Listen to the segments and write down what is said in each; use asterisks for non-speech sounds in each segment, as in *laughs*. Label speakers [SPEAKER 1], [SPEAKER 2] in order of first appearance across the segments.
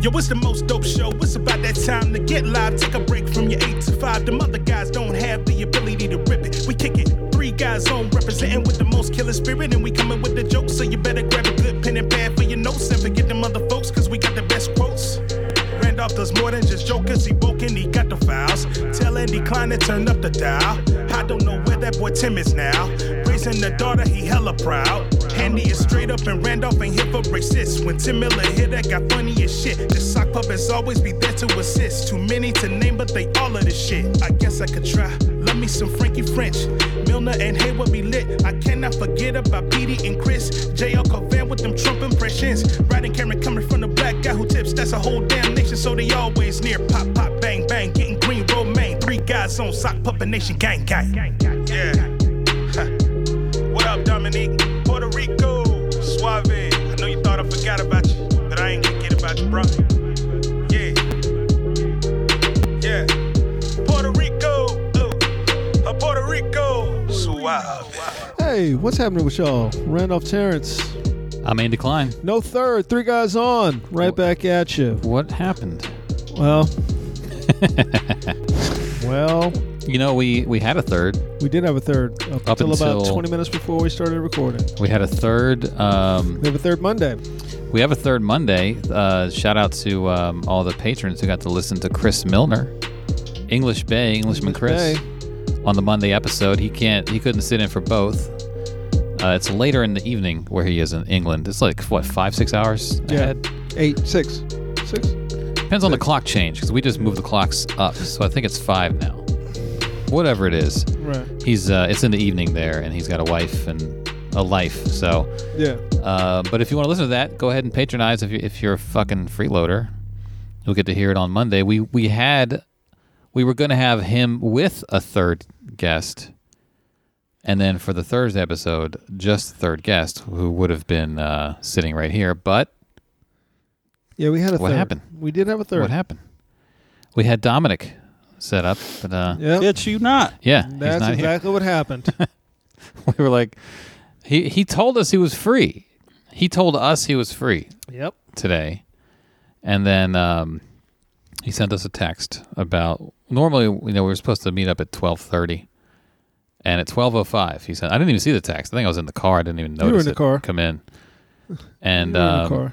[SPEAKER 1] Yo, it's the most dope show. It's about that time to get live. Take a break from your eight to five. Them other guys don't have the ability to rip it. We kick it. Three guys on representing with the most killer spirit, and we coming with the jokes. So you better grab a good pen and pad for your notes and forget them other folks, cause we got the best quotes. Randolph does more than just jokers. He woke and he got the files. Tell Andy Klein to turn up the dial. I don't know where that boy Tim is now. Raising the daughter, he hella proud. Handy is straight up and Randolph ain't here for racist. When Tim Miller hit, that got funny as shit. The sock puppets always be there to assist. Too many to name, but they all of this shit. I guess I could try. Love me some Frankie French. Milner and Hayward be lit. I cannot forget about Petey and Chris. JL Covan with them Trump impressions. Riding Cameron coming from the black guy who tips. That's a whole damn nation, so they always near. Pop, pop, bang, bang. Getting green, romaine. Three guys on sock puppet nation, gang, gang. Yeah. Huh. What up, Dominique? Puerto Rico, Suave. I know you thought I forgot about you, but I ain't gonna get about you, bro. Yeah. Yeah. Puerto Rico, ooh. Uh, Puerto Rico, Suave.
[SPEAKER 2] Hey, what's happening with y'all? Randolph Terrence.
[SPEAKER 3] I'm Andy Klein.
[SPEAKER 2] No third. Three guys on. Right back at you.
[SPEAKER 3] What happened? *laughs*
[SPEAKER 2] Well, well,
[SPEAKER 3] You know, we we had a third.
[SPEAKER 2] we did have a third up,
[SPEAKER 3] Up
[SPEAKER 2] until, about
[SPEAKER 3] until-
[SPEAKER 2] 20 minutes before we started recording.
[SPEAKER 3] We had a third. Um,
[SPEAKER 2] We have a third Monday.
[SPEAKER 3] we have a third Monday. Uh, shout out to um, all the patrons who got to listen to Chris Milner, English Bay, Englishman
[SPEAKER 2] English
[SPEAKER 3] Chris, on the Monday episode. He can't. He couldn't sit in for both. Uh, it's later in the evening where he is in England. It's like what five, six hours ahead.
[SPEAKER 2] Eight, six, six.
[SPEAKER 3] Depends on the clock change because we just moved the clocks up, so I think it's five now. Whatever it is,
[SPEAKER 2] Right.
[SPEAKER 3] he's uh, it's in the evening there, and he's got a wife and a life. So,
[SPEAKER 2] Yeah.
[SPEAKER 3] uh, but if you want to listen to that, go ahead and patronize. If you if you're a fucking freeloader, you'll get to hear it on Monday. We we had we were going to have him with a third guest, and then for the Thursday episode, just third guest who would have been uh, sitting right here, but
[SPEAKER 2] Yeah, we had a third.
[SPEAKER 3] What happened?
[SPEAKER 2] We did have a third.
[SPEAKER 3] What happened? We had Dominic set up, but uh, yeah,
[SPEAKER 2] Yep.
[SPEAKER 4] Did you not?
[SPEAKER 3] he's
[SPEAKER 2] That's
[SPEAKER 3] not here.
[SPEAKER 2] exactly what
[SPEAKER 3] *laughs*
[SPEAKER 2] happened.
[SPEAKER 3] We were like, he he told us he was free. He told us he was free
[SPEAKER 2] yep.
[SPEAKER 3] today, and then um, he sent us a text about normally you know we were supposed to meet up at twelve thirty. And at twelve oh five, he said, "I didn't even see the text. I think I was in the car. I didn't even
[SPEAKER 2] were
[SPEAKER 3] notice
[SPEAKER 2] in the
[SPEAKER 3] it
[SPEAKER 2] car.
[SPEAKER 3] come
[SPEAKER 2] *laughs*
[SPEAKER 3] in." And
[SPEAKER 2] We were in the
[SPEAKER 3] um,
[SPEAKER 2] car.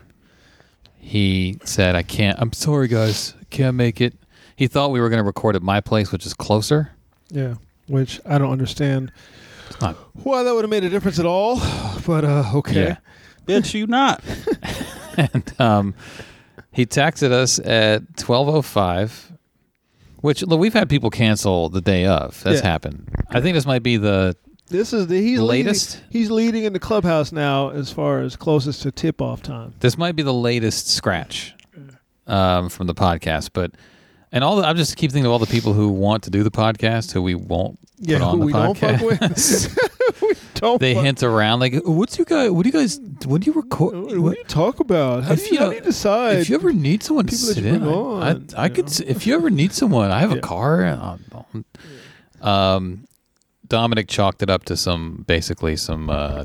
[SPEAKER 3] he said, I can't, I'm sorry, guys, can't make it. He thought we were going to record at my place, which is closer.
[SPEAKER 2] Yeah. Which I don't understand.
[SPEAKER 3] It's not,
[SPEAKER 2] Well, that would have made a difference at all, but uh, okay.
[SPEAKER 3] yeah.
[SPEAKER 4] Did you not?
[SPEAKER 3] And um, he texted us at 1205, which look, we've had people cancel the day of. That's
[SPEAKER 2] Yeah.
[SPEAKER 3] happened. I think this might be the,
[SPEAKER 2] This is the he's
[SPEAKER 3] Latest?
[SPEAKER 2] Leading, he's leading in the clubhouse now as far as closest to tip off time.
[SPEAKER 3] this might be the latest scratch um, from the podcast, but. And all the, I'm just keep thinking of all the people who want to do the podcast who we won't
[SPEAKER 2] Yeah, *laughs*
[SPEAKER 3] put on
[SPEAKER 2] who
[SPEAKER 3] the
[SPEAKER 2] we don't
[SPEAKER 3] podcast.
[SPEAKER 2] fuck with. *laughs* we don't.
[SPEAKER 3] *laughs* they
[SPEAKER 2] fuck-
[SPEAKER 3] hint around like, "What's you guys? What do you guys? What do you record?
[SPEAKER 2] What do you talk about? How, do
[SPEAKER 3] If
[SPEAKER 2] you, how
[SPEAKER 3] you-
[SPEAKER 2] do you decide?
[SPEAKER 3] If you ever need someone to
[SPEAKER 2] people that
[SPEAKER 3] sit
[SPEAKER 2] you
[SPEAKER 3] in,
[SPEAKER 2] bring
[SPEAKER 3] I,
[SPEAKER 2] on,
[SPEAKER 3] I, I
[SPEAKER 2] you
[SPEAKER 3] could.
[SPEAKER 2] know?
[SPEAKER 3] s If you ever need someone, I have
[SPEAKER 2] Yeah.
[SPEAKER 3] a car. I'll- I'll- Um, Dominic chalked it up to some basically some. Uh,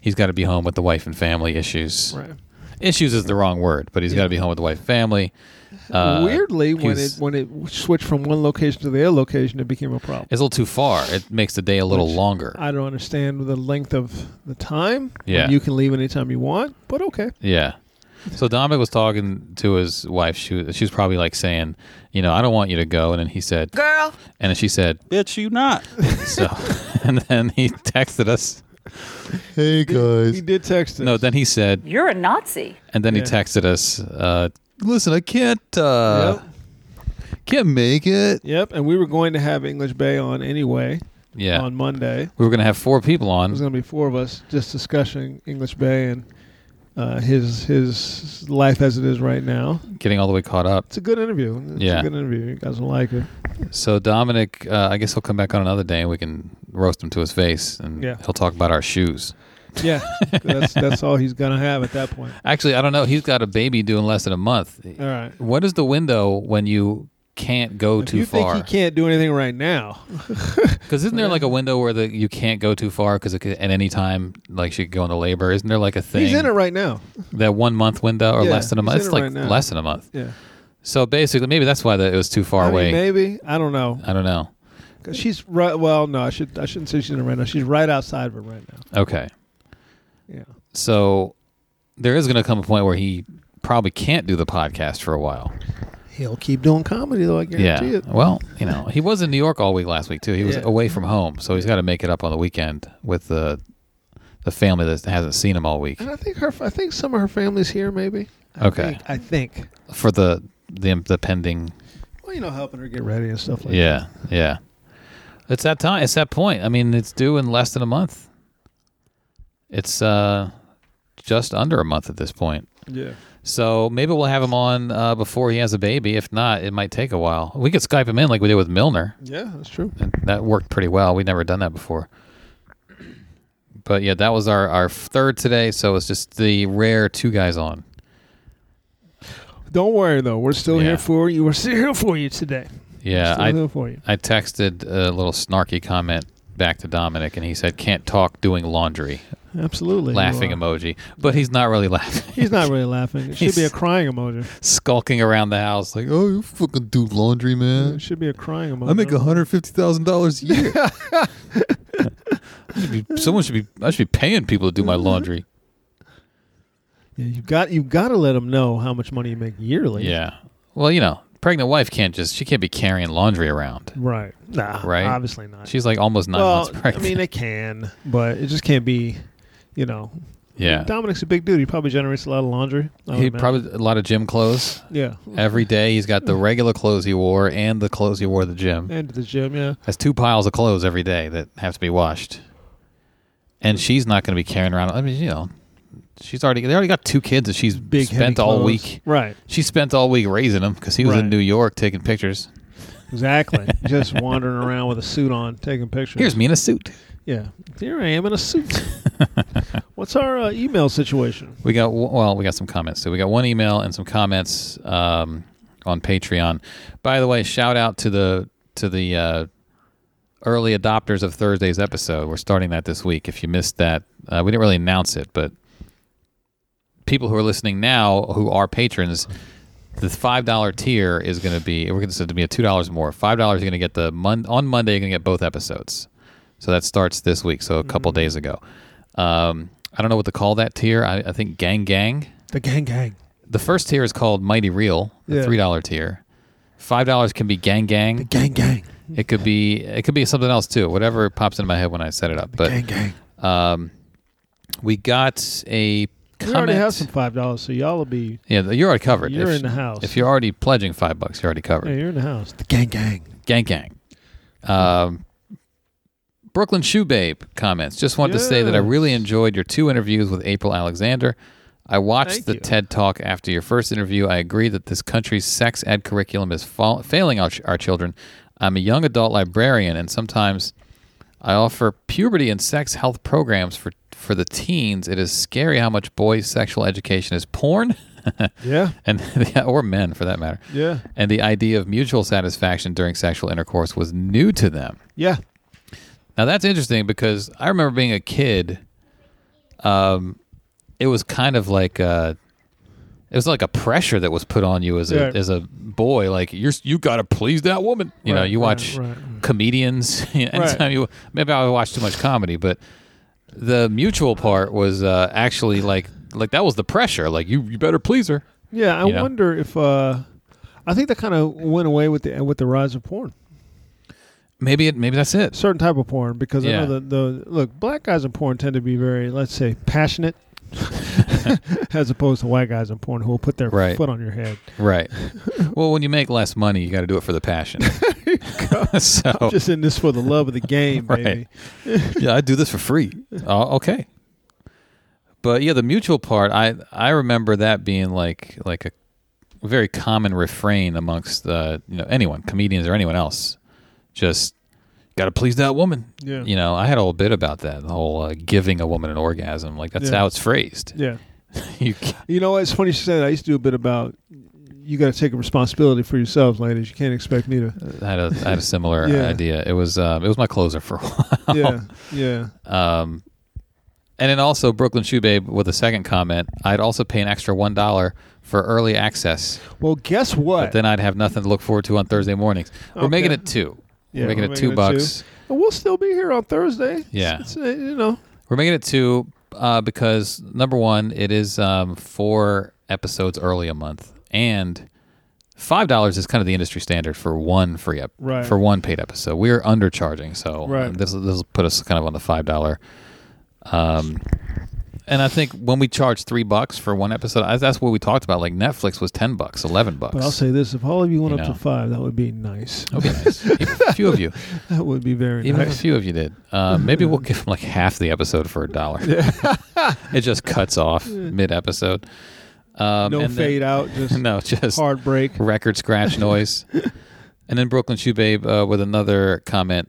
[SPEAKER 3] he's got to be home with the wife and family issues.
[SPEAKER 2] right.
[SPEAKER 3] Issues is the wrong word, but he's got to be home with the wife and family. Uh,
[SPEAKER 2] Weirdly, when it
[SPEAKER 3] he's-
[SPEAKER 2] when it switched from one location to the other location, it became a problem.
[SPEAKER 3] it's a little too far. It makes the day a little
[SPEAKER 2] Which
[SPEAKER 3] longer.
[SPEAKER 2] I don't understand the length of the time.
[SPEAKER 3] Yeah.
[SPEAKER 2] you can leave anytime you want, but okay.
[SPEAKER 3] Yeah. So Dominic was talking to his wife. She was, she was probably like saying, you know, I don't want you to go. And then he said,
[SPEAKER 4] Girl.
[SPEAKER 3] and then she said,
[SPEAKER 4] Did you not?
[SPEAKER 3] so. *laughs* and then he texted us.
[SPEAKER 5] Hey
[SPEAKER 2] He
[SPEAKER 5] guys.
[SPEAKER 2] did text us.
[SPEAKER 3] No, then he said,
[SPEAKER 6] You're a Nazi.
[SPEAKER 3] and then
[SPEAKER 2] Yeah.
[SPEAKER 3] he texted us. Uh, Listen, I can't uh,
[SPEAKER 2] Yep.
[SPEAKER 3] can't make it.
[SPEAKER 2] Yep, and we were going to have English Bay on anyway
[SPEAKER 3] Yeah,
[SPEAKER 2] on Monday.
[SPEAKER 3] we were gonna have four people
[SPEAKER 2] There's
[SPEAKER 3] on.
[SPEAKER 2] going to be four of us just discussing English Bay and uh, his his life as it is right now.
[SPEAKER 3] Getting all the way caught up.
[SPEAKER 2] It's a good interview. It's
[SPEAKER 3] Yeah.
[SPEAKER 2] a good interview. You guys will like it.
[SPEAKER 3] So Dominic, uh, I guess he'll come back on another day and we can roast him to his face, and
[SPEAKER 2] Yeah.
[SPEAKER 3] he'll talk about our shoes.
[SPEAKER 2] Yeah, *laughs* that's that's all he's going to have at that point.
[SPEAKER 3] Actually, I don't know. He's got a baby due in less than a month.
[SPEAKER 2] All right.
[SPEAKER 3] What is the window when you can't go
[SPEAKER 2] If
[SPEAKER 3] too
[SPEAKER 2] you
[SPEAKER 3] far.
[SPEAKER 2] think he can't do anything right now?
[SPEAKER 3] Because isn't there like a window where the you can't go too far because at any time like she could go into labor? Isn't there like a thing
[SPEAKER 2] He's in it right now.
[SPEAKER 3] that one month window or
[SPEAKER 2] Yeah,
[SPEAKER 3] less than a
[SPEAKER 2] he's
[SPEAKER 3] month?
[SPEAKER 2] in
[SPEAKER 3] It's
[SPEAKER 2] it
[SPEAKER 3] like
[SPEAKER 2] right now.
[SPEAKER 3] less than a month.
[SPEAKER 2] Yeah.
[SPEAKER 3] So basically, maybe that's why that it was too far
[SPEAKER 2] I mean,
[SPEAKER 3] away.
[SPEAKER 2] maybe I don't know.
[SPEAKER 3] I don't know.
[SPEAKER 2] 'Cause Uh, She's right. Well, no, I should. I shouldn't say she's in it right now. She's right outside of it right now.
[SPEAKER 3] Okay,
[SPEAKER 2] Yeah.
[SPEAKER 3] so there is going to come a point where he probably can't do the podcast for a while.
[SPEAKER 2] He'll keep doing comedy though. I
[SPEAKER 3] Yeah.
[SPEAKER 2] guarantee it.
[SPEAKER 3] Well, you know, he was in New York all week last week too. He was
[SPEAKER 2] Yeah.
[SPEAKER 3] away from home, so he's got to make it up on the weekend with the the family that hasn't seen him all week
[SPEAKER 2] And I think her. I think some of her family's here. Maybe. I
[SPEAKER 3] Okay.
[SPEAKER 2] think- I think.
[SPEAKER 3] for the the, the pending.
[SPEAKER 2] Well, you know, helping her get ready and stuff like that.
[SPEAKER 3] Yeah, yeah. It's that time. It's that point. I mean, it's due in less than a month. It's uh, just under a month at this point.
[SPEAKER 2] Yeah.
[SPEAKER 3] So maybe we'll have him on uh, before he has a baby. If not, it might take a while. We could Skype him in like we did with Milner.
[SPEAKER 2] Yeah, that's true.
[SPEAKER 3] and that worked pretty well. We'd never done that before. But yeah, that was our, our third today, so it's just the rare two guys on.
[SPEAKER 2] Don't worry though. We're still
[SPEAKER 3] Yeah.
[SPEAKER 2] here for you. We're still *laughs* here for you today.
[SPEAKER 3] Yeah,
[SPEAKER 2] still
[SPEAKER 3] I
[SPEAKER 2] here for you.
[SPEAKER 3] I texted a little snarky comment back to Dominic, and he said, "Can't talk doing laundry."
[SPEAKER 2] Absolutely. you
[SPEAKER 3] laughing
[SPEAKER 2] are.
[SPEAKER 3] emoji, but he's not really *laughs* laughing.
[SPEAKER 2] He's not really laughing. It should be a
[SPEAKER 3] He's-
[SPEAKER 2] crying
[SPEAKER 3] *laughs*
[SPEAKER 2] emoji.
[SPEAKER 3] Skulking around the house like, "Oh, you fucking do laundry, man."
[SPEAKER 2] It should be a crying emoji.
[SPEAKER 3] I make hundred fifty thousand dollars
[SPEAKER 2] *laughs*
[SPEAKER 3] a year. I should be- Someone should be. I should be paying people to do my laundry.
[SPEAKER 2] Yeah, you got you got to let them know how much money you make yearly.
[SPEAKER 3] Yeah. Well, you know, pregnant wife can't just she can't be carrying laundry around.
[SPEAKER 2] Right. Nah.
[SPEAKER 3] Right?
[SPEAKER 2] Obviously not.
[SPEAKER 3] She's like almost nine
[SPEAKER 2] well,
[SPEAKER 3] months
[SPEAKER 2] I
[SPEAKER 3] pregnant.
[SPEAKER 2] mean, it can, but it just can't be. You know.
[SPEAKER 3] *laughs* yeah.
[SPEAKER 2] Dominic's a big dude. He probably generates a lot of laundry. I would
[SPEAKER 3] He
[SPEAKER 2] imagine.
[SPEAKER 3] probably a lot of gym clothes
[SPEAKER 2] Yeah.
[SPEAKER 3] every day. He's got the regular clothes he wore and the clothes he wore at the gym.
[SPEAKER 2] And to the gym. Yeah.
[SPEAKER 3] That's two piles of clothes every day that have to be washed. And she's not going to be carrying around. I mean, you know, she's already they already got two kids that she's
[SPEAKER 2] Big heavy
[SPEAKER 3] spent all
[SPEAKER 2] clothes.
[SPEAKER 3] week.
[SPEAKER 2] Right.
[SPEAKER 3] She spent all week raising them because he was
[SPEAKER 2] Right.
[SPEAKER 3] in New York taking pictures.
[SPEAKER 2] Exactly. just *laughs* wandering around with a suit on, taking pictures.
[SPEAKER 3] Here's me in a suit.
[SPEAKER 2] Yeah. Here I am in a
[SPEAKER 3] *laughs*
[SPEAKER 2] suit. What's our uh, email situation?
[SPEAKER 3] We got well, we got some comments. So we got one email and some comments um, on Patreon. By the way, shout out to the to the uh, early adopters of Thursday's episode. We're starting that this week. If you missed that, uh, we didn't really announce it, but people who are listening now who are patrons. The five dollar tier is going to be we're going to be a two dollars more. Five dollars you're going to get the mon- on Monday you're going to get both episodes, so that starts this week. So a couple
[SPEAKER 2] Mm-hmm.
[SPEAKER 3] days ago, um, I don't know what to call that tier. I, I think Gang Gang.
[SPEAKER 2] The gang gang.
[SPEAKER 3] The first tier is called Mighty Real, the
[SPEAKER 2] Yeah.
[SPEAKER 3] three dollar tier. Five dollars can be Gang Gang.
[SPEAKER 2] Gang gang.
[SPEAKER 3] It could be it could be something else too. Whatever pops into my head when I set it up. But
[SPEAKER 2] gang.
[SPEAKER 3] um, we got a
[SPEAKER 2] We already
[SPEAKER 3] comment.
[SPEAKER 2] have some five dollars, so y'all will be
[SPEAKER 3] yeah, you're already covered.
[SPEAKER 2] you're
[SPEAKER 3] if,
[SPEAKER 2] in the house.
[SPEAKER 3] if you're already pledging five bucks, you're already covered.
[SPEAKER 2] yeah, you're in the house. The gang gang.
[SPEAKER 3] Gang gang. Um, Brooklyn Shoe Babe comments. Just want to say that I really
[SPEAKER 2] Yes.
[SPEAKER 3] enjoyed your two interviews with April Alexander. I watched
[SPEAKER 2] Thank
[SPEAKER 3] the
[SPEAKER 2] you.
[SPEAKER 3] TED Talk after your first interview. I agree that this country's sex ed curriculum is fall- failing our, ch- our children. I'm a young adult librarian, and sometimes I offer puberty and sex health programs for, for the teens. It is scary how much boys' sexual education is porn, *laughs*
[SPEAKER 2] Yeah.
[SPEAKER 3] and *laughs* or men for that matter
[SPEAKER 2] Yeah.
[SPEAKER 3] and the idea of mutual satisfaction during sexual intercourse was new to them.
[SPEAKER 2] Yeah.
[SPEAKER 3] Now that's interesting because I remember being a kid. Um, it was kind of like uh it was like a pressure that was put on you as a
[SPEAKER 2] Right.
[SPEAKER 3] as a boy. Like you're you gotta please that woman. You know,
[SPEAKER 2] Right,
[SPEAKER 3] you
[SPEAKER 2] right,
[SPEAKER 3] watch
[SPEAKER 2] right.
[SPEAKER 3] comedians. *laughs* anytime you maybe I watched too much comedy, but the mutual part was uh, actually like like that was the pressure. Like you you better please her.
[SPEAKER 2] Yeah. I
[SPEAKER 3] You know?
[SPEAKER 2] wonder if uh, I think that kind of went away with the with the rise of porn,
[SPEAKER 3] Maybe it maybe that's it.
[SPEAKER 2] certain type of porn, because I
[SPEAKER 3] Yeah.
[SPEAKER 2] know that the look black guys in porn tend to be very let's say passionate.
[SPEAKER 3] *laughs*
[SPEAKER 2] As opposed to white guys in porn who will put their
[SPEAKER 3] Right.
[SPEAKER 2] foot on your head.
[SPEAKER 3] Right. *laughs* well, when you make less money, you got to do it for the *laughs* passion. *laughs* so
[SPEAKER 2] Just in this for the love of the game,
[SPEAKER 3] Oh. *laughs* Right.
[SPEAKER 2] baby.
[SPEAKER 3] yeah, I do this for free. *laughs* Oh, okay. But yeah, the mutual part, I I remember that being like like a very common refrain amongst uh, you know anyone, comedians or anyone else. Just got to please that woman.
[SPEAKER 2] Yeah.
[SPEAKER 3] You know, I had a whole bit about that, the whole uh, giving a woman an orgasm. Like that's
[SPEAKER 2] Yeah.
[SPEAKER 3] how it's phrased. *laughs*
[SPEAKER 2] Yeah. *laughs*
[SPEAKER 3] you ca-
[SPEAKER 2] You know, it's funny you said. I used to do a bit about you got to take responsibility for yourselves, ladies. You can't expect me
[SPEAKER 3] *laughs*
[SPEAKER 2] to.
[SPEAKER 3] I had a, I had a similar
[SPEAKER 2] Yeah.
[SPEAKER 3] idea. It was um, it was my closer for a *laughs* while.
[SPEAKER 2] Yeah, yeah.
[SPEAKER 3] Um, and then also Brooklyn Shoe Babe with a second comment. I'd also pay an extra one dollar for early access,
[SPEAKER 2] Well, guess what?
[SPEAKER 3] but then I'd have nothing to look forward to on Thursday mornings. We're
[SPEAKER 2] Okay.
[SPEAKER 3] making it two.
[SPEAKER 2] Yeah,
[SPEAKER 3] we're making
[SPEAKER 2] we're
[SPEAKER 3] it
[SPEAKER 2] making
[SPEAKER 3] two
[SPEAKER 2] it
[SPEAKER 3] bucks.
[SPEAKER 2] And we'll still be here on Thursday.
[SPEAKER 3] Yeah.
[SPEAKER 2] It's- it's, uh, you know.
[SPEAKER 3] We're making it two uh, because number one, it is um, four episodes early a month, and five dollars is kind of the industry standard for one free up
[SPEAKER 2] Right.
[SPEAKER 3] for one paid episode. We're undercharging, so
[SPEAKER 2] Right.
[SPEAKER 3] um, this this will put us kind of on the five dollar. Um, and I think when we charge three bucks for one episode, I, that's what we talked about. Like Netflix was ten bucks, eleven bucks.
[SPEAKER 2] But I'll say this: if all of you went
[SPEAKER 3] You
[SPEAKER 2] up
[SPEAKER 3] know.
[SPEAKER 2] to five, that would be nice.
[SPEAKER 3] Okay, nice. Even a few of you,
[SPEAKER 2] *laughs* That would be very
[SPEAKER 3] even if a
[SPEAKER 2] nice.
[SPEAKER 3] few of you did, uh,
[SPEAKER 2] *laughs*
[SPEAKER 3] maybe we'll give them like half the episode for a dollar. it just cuts off mid episode. Um,
[SPEAKER 2] no
[SPEAKER 3] *laughs* and then-
[SPEAKER 2] fade out, just
[SPEAKER 3] no, just
[SPEAKER 2] hard break.
[SPEAKER 3] record scratch noise.
[SPEAKER 2] *laughs*
[SPEAKER 3] and then Brooklyn Shoe Babe uh, with another comment.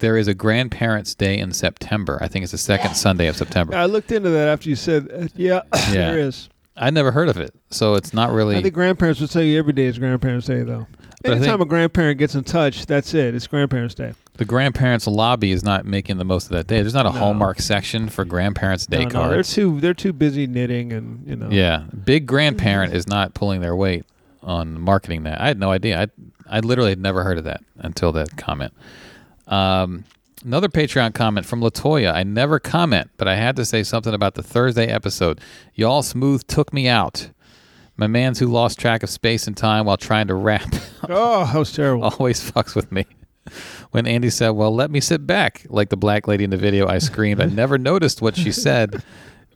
[SPEAKER 3] There is a grandparents' day in September. I think it's the second Sunday of September.
[SPEAKER 2] I looked into that after you said, uh, "Yeah, *laughs*
[SPEAKER 3] Yeah.
[SPEAKER 2] there is."
[SPEAKER 3] I never heard of it, so it's not
[SPEAKER 2] I
[SPEAKER 3] really.
[SPEAKER 2] think grandparents would tell you every day is Grandparents' Day, though.
[SPEAKER 3] But I
[SPEAKER 2] Anytime
[SPEAKER 3] think-
[SPEAKER 2] a grandparent gets in touch, that's it. It's Grandparents' Day.
[SPEAKER 3] the grandparents' lobby is not making the most of that day. There's not a
[SPEAKER 2] No.
[SPEAKER 3] Hallmark section for grandparents'
[SPEAKER 2] No,
[SPEAKER 3] day
[SPEAKER 2] no, they're
[SPEAKER 3] cards.
[SPEAKER 2] too. They're too busy knitting and you know.
[SPEAKER 3] Yeah, big grandparent is not pulling their weight on marketing that. I had no idea. I I literally had never heard of that until that comment. Um, another Patreon comment from Latoya. I never comment, but I had to say something about the Thursday episode. Y'all smooth took me out. My man's who lost track of space and time while trying to rap *laughs*
[SPEAKER 2] Oh, that was terrible.
[SPEAKER 3] always fucks with me. When Andy said, "Well, let me sit back," like the black lady in the video,
[SPEAKER 2] *laughs*
[SPEAKER 3] I screamed. I never noticed what she said,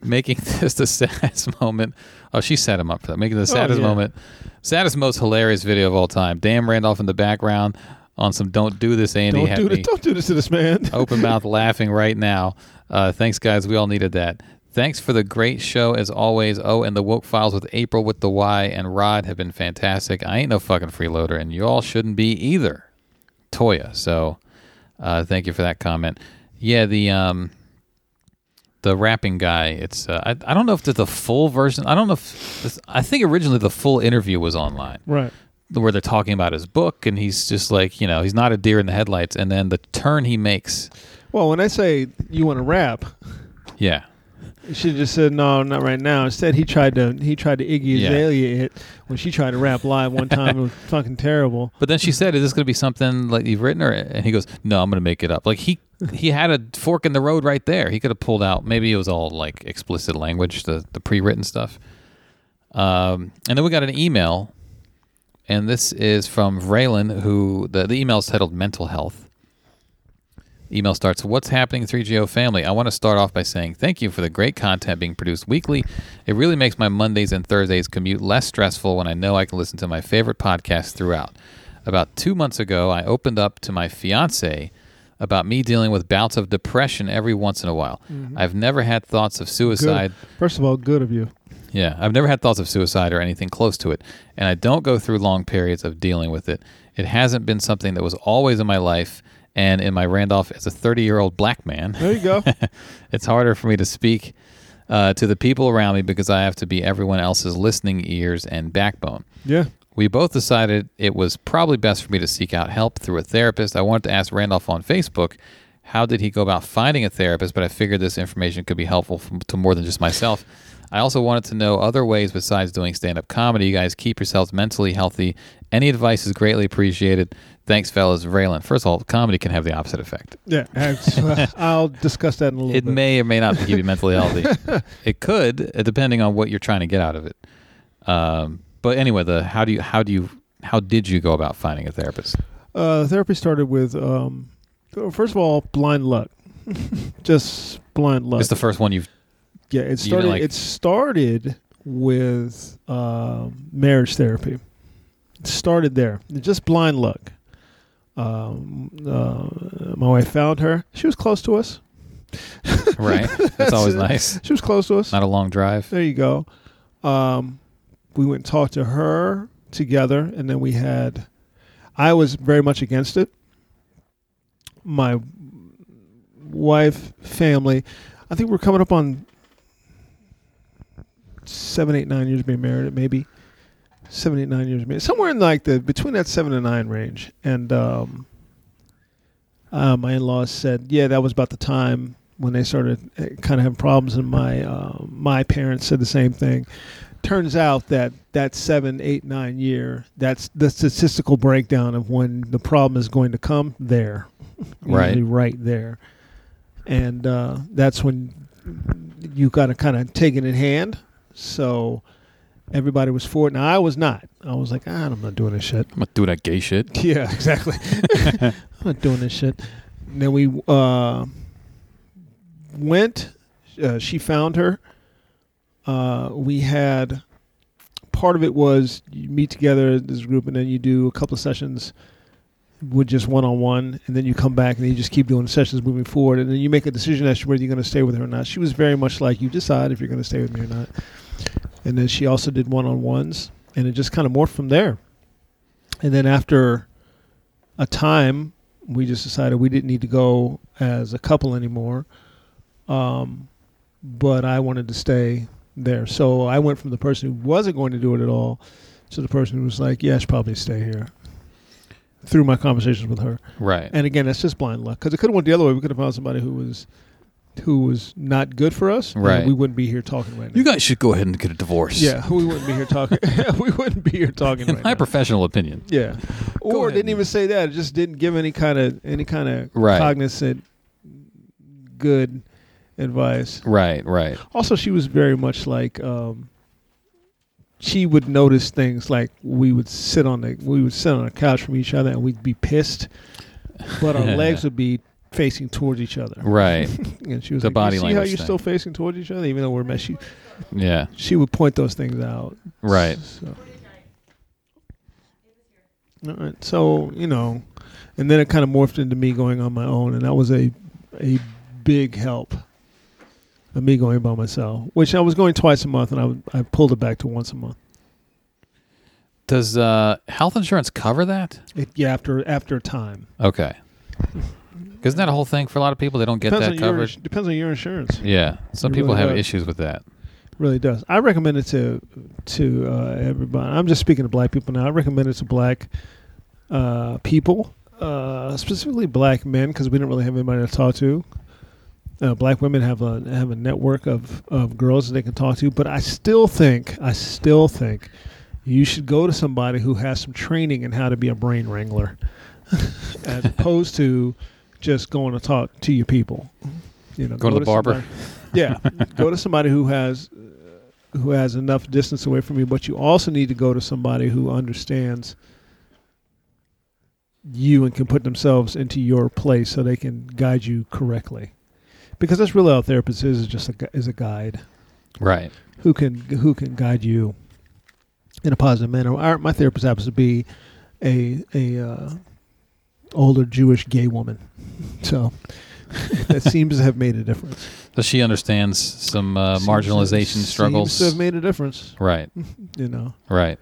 [SPEAKER 3] making *laughs* this the saddest moment. Oh, she set him up for that. Making the saddest
[SPEAKER 2] Oh, yeah.
[SPEAKER 3] moment, saddest, most hilarious video of all time. Damn Randolph in the background on some "Don't do this, Andy."
[SPEAKER 2] don't
[SPEAKER 3] had
[SPEAKER 2] do
[SPEAKER 3] me
[SPEAKER 2] this. Don't do this to this man. *laughs*
[SPEAKER 3] open mouth laughing right now. Uh, thanks, guys. We all needed that. Thanks for the great show as always. Oh, and the woke files with April with the Y and Rod have been fantastic. I ain't no fucking freeloader, and y'all shouldn't be either. Toya. So, uh, thank you for that comment. Yeah, the um, the rapping guy. It's uh, I, I don't know if there's the full version. I don't know if this, I think originally the full interview was online
[SPEAKER 2] right.
[SPEAKER 3] where they're talking about his book, and he's just like you know he's not a deer in the headlights, and then the turn he makes.
[SPEAKER 2] Well, when I say you want to rap,
[SPEAKER 3] Yeah.
[SPEAKER 2] you should have just said no, not right now. Instead, he tried to he tried to Iggy
[SPEAKER 3] Yeah.
[SPEAKER 2] Azalea it when she tried to rap live one time. it
[SPEAKER 3] *laughs*
[SPEAKER 2] was fucking terrible.
[SPEAKER 3] But then she said, "Is this going to be something like you've written?" Or and he goes, "No, I'm going to make it up." Like he he had a fork in the road right there. He could have pulled out. Maybe it was all like explicit language, the the pre written stuff. Um, and then we got an email, and this is from Raylan, who the the email is titled "Mental Health." Email starts, What's happening, 3GO family? I want to start off by saying thank you for the great content being produced weekly. It really makes my Mondays and Thursdays commute less stressful when I know I can listen to my favorite podcasts throughout. About two months ago, I opened up to my fiance about me dealing with bouts of depression every once in a while. I've never had thoughts of
[SPEAKER 2] Good.
[SPEAKER 3] suicide.
[SPEAKER 2] First of all, good of you.
[SPEAKER 3] Yeah, I've never had thoughts of suicide or anything close to it, and I don't go through long periods of dealing with it. It hasn't been something that was always in my life and in my Randolph as a 30 year old black man. *laughs*
[SPEAKER 2] There you go.
[SPEAKER 3] it's harder for me to speak uh, to the people around me because I have to be everyone else's listening ears and backbone.
[SPEAKER 2] yeah.
[SPEAKER 3] We both decided it was probably best for me to seek out help through a therapist. I wanted to ask Randolph on Facebook how did he go about finding a therapist, but I figured this information could be helpful f- to more than just myself. I also wanted to know other ways besides doing stand up comedy. You guys keep yourselves mentally healthy. Any advice is greatly appreciated. Thanks, fellas. Raylan. First of all, comedy can have the opposite effect.
[SPEAKER 2] Yeah.
[SPEAKER 3] *laughs*
[SPEAKER 2] That's- uh, I'll discuss that in a little
[SPEAKER 3] It
[SPEAKER 2] bit.
[SPEAKER 3] may or may not keep you mentally healthy. *laughs* It could, uh, depending on what you're trying to get out of it. Um, but anyway, the how do you how do you how did you go about finding a therapist?
[SPEAKER 2] Uh, therapy started with, um, first of all, blind luck. *laughs* Just blind luck.
[SPEAKER 3] It's the first *laughs* one you've.
[SPEAKER 2] yeah, it
[SPEAKER 3] you
[SPEAKER 2] started.
[SPEAKER 3] like-
[SPEAKER 2] it started with um marriage therapy. It started there. Just blind luck. Um, uh, my wife found her. She was close to us.
[SPEAKER 3] Right, that's always nice.
[SPEAKER 2] She was close to us.
[SPEAKER 3] Not a long drive.
[SPEAKER 2] There you go. Um, we went and talked to her together, and then we had. I was very much against it. My wife, family, I think we're coming up on seven, eight, nine years of being married, maybe seven, eight, nine years, maybe somewhere in like the between that seven and nine range. And um, uh, my in-laws said, yeah, that was about the time when they started kind of having problems, and my uh, my parents said the same thing. Turns out that that seven, eight, nine year, that's the statistical breakdown of when the problem is going to come there,
[SPEAKER 3] Right.
[SPEAKER 2] Usually right there, and uh, that's when you got to kind of take it in hand. So everybody was for it, and I was not. I was like, ah, I'm not doing this shit.
[SPEAKER 3] I'm gonna do that gay shit.
[SPEAKER 2] *laughs* Yeah, exactly. I'm not doing this shit. And then we uh, went. Uh, she found her. Uh, we had part of it was you meet together as a group, and then you do a couple of sessions with just one on one, and then you come back and then you just keep doing sessions moving forward, and then you make a decision as to whether you're going to stay with her or not. She was very much like you decide if you're going to stay with me or not. And then she also did one on ones, and it just kind of morphed from there. And then after a time, we just decided we didn't need to go as a couple anymore. Um, but I wanted to stay there. So I went from the person who wasn't going to do it at all to the person who was like, yeah, I should probably stay here through my conversations with her.
[SPEAKER 3] Right.
[SPEAKER 2] And again, that's just blind luck because it could have went the other way. We could have found somebody who was who was not good for us. and
[SPEAKER 3] Right.
[SPEAKER 2] we wouldn't be here talking right now.
[SPEAKER 3] you guys should go ahead and get a divorce. *laughs*
[SPEAKER 2] yeah, we wouldn't be here talking. *laughs* we wouldn't be here talking
[SPEAKER 3] In
[SPEAKER 2] right
[SPEAKER 3] my
[SPEAKER 2] now.
[SPEAKER 3] professional opinion.
[SPEAKER 2] Yeah. Or
[SPEAKER 3] ahead.
[SPEAKER 2] didn't even say that. It just didn't give any kind of any kind of
[SPEAKER 3] Right.
[SPEAKER 2] cognizant good advice.
[SPEAKER 3] Right. Right.
[SPEAKER 2] Also, she was very much like um, she would notice things like we would sit on the we would sit on a couch from each other and we'd be pissed, but
[SPEAKER 3] *laughs*
[SPEAKER 2] our legs would be facing towards each other.
[SPEAKER 3] Right.
[SPEAKER 2] And she was
[SPEAKER 3] The
[SPEAKER 2] like,
[SPEAKER 3] body
[SPEAKER 2] you see how
[SPEAKER 3] language
[SPEAKER 2] you're
[SPEAKER 3] thing.
[SPEAKER 2] still facing towards each other, even though we're messy.
[SPEAKER 3] Yeah.
[SPEAKER 2] She would point those things out.
[SPEAKER 3] Right.
[SPEAKER 2] So. All right. So you know, and then it kind of morphed into me going on my own, and that was a a big help. Of me going by myself, which I was going twice a month, and I I pulled it back to once a month.
[SPEAKER 3] Does uh, health insurance cover that?
[SPEAKER 2] It, yeah, after after time.
[SPEAKER 3] Okay. Isn't that a whole thing for a lot of people? They don't get
[SPEAKER 2] depends
[SPEAKER 3] that
[SPEAKER 2] on your
[SPEAKER 3] covered.
[SPEAKER 2] ins- depends on your insurance.
[SPEAKER 3] Yeah. Some
[SPEAKER 2] It
[SPEAKER 3] people
[SPEAKER 2] really
[SPEAKER 3] have
[SPEAKER 2] does.
[SPEAKER 3] issues with that.
[SPEAKER 2] really does. I recommend it to to uh, everybody. I'm just speaking to black people now. I recommend it to black uh, people, uh, specifically black men, because we didn't really have anybody to talk to. Uh, black women have a have a network of of girls that they can talk to, but I still think I still think you should go to somebody who has some training in how to be a brain wrangler, *laughs* as opposed to just going to talk to your people. You know,
[SPEAKER 3] Go to the barber.
[SPEAKER 2] somebody- *laughs* yeah, go to somebody who has uh, who has enough distance away from you, but you also need to go to somebody who understands you and can put themselves into your place so they can guide you correctly. Because that's really all a therapist is, is just a, gu- is a guide
[SPEAKER 3] Right.
[SPEAKER 2] who can who can guide you in a positive manner. Our, my therapist happens to be a a uh, older Jewish gay woman, *laughs* so that seems to have made a difference.
[SPEAKER 3] Does she understands some uh,
[SPEAKER 2] Seems to-
[SPEAKER 3] marginalization struggles?
[SPEAKER 2] seems to have made a difference. *laughs*
[SPEAKER 3] right.
[SPEAKER 2] You know,
[SPEAKER 3] Right.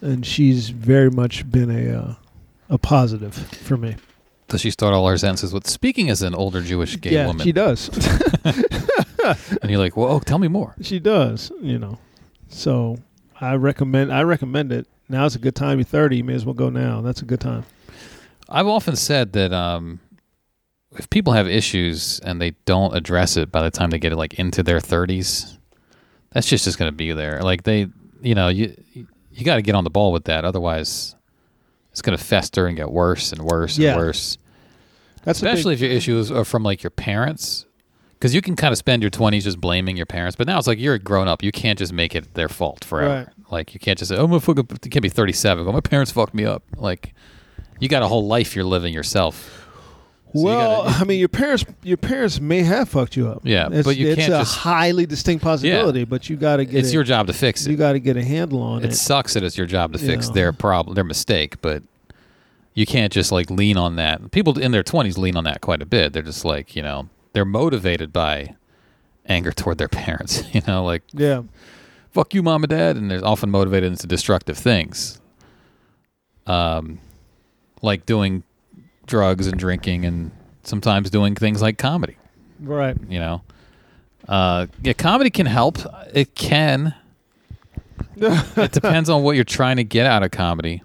[SPEAKER 2] and she's very much been a uh, a positive for me.
[SPEAKER 3] Does she start all her sentences with "speaking as an older Jewish gay
[SPEAKER 2] yeah,
[SPEAKER 3] woman"?
[SPEAKER 2] she does.
[SPEAKER 3] and you're like, "Whoa, tell me more."
[SPEAKER 2] She does, you know. So I recommend I recommend it. Now's a good time. You're 30. You may as well go now. That's a good time.
[SPEAKER 3] I've often said that um, if people have issues and they don't address it by the time they get like into their 30s, that's just just going to be there. Like they, you know, you you got to get on the ball with that. Otherwise, it's going to fester and get worse and worse and
[SPEAKER 2] Yeah.
[SPEAKER 3] worse.
[SPEAKER 2] That's a big-
[SPEAKER 3] Especially if your issues are from like your parents, because you can kind of spend your 20s just blaming your parents. But now it's like you're a grown up. You can't just make it their fault forever. Like you can't just say, "Oh, my fucking," you can't be 37. Go, my parents fucked me up. Like you got a whole life you're living yourself. So you
[SPEAKER 2] well,
[SPEAKER 3] gotta-
[SPEAKER 2] I mean, your parents, your parents may have fucked you up.
[SPEAKER 3] Yeah,
[SPEAKER 2] it's,
[SPEAKER 3] but you
[SPEAKER 2] it's
[SPEAKER 3] can't
[SPEAKER 2] a
[SPEAKER 3] just-
[SPEAKER 2] highly distinct possibility. But you got to get
[SPEAKER 3] it's
[SPEAKER 2] it-
[SPEAKER 3] your job to fix
[SPEAKER 2] you
[SPEAKER 3] it.
[SPEAKER 2] got to get a handle on
[SPEAKER 3] It
[SPEAKER 2] it.
[SPEAKER 3] sucks that it's your job to
[SPEAKER 2] You
[SPEAKER 3] fix
[SPEAKER 2] know.
[SPEAKER 3] their problem, their mistake, but you can't just like lean on that. People in their 20s lean on that quite a bit. They're just like, you know, they're motivated by anger toward their *laughs* parents, you know, like
[SPEAKER 2] Yeah,
[SPEAKER 3] fuck you, mom and dad, and they're often motivated into destructive things, um, like doing drugs and drinking, and sometimes doing things like comedy.
[SPEAKER 2] right.
[SPEAKER 3] You know, uh, yeah, comedy can help. It can, it depends on what you're trying to get out of comedy.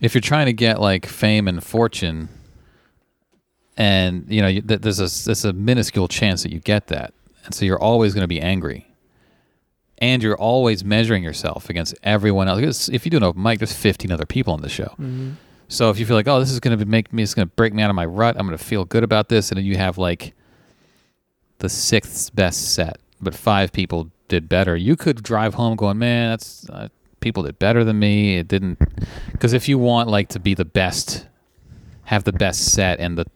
[SPEAKER 3] If you're trying to get like fame and fortune, and you know you, th- there's a there's a minuscule chance that you get that, and so you're always going to be angry, and you're always measuring yourself against everyone else. 'Cause If you do an open mic, there's 15 other people on the show. So if you feel like, oh, this is going to make me, it's going to break me out of my rut. I'm going to feel good about this, and then you have like the sixth best set, but five people did better. You could drive home going, man, that's uh, people did better than me. It didn't because if you want like to be the best, have the best set and the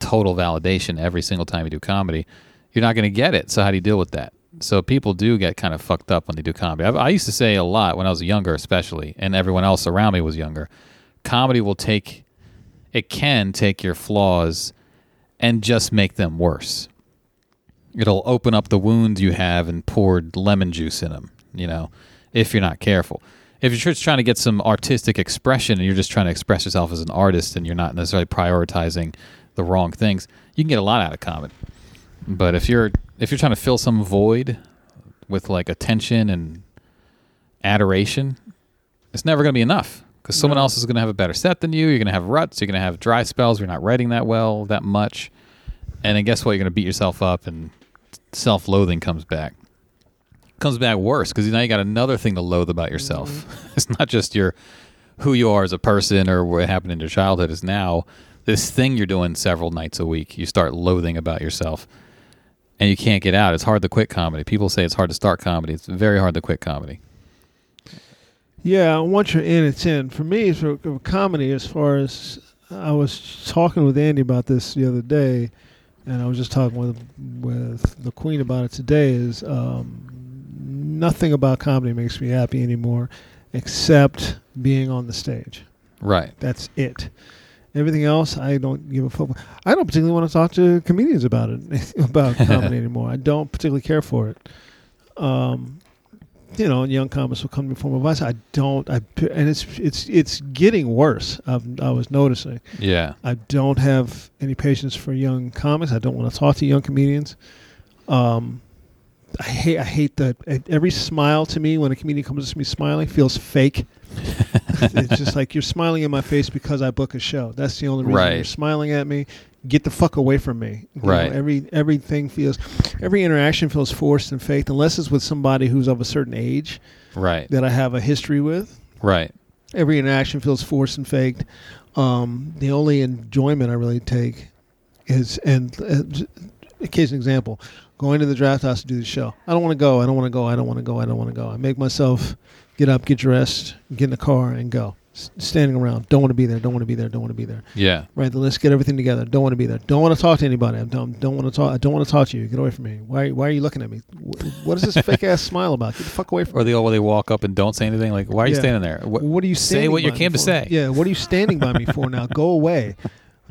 [SPEAKER 3] total validation every single time you do comedy, you're not going to get it. So how do you deal with that? So people do get kind of fucked up when they do comedy. I, I used to say a lot when I was younger, especially, and everyone else around me was younger. Comedy will take, it can take your flaws and just make them worse it'll open up the wounds you have and poured lemon juice in them, you know, if you're not careful. If you're just trying to get some artistic expression and you're just trying to express yourself as an artist and you're not necessarily prioritizing the wrong things, you can get a lot out of comedy. But if you're if you're trying to fill some void with like attention and adoration, it's never going to be enough because someone else is going to have a better set than you. You're going to have ruts. You're going to have dry spells. You're not writing that well that much, and then guess what? You're going to beat yourself up, and self-loathing comes back. Comes back worse because now you got another thing to loathe about yourself.
[SPEAKER 2] Mm-hmm.
[SPEAKER 3] *laughs* It's not just your who you are as a person or what happened in your childhood. It's now this thing you're doing several nights a week. You start loathing about yourself, and you can't get out. It's hard to quit comedy. People say it's hard to start comedy. It's very hard to quit comedy.
[SPEAKER 2] Yeah, once you're in, it's in. For me, for for comedy, as far as I was talking with Andy about this the other day, and I was just talking with with the Queen about it today. Is um, nothing about comedy makes me happy anymore, except being on the stage.
[SPEAKER 3] Right.
[SPEAKER 2] That's it. Everything else, I don't give a fuck. I don't particularly want to talk to comedians about it, *laughs* about comedy anymore. I don't particularly care for it. Um, you know, and young comics will come to me for advice. I don't. I and it's it's it's getting worse. I've, I was noticing.
[SPEAKER 3] Yeah.
[SPEAKER 2] I don't have any patience for young comics. I don't want to talk to young comedians. Um, I hate I hate that e, every smile to me when a comedian comes to me smiling feels fake. *laughs* it's just like you're smiling in my face because I book a show. That's the only reason
[SPEAKER 3] Right.
[SPEAKER 2] you're smiling at me. Get the fuck away from me. You know,
[SPEAKER 3] Right.
[SPEAKER 2] every everything feels every interaction feels forced and fake unless it's with somebody who's of a certain age
[SPEAKER 3] Right.
[SPEAKER 2] that I have a history with
[SPEAKER 3] Right.
[SPEAKER 2] every interaction feels forced and faked. Um, the only enjoyment I really take is, and uh, j- case in example, going to the draft house to do the show. I don't want to go. I don't want to go. I don't want to go. I don't want to go. I make myself get up, get dressed, get in the car, and go. S- standing around, don't want to be there. Don't want to be there. Don't want to be there.
[SPEAKER 3] Yeah.
[SPEAKER 2] Right. Then let's get everything together. Don't want to be there. Don't want to talk to anybody. I don't, don't want to talk. I don't want to talk to you. Get away from me. Why? Why are you looking at me? Wh- What is this fake ass smile about? Get the fuck away from me.
[SPEAKER 3] Or they all they walk up and don't say anything. Like, why are you
[SPEAKER 2] Yeah.
[SPEAKER 3] standing there? What,
[SPEAKER 2] What are you
[SPEAKER 3] say? What
[SPEAKER 2] standing
[SPEAKER 3] you
[SPEAKER 2] by
[SPEAKER 3] came
[SPEAKER 2] me
[SPEAKER 3] to
[SPEAKER 2] for?
[SPEAKER 3] say?
[SPEAKER 2] Yeah, what are you standing by me for now? Go away.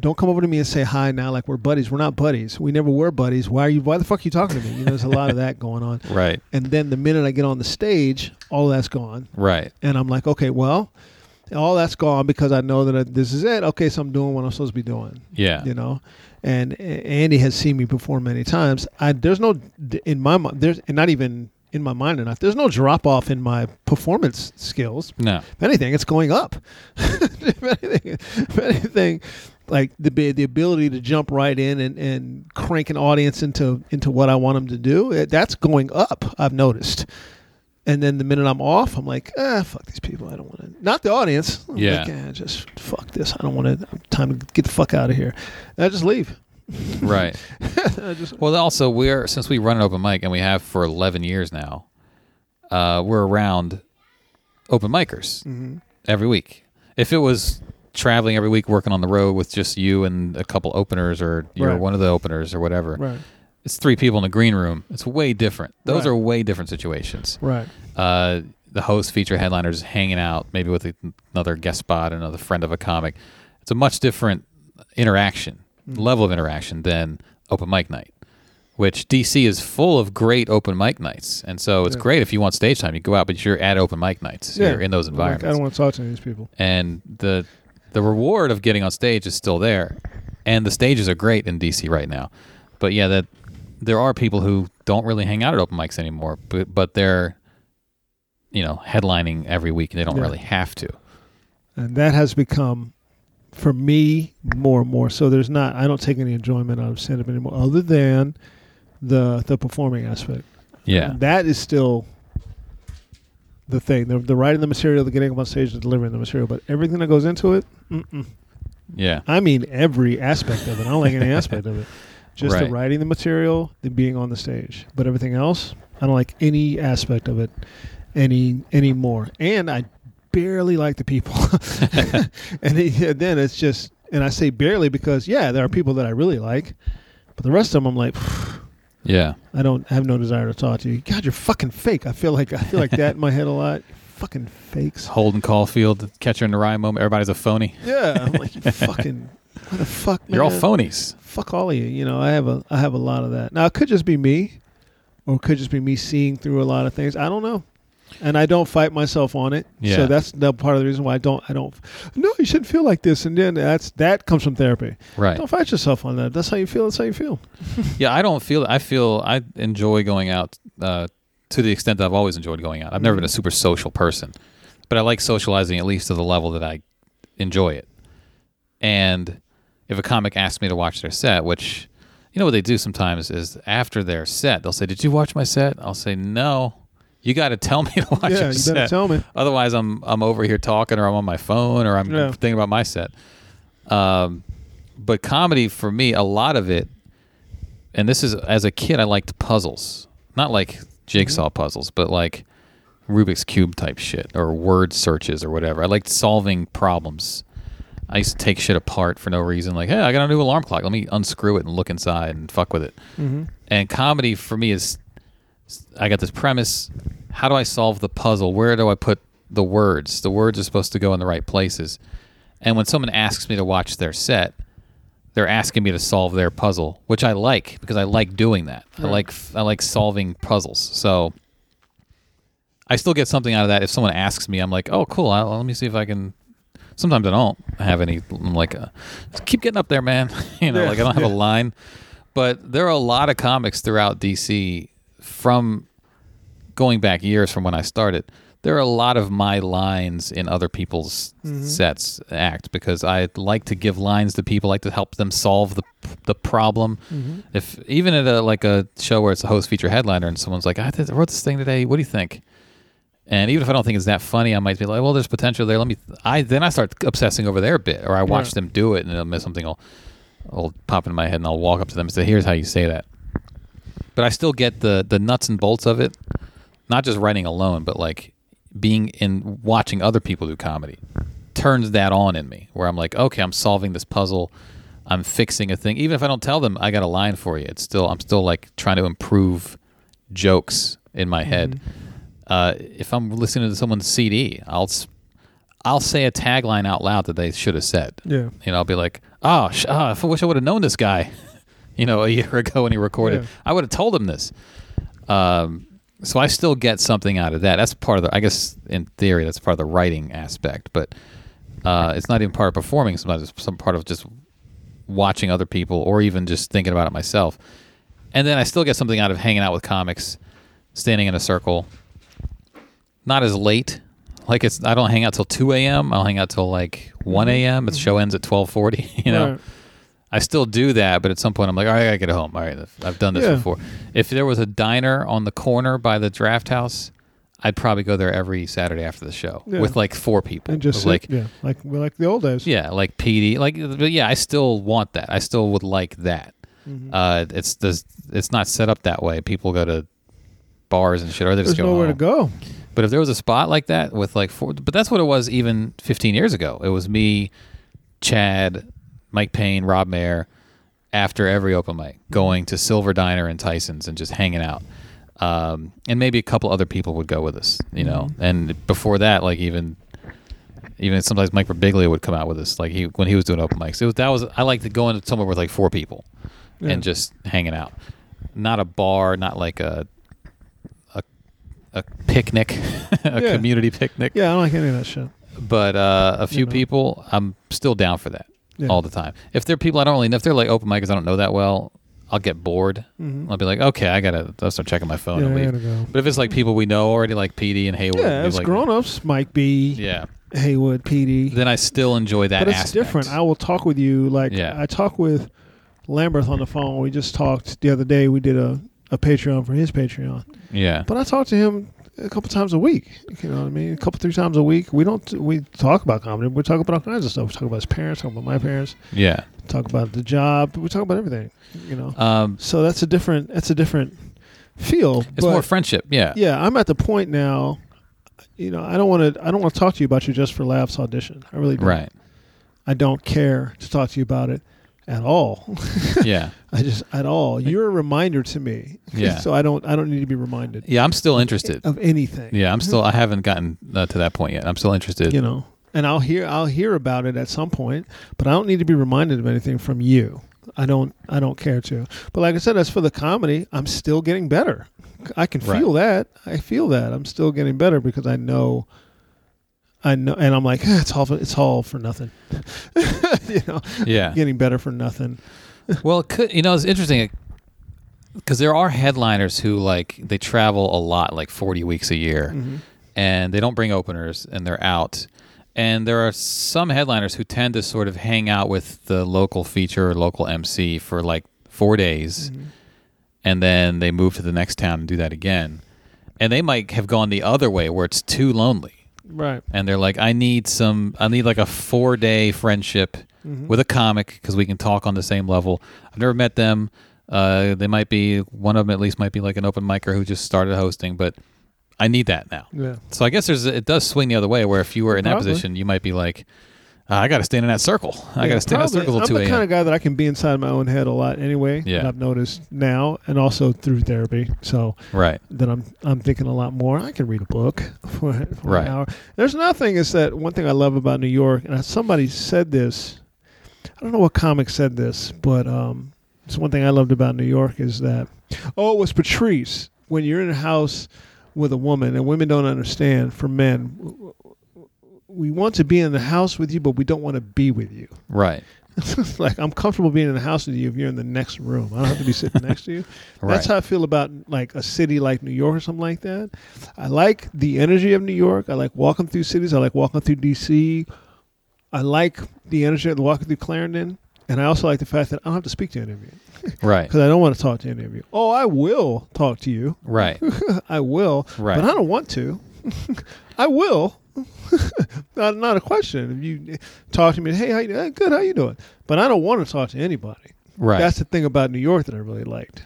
[SPEAKER 2] Don't come over to me and say hi now like we're buddies. We're not buddies. We never were buddies. Why are you why the fuck are you talking to me? You know, there's a lot of that going on.
[SPEAKER 3] *laughs* Right.
[SPEAKER 2] And then the minute I get on the stage, all that's gone.
[SPEAKER 3] Right.
[SPEAKER 2] And I'm like, okay, well, all that's gone because I know that I, this is it. Okay, so I'm doing what I'm supposed to be doing
[SPEAKER 3] Yeah.
[SPEAKER 2] you know and A- andy has seen me perform many times i there's no d- in my mind there's and not even in my mind or not there's no drop off in my performance skills
[SPEAKER 3] No.
[SPEAKER 2] if anything it's going up *laughs* if, anything, if anything like the bi- the ability to jump right in and, and crank an audience into into what i want them to do eh, that's going up i've noticed and then the minute I'm off, I'm like, ah, fuck these people. I don't want to. Not the audience. I'm
[SPEAKER 3] Yeah.
[SPEAKER 2] Like, "Ah, just fuck this. I don't want to. Time to get the fuck out of here. And I just leave.
[SPEAKER 3] Right.
[SPEAKER 2] *laughs* I just
[SPEAKER 3] Well, also we're since we run an open mic and we have for eleven years now, uh, we're around open micers
[SPEAKER 2] Mm-hmm.
[SPEAKER 3] every week. If it was traveling every week, working on the road with just you and a couple openers, or you're
[SPEAKER 2] Right.
[SPEAKER 3] one of the openers or whatever,
[SPEAKER 2] right,
[SPEAKER 3] it's three people in a green room. It's way different. Those
[SPEAKER 2] Right.
[SPEAKER 3] are way different situations.
[SPEAKER 2] right,
[SPEAKER 3] uh, the host feature headliners hanging out, maybe with a, another guest spot, another friend of a comic. It's a much different interaction,
[SPEAKER 2] Mm.
[SPEAKER 3] level of interaction than open mic night, which DC is full of great open mic nights. And so it's
[SPEAKER 2] Yeah.
[SPEAKER 3] great if you want stage time, you go out, but you're at open mic nights. You're in those
[SPEAKER 2] I'm like, I
[SPEAKER 3] environments
[SPEAKER 2] don't want to talk to any of these people.
[SPEAKER 3] and the the reward of getting on stage is still there and the stages are great in DC right now but yeah that there are people who don't really hang out at open mics anymore but, but they're you know headlining every week. and They don't
[SPEAKER 2] Yeah.
[SPEAKER 3] really have to.
[SPEAKER 2] and that has become for me more and more. So there's not I don't take any enjoyment out of stand up anymore, other than the the performing aspect.
[SPEAKER 3] Yeah,
[SPEAKER 2] that is still the thing. The, the writing the material, the getting up on stage, the delivering the material, but everything that goes into it, mm-mm.
[SPEAKER 3] yeah,
[SPEAKER 2] I mean every aspect of it. I don't like any
[SPEAKER 3] *laughs*
[SPEAKER 2] aspect of it. Just the
[SPEAKER 3] Right.
[SPEAKER 2] writing the material, the being on the stage, but everything else, I don't like any aspect of it any anymore. And I barely like the people. *laughs* and it- then it's just, and I say barely because yeah, there are people that I really like, but the rest of them I'm like.
[SPEAKER 3] yeah.
[SPEAKER 2] I don't I have no desire to talk to you. God, you're fucking fake. I feel like I feel like that in my head a lot. Fucking
[SPEAKER 3] *laughs*
[SPEAKER 2] fakes.
[SPEAKER 3] Holden Caulfield, catcher in the rye moment. Everybody's a phony.
[SPEAKER 2] Yeah, I'm like you fucking. What the fuck, man?
[SPEAKER 3] You're all phonies.
[SPEAKER 2] Fuck all of you. You know, I have a I have a lot of that. Now it could just be me, or it could just be me seeing through a lot of things. I don't know, and I don't fight myself on it.
[SPEAKER 3] Yeah.
[SPEAKER 2] So that's the part of the reason why I don't I don't. No, you shouldn't feel like this. And then that's that comes from therapy.
[SPEAKER 3] Right.
[SPEAKER 2] Don't fight yourself on that. That's how you feel. That's how you
[SPEAKER 3] *laughs*
[SPEAKER 2] feel.
[SPEAKER 3] Yeah, I don't feel. I feel I enjoy going out uh, to the extent that I've always enjoyed going out. I've never been a
[SPEAKER 2] Mm-hmm.
[SPEAKER 3] super social person, but I like socializing at least to the level that I enjoy it. And if a comic asks me to watch their set, which you know what they do sometimes is after their set, they'll say, "Did you watch my set?" I'll say, "No." You got to tell me to watch
[SPEAKER 2] Yeah,
[SPEAKER 3] your
[SPEAKER 2] you
[SPEAKER 3] set.
[SPEAKER 2] better tell me.
[SPEAKER 3] *laughs* Otherwise, I'm I'm over here talking, or I'm on my phone, or I'm
[SPEAKER 2] Yeah.
[SPEAKER 3] thinking about my set. Um, but comedy for me, a lot of it and this is as a kid I liked puzzles, not like jigsaw puzzles, but like Rubik's cube type shit or word searches or whatever. I liked solving problems. I used to take shit apart for no reason. Like, hey, I got a new alarm clock. Let me unscrew it and look inside and fuck with it. And comedy for me is, I got this premise. How do I solve the puzzle? Where do I put the words? The words are supposed to go in the right places. And when someone asks me to watch their set, they're asking me to solve their puzzle, which I like because I like doing that. I like I like solving puzzles. So I still get something out of that. If someone asks me, I'm like, oh, cool. i let me see if I can. Sometimes I don't have any. I'm like, uh, just keep getting up there, man. *laughs* you know,
[SPEAKER 2] Yeah.
[SPEAKER 3] like I don't have a line. But there are a lot of comics throughout DC from going back years from when I started, there are a lot of my lines in other people's sets act because I like to give lines to people, like to help them solve the the problem. If even at a like a show where it's a host feature headliner and someone's like, I, did, I wrote this thing today. What do you think? And even if I don't think it's that funny, I might be like, well, there's potential there. Let me. I then I start obsessing over their bit, or I watch
[SPEAKER 2] Right.
[SPEAKER 3] them do it, and it'll miss something. I'll, will pop into my head, and I'll walk up to them and say, "Here's how you say that." But I still get the the nuts and bolts of it not just writing alone, but like being in watching other people do comedy turns that on in me where I'm like, okay, I'm solving this puzzle. I'm fixing a thing. Even if I don't tell them I got a line for you, it's still, I'm still like trying to improve jokes in my head. Uh, if I'm listening to someone's CD, I'll, s- I'll say a tagline out loud that they should have said.
[SPEAKER 2] Yeah.
[SPEAKER 3] You know, I'll be like, oh, sh- ah, I wish I would have known this guy, *laughs* you know, a year *laughs* ago when he recorded.
[SPEAKER 2] Yeah.
[SPEAKER 3] I would have told him this. Um, so I still get something out of that. That's part of the, I guess in theory, that's part of the writing aspect, but uh, it's not even part of performing. Sometimes it's some part of just watching other people or even just thinking about it myself. And then I still get something out of hanging out with comics, standing in a circle. Not as late. Like it's I don't hang out till two AM. I'll hang out till like one AM. Its show ends at twelve forty, *laughs* you know.
[SPEAKER 2] Mm-hmm. Right.
[SPEAKER 3] I still do that, but at some point I'm like, all right, I gotta get home. All right, I've done this
[SPEAKER 2] Yeah.
[SPEAKER 3] before. If there was a diner on the corner by the draft house, I'd probably go there every Saturday after the show
[SPEAKER 2] Yeah.
[SPEAKER 3] with like four people.
[SPEAKER 2] And just
[SPEAKER 3] It was
[SPEAKER 2] sit-
[SPEAKER 3] like
[SPEAKER 2] yeah, like like the old days.
[SPEAKER 3] yeah, like PD, like but yeah, I still want that. I still would like that.
[SPEAKER 2] Mm-hmm.
[SPEAKER 3] Uh, it's does it's not set up that way. People go to bars and shit, or they just
[SPEAKER 2] There's
[SPEAKER 3] go
[SPEAKER 2] nowhere to
[SPEAKER 3] home.
[SPEAKER 2] go.
[SPEAKER 3] But if there was a spot like that with like four, but that's what it was even 15 years ago. It was me, Chad, Mike Payne, Rob Mayer, after every open mic, going to Silver Diner and Tyson's and just hanging out. Um, and maybe a couple other people would go with us, you know.
[SPEAKER 2] Mm-hmm.
[SPEAKER 3] And before that, like even even sometimes Mike Birbiglia would come out with us, like he when he was doing open mics. It was that was I liked going to somewhere with like four people
[SPEAKER 2] Yeah.
[SPEAKER 3] and just hanging out. Not a bar, not like a a picnic, *laughs* a
[SPEAKER 2] Yeah.
[SPEAKER 3] community picnic.
[SPEAKER 2] Yeah, I don't like any of that shit.
[SPEAKER 3] But uh, a few
[SPEAKER 2] know.
[SPEAKER 3] people, I'm still down for that
[SPEAKER 2] Yeah.
[SPEAKER 3] all the time. If they're people I don't really know, if they're like open micers I don't know that well, I'll get bored.
[SPEAKER 2] Mhm.
[SPEAKER 3] I'll be like, okay, I gotta I'll start checking my phone
[SPEAKER 2] yeah,
[SPEAKER 3] and
[SPEAKER 2] I
[SPEAKER 3] leave.
[SPEAKER 2] gotta go.
[SPEAKER 3] But if it's like people we know already, like PD and Hayward,
[SPEAKER 2] Yeah,
[SPEAKER 3] and
[SPEAKER 2] it's
[SPEAKER 3] like,
[SPEAKER 2] grown ups. Mike B.
[SPEAKER 3] Yeah,
[SPEAKER 2] Haywood, PD.
[SPEAKER 3] then I still enjoy that.
[SPEAKER 2] but it's
[SPEAKER 3] aspect.
[SPEAKER 2] different. I will talk with you like
[SPEAKER 3] Yeah.
[SPEAKER 2] I talk with Lambert on the phone. We just talked the other day. We did a, a Patreon for his Patreon,
[SPEAKER 3] yeah,
[SPEAKER 2] but I talk to him a couple times a week. You know what I mean? A couple three times a week. We don't we talk about comedy. We talk about all kinds of stuff. We talk about his parents. Talk about my parents.
[SPEAKER 3] yeah.
[SPEAKER 2] Talk about the job. We talk about everything. You know.
[SPEAKER 3] Um,
[SPEAKER 2] so that's a different. That's a different feel.
[SPEAKER 3] it's
[SPEAKER 2] but-
[SPEAKER 3] more friendship. Yeah,
[SPEAKER 2] yeah, I'm at the point now. You know, I don't want to. I don't want to talk to you about your Just for Laughs audition. I really don't.
[SPEAKER 3] right.
[SPEAKER 2] I don't care to talk to you about it at all. *laughs*
[SPEAKER 3] yeah,
[SPEAKER 2] I just at all. You're a reminder to me. *laughs*
[SPEAKER 3] Yeah.
[SPEAKER 2] so I don't. I don't need to be reminded
[SPEAKER 3] yeah. I'm still
[SPEAKER 2] *laughs*
[SPEAKER 3] interested.
[SPEAKER 2] of anything.
[SPEAKER 3] Yeah, I'm still. I haven't gotten uh, to that point yet. I'm still interested.
[SPEAKER 2] You know, and I'll hear. I'll hear about it at some point, but I don't need to be reminded of anything from you. I don't. I don't care to. But like I said, as for the comedy, I'm still getting better. I can
[SPEAKER 3] Right.
[SPEAKER 2] feel that. I feel that. I'm still getting better because I know. I know, and I'm like, "Ah, it's all. For, it's all for nothing. *laughs* you know,
[SPEAKER 3] yeah.
[SPEAKER 2] getting better for nothing.
[SPEAKER 3] Well, it could, you know, it's interesting because there are headliners who like they travel a lot, like forty weeks a year, and they don't bring openers, and they're out. And there are some headliners who tend to sort of hang out with the local feature or local MC for like four days, and then they move to the next town and do that again. And they might have gone the other way where it's too lonely
[SPEAKER 2] Right.
[SPEAKER 3] and they're like, I need some, I need like a four day friendship
[SPEAKER 2] Mm-hmm.
[SPEAKER 3] with a comic because we can talk on the same level. I've never met them. Uh, they might be one of them at least might be like an open micer who just started hosting, but I need that now.
[SPEAKER 2] Yeah.
[SPEAKER 3] So I guess there's it does swing the other way where if you were in that
[SPEAKER 2] Probably.
[SPEAKER 3] position, you might be like, uh, I got to stand in that circle. I got to stand in that circle
[SPEAKER 2] I'm
[SPEAKER 3] till two
[SPEAKER 2] the kind
[SPEAKER 3] a.m.
[SPEAKER 2] of guy that I can be inside my own head a lot anyway.
[SPEAKER 3] Yeah.
[SPEAKER 2] that I've noticed now, and also through therapy. So
[SPEAKER 3] right.
[SPEAKER 2] then I'm I'm thinking a lot more. I can read a book *laughs* for, for
[SPEAKER 3] Right.
[SPEAKER 2] an hour. There's nothing. Is that one thing I love about New York? And somebody said this. I don't know what comic said this, but um, it's one thing I loved about New York is that oh, it was Patrice. When you're in a house with a woman, and women don't understand. For men, w- w- w- we want to be in the house with you, but we don't want to be with you.
[SPEAKER 3] Right.
[SPEAKER 2] It's *laughs* like I'm comfortable being in the house with you if you're in the next room. I don't have to be sitting next to you.
[SPEAKER 3] Right.
[SPEAKER 2] That's how I feel about like a city like New York or something like that. I like the energy of New York. I like walking through cities. I like walking through DC. I like the energy of walking through Clarendon. And I also like the fact that I don't have to speak to any of you
[SPEAKER 3] right.
[SPEAKER 2] because I don't want to talk to any of you. Oh, I will talk to you.
[SPEAKER 3] Right.
[SPEAKER 2] I will.
[SPEAKER 3] Right.
[SPEAKER 2] But I don't want to. *laughs* I will. *laughs* not, not a question. If you talk to me, hey, how you, eh, good, how you doing? But I don't want to talk to anybody. *laughs*
[SPEAKER 3] Right.
[SPEAKER 2] That's the thing about New York that I really liked.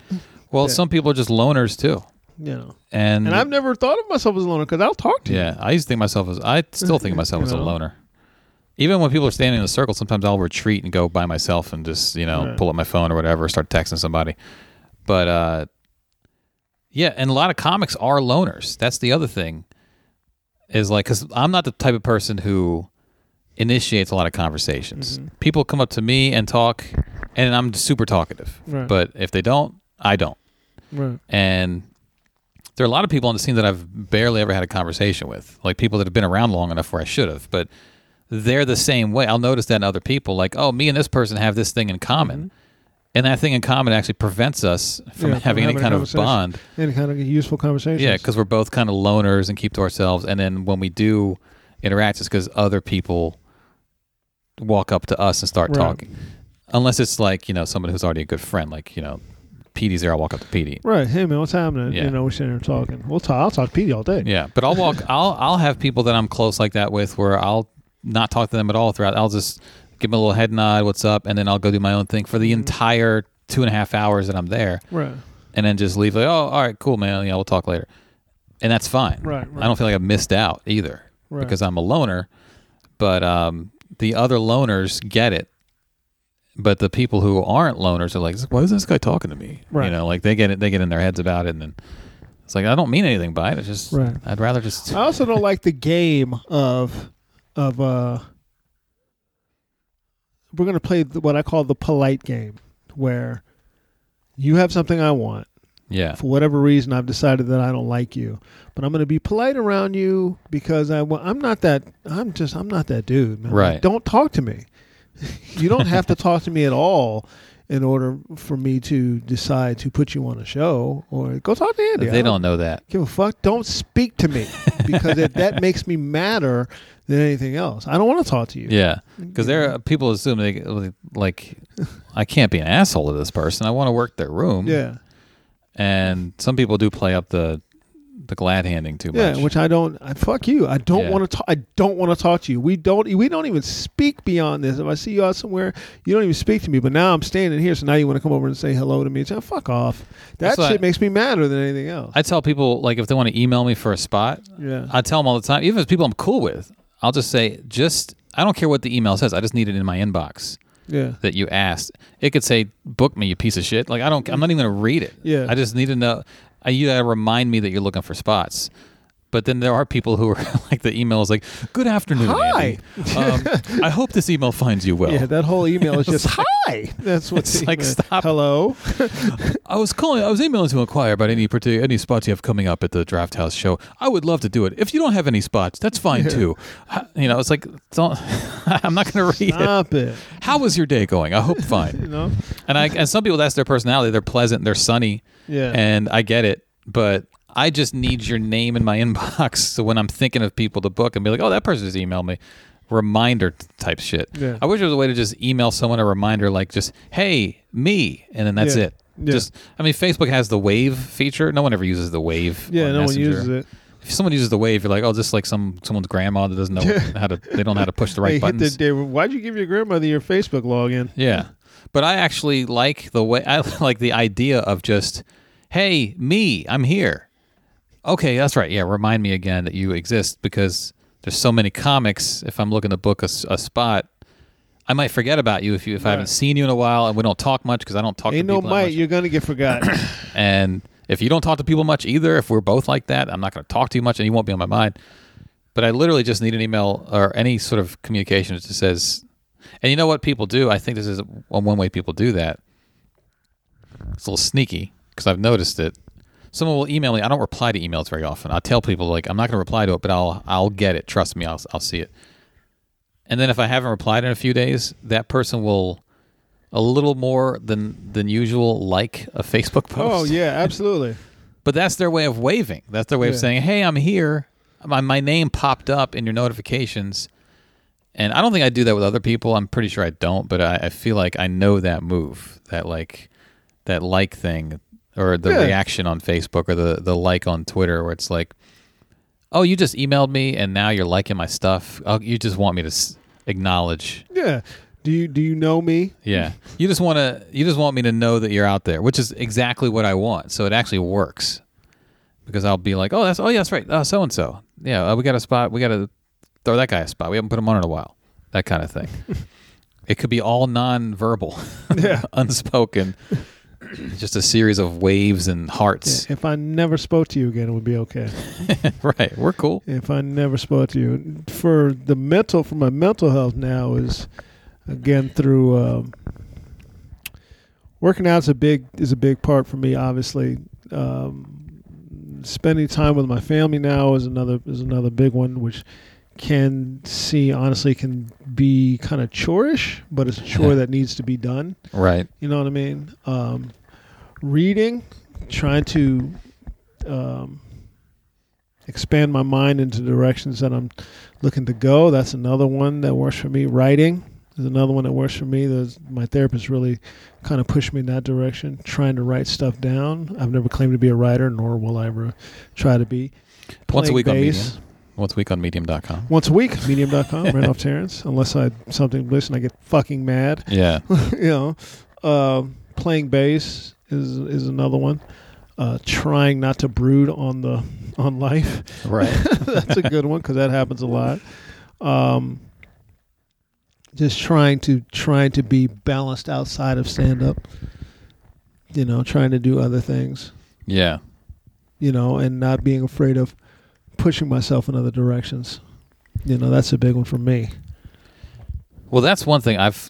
[SPEAKER 3] well,
[SPEAKER 2] yeah.
[SPEAKER 3] some people are just loners too,
[SPEAKER 2] You know,
[SPEAKER 3] and
[SPEAKER 2] and I've never thought of myself as a loner because I'll talk to
[SPEAKER 3] Mm-hmm. Yeah, I used to think myself as I still think of myself
[SPEAKER 2] You
[SPEAKER 3] as a
[SPEAKER 2] know?
[SPEAKER 3] loner. Even when people are standing in a circle, sometimes I'll retreat and go by myself and just you know
[SPEAKER 2] Right.
[SPEAKER 3] pull up my phone or whatever, start texting somebody. But uh, yeah, and a lot of comics are loners. That's the other thing is like because I'm not the type of person who initiates a lot of conversations.
[SPEAKER 2] Mm-hmm.
[SPEAKER 3] People come up to me and talk, and I'm super talkative.
[SPEAKER 2] Right.
[SPEAKER 3] But if they don't, I don't.
[SPEAKER 2] you. Right.
[SPEAKER 3] And there are a lot of people on the scene that I've barely ever had a conversation with, like people that have been around long enough where I should have, but they're the same way. I'll notice that in other people, like, oh, me and this person have this thing in common. And that thing in common actually prevents us from
[SPEAKER 2] Mm-hmm. Yeah, from
[SPEAKER 3] having any
[SPEAKER 2] having a
[SPEAKER 3] kind of
[SPEAKER 2] conversation.
[SPEAKER 3] bond.
[SPEAKER 2] Any kind of useful conversation.
[SPEAKER 3] Yeah, because we're both kind of loners and keep to ourselves. And then when we do interact, it's because other people walk up to us and start
[SPEAKER 2] Right.
[SPEAKER 3] talking. Unless it's like, you know, somebody who's already a good friend, like, you know, Petey's there, I'll walk up to Petey.
[SPEAKER 2] Right. Hey man, what's happening?
[SPEAKER 3] Yeah.
[SPEAKER 2] You know, we're sitting here talking. We'll talk. I'll talk to Pete all day.
[SPEAKER 3] Yeah, but I'll walk. I'll I'll have people that I'm close like that with where I'll not talk to them at all throughout. I'll just give them a little head nod, what's up, and then I'll go do my own thing for the entire two and a half hours that I'm there,
[SPEAKER 2] Right.
[SPEAKER 3] and then just leave like, oh, all right, cool, man. Yeah, we'll talk later, and that's fine.
[SPEAKER 2] Right, right.
[SPEAKER 3] I don't feel like I missed out either
[SPEAKER 2] Right.
[SPEAKER 3] because I'm a loner, but um, the other loners get it. But the people who aren't loners are like, why is this guy talking to me? You
[SPEAKER 2] Right.
[SPEAKER 3] know, like they get it, they get in their heads about it, and then it's like I don't mean anything by it. It's just
[SPEAKER 2] Right. Uh,
[SPEAKER 3] I'd rather just
[SPEAKER 2] I also don't like the game of of uh we're going to play the, what I call the polite game where you have something I want
[SPEAKER 3] Yeah.
[SPEAKER 2] for whatever reason I've decided that I don't like you but I'm going to be polite around you because I wa- I'm not that I'm just I'm not that dude man. Like, *laughs*
[SPEAKER 3] Right.
[SPEAKER 2] don't talk to me you don't have to talk to me at all in order for me to decide to put you on a show or go talk to Andy. I
[SPEAKER 3] They don't know that.
[SPEAKER 2] give a fuck. Don't speak to me because it,
[SPEAKER 3] *laughs*
[SPEAKER 2] that makes me madder than anything else. I don't want to talk to you.
[SPEAKER 3] Yeah, because there are people assume they like, I can't be an asshole to this person. I want to work their room.
[SPEAKER 2] Yeah.
[SPEAKER 3] and some people do play up the the glad handing too
[SPEAKER 2] Yeah,
[SPEAKER 3] much.
[SPEAKER 2] which I don't. I fuck you. I don't
[SPEAKER 3] Yeah.
[SPEAKER 2] want to. I don't want to talk to you. We don't. We don't even speak beyond this. If I see you out somewhere, you don't even speak to me. But now I'm standing here, so now you want to come over and say hello to me. It's, oh, fuck off. That
[SPEAKER 3] That's what
[SPEAKER 2] shit
[SPEAKER 3] I-
[SPEAKER 2] makes me madder than anything else.
[SPEAKER 3] I tell people like if they want to email me for a spot,
[SPEAKER 2] yeah,
[SPEAKER 3] I tell them all the time. Even if it's people I'm cool with, I'll just say just I don't care what the email says. I just need it in my inbox
[SPEAKER 2] yeah,
[SPEAKER 3] that you asked. It could say book me, you piece of shit. Like I don't. I'm not even gonna read it.
[SPEAKER 2] Yeah.
[SPEAKER 3] I just need to know. I, you gotta remind me that you're looking for spots. But then there are people who are *laughs* like the email is like, "Good afternoon,
[SPEAKER 2] Hi.
[SPEAKER 3] Andy.
[SPEAKER 2] *laughs*
[SPEAKER 3] Um, I hope this email finds you well.
[SPEAKER 2] yeah. That whole
[SPEAKER 3] *laughs*
[SPEAKER 2] email is just hi. *laughs* That's what
[SPEAKER 3] It's
[SPEAKER 2] the
[SPEAKER 3] like,
[SPEAKER 2] email-
[SPEAKER 3] stop. *laughs*
[SPEAKER 2] Hello.
[SPEAKER 3] I was calling. I was emailing to inquire about any particular any spots you have coming up at the Draft House show. I would love to do it. If you don't have any spots, that's fine too. Ha- You know, it's like don't. *laughs* I'm not going to read it.
[SPEAKER 2] Stop it.
[SPEAKER 3] How was your day going? I
[SPEAKER 2] *laughs*
[SPEAKER 3] hope
[SPEAKER 2] You
[SPEAKER 3] fine.
[SPEAKER 2] know.
[SPEAKER 3] And I and some people that's their personality. They're pleasant. They're sunny.
[SPEAKER 2] Yeah.
[SPEAKER 3] And I get it, but I just need your name in my *laughs* inbox. So when I'm thinking of people to book and be like, oh, that person just emailed me. Reminder t- type shit.
[SPEAKER 2] Yeah.
[SPEAKER 3] I wish there was a way to just email someone a reminder like just, hey, me, and then that's
[SPEAKER 2] Yeah.
[SPEAKER 3] it.
[SPEAKER 2] Yeah.
[SPEAKER 3] Just I mean, Facebook has the wave feature. No one ever uses the wave.
[SPEAKER 2] Yeah.
[SPEAKER 3] on
[SPEAKER 2] No
[SPEAKER 3] Messenger.
[SPEAKER 2] one uses it.
[SPEAKER 3] If someone uses the wave, you're like, oh, just like some someone's grandma that doesn't know how to they don't know how to push the
[SPEAKER 2] *laughs*
[SPEAKER 3] right
[SPEAKER 2] They hit
[SPEAKER 3] buttons.
[SPEAKER 2] the, they, why'd you give your grandmother your Facebook login?
[SPEAKER 3] Yeah. But I actually like the way I *laughs* like the idea of just, hey, me, I'm here. Okay, that's right. Yeah, remind me again that you exist because there's so many comics. If I'm looking to book a, s- a spot, I might forget about you if you if I haven't seen you in a while and we don't talk much because I don't talk
[SPEAKER 2] Ain't
[SPEAKER 3] to
[SPEAKER 2] no
[SPEAKER 3] people. that
[SPEAKER 2] might.
[SPEAKER 3] much.
[SPEAKER 2] You're gonna get forgot.
[SPEAKER 3] *coughs* And if you don't talk to people much either, if we're both like that, I'm not going to talk to you much and you won't be on my mind. But I literally just need an email or any sort of communication that just says, and you know what people do? I think this is one one way people do that. It's a little sneaky because I've noticed it. Someone will email me. I don't reply to emails very often. I tell people like I'm not going to reply to it, but I'll I'll get it. Trust me, I'll I'll see it. And then if I haven't replied in a few days, that person will a little more than than usual like a Facebook post.
[SPEAKER 2] oh yeah, absolutely.
[SPEAKER 3] But that's their way of waving. That's their way of
[SPEAKER 2] Yeah.
[SPEAKER 3] saying, "Hey, I'm here. My, my name popped up in your notifications." And I don't think I do that with other people. I'm pretty sure I don't, but I, I feel like I know that move, that like, that like thing, or the
[SPEAKER 2] Yeah.
[SPEAKER 3] reaction on Facebook, or the the like on Twitter, where it's like, "Oh, you just emailed me, and now you're liking my stuff. Oh, you just want me to s- acknowledge."
[SPEAKER 2] Yeah. Do you do you know me?
[SPEAKER 3] Yeah, *laughs* you just want to. You just want me to know that you're out there, which is exactly what I want. So it actually works because I'll be like, oh, that's oh yeah, that's right. So and so, yeah, uh, we got a spot. We got to throw that guy a spot. We haven't put him on in a while. That kind of *laughs* thing. it could be all non-verbal,
[SPEAKER 2] Yeah.
[SPEAKER 3] *laughs* unspoken, just a series of waves and hearts.
[SPEAKER 2] If I never spoke to you again, it would be okay.
[SPEAKER 3] *laughs* right, we're cool.
[SPEAKER 2] If I never spoke to you, for the mental, for my mental health now is again through um, working out is a big is a big part for me. Obviously, um, spending time with my family now is another is another big one, which can see honestly can be kind of chore-ish, but it's a chore that needs to be done.
[SPEAKER 3] Right.
[SPEAKER 2] You know what I mean? Um, reading, trying to um, expand my mind into directions that I'm looking to go. That's another one that works for me. Writing is another one that works for me. There's, my therapist really kind of pushed me in that direction, trying to write stuff down. I've never claimed to be a writer, nor will I ever try to be.
[SPEAKER 3] Once a
[SPEAKER 2] Playing
[SPEAKER 3] week on
[SPEAKER 2] bass.
[SPEAKER 3] Medium. Once a week on Medium.com.
[SPEAKER 2] Once a week,
[SPEAKER 3] *laughs*
[SPEAKER 2] medium.com, Randolph Terrence, unless I something listen, I get fucking mad.
[SPEAKER 3] Yeah.
[SPEAKER 2] *laughs* you know, um, playing bass is is another one. Uh, trying not to brood on the *laughs* on life.
[SPEAKER 3] *laughs* Right.
[SPEAKER 2] That's a good one because that happens a lot. Um, just trying to trying to be balanced outside of stand up. You know, trying to do other things.
[SPEAKER 3] Yeah.
[SPEAKER 2] You know, and not being afraid of pushing myself in other directions. You know, that's a big one for me.
[SPEAKER 3] Well, that's one thing I've,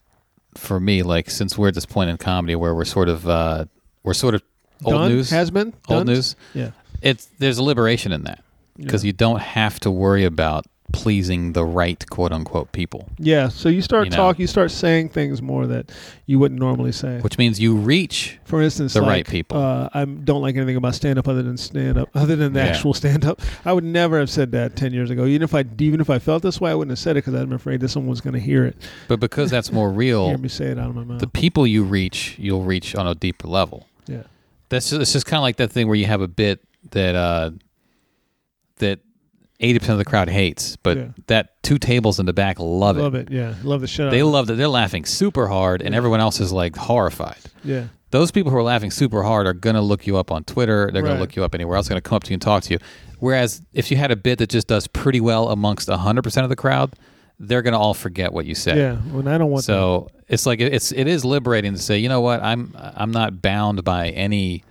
[SPEAKER 3] for me, like since we're at this point in comedy where we're sort of, uh, we're sort of old
[SPEAKER 2] Done?
[SPEAKER 3] news,
[SPEAKER 2] has been
[SPEAKER 3] old
[SPEAKER 2] Done?
[SPEAKER 3] news.
[SPEAKER 2] Yeah,
[SPEAKER 3] It's there's a liberation in that because you don't have to worry about pleasing the right quote unquote people,
[SPEAKER 2] Yeah. So you start
[SPEAKER 3] You know.
[SPEAKER 2] talk, you start saying things more that you wouldn't normally say.
[SPEAKER 3] which means you reach.
[SPEAKER 2] For instance,
[SPEAKER 3] the
[SPEAKER 2] like,
[SPEAKER 3] right people.
[SPEAKER 2] Uh, I don't like anything about stand up other than stand up, *laughs* other than the
[SPEAKER 3] Yeah.
[SPEAKER 2] actual stand up. I would never have said that ten years ago. Even if I even if I felt this way, I wouldn't have said it because I'm afraid that someone was going to hear it,
[SPEAKER 3] But because that's more
[SPEAKER 2] *laughs*
[SPEAKER 3] real,
[SPEAKER 2] hear me say it out of my mouth.
[SPEAKER 3] the people you reach, you'll reach on a deeper level.
[SPEAKER 2] yeah.
[SPEAKER 3] That's just, it's just kind of like that thing where you have a bit that uh, that eighty percent of the crowd hates, but
[SPEAKER 2] Yeah.
[SPEAKER 3] that two tables in the back love,
[SPEAKER 2] Love
[SPEAKER 3] it.
[SPEAKER 2] it. Yeah. Love the shit out
[SPEAKER 3] They
[SPEAKER 2] of it.
[SPEAKER 3] love that. They're laughing super hard, and everyone else is like horrified.
[SPEAKER 2] Yeah.
[SPEAKER 3] Those people who are laughing super hard are gonna look you up on Twitter. They're
[SPEAKER 2] Right.
[SPEAKER 3] gonna look you up anywhere else. Gonna come up to you and talk to you. Whereas if you had a bit that just does pretty well amongst hundred percent of the crowd, they're gonna all forget what you said.
[SPEAKER 2] Yeah. When I don't want that.
[SPEAKER 3] So it's like it- it's it is liberating to say, you know what, I'm I'm not bound by any,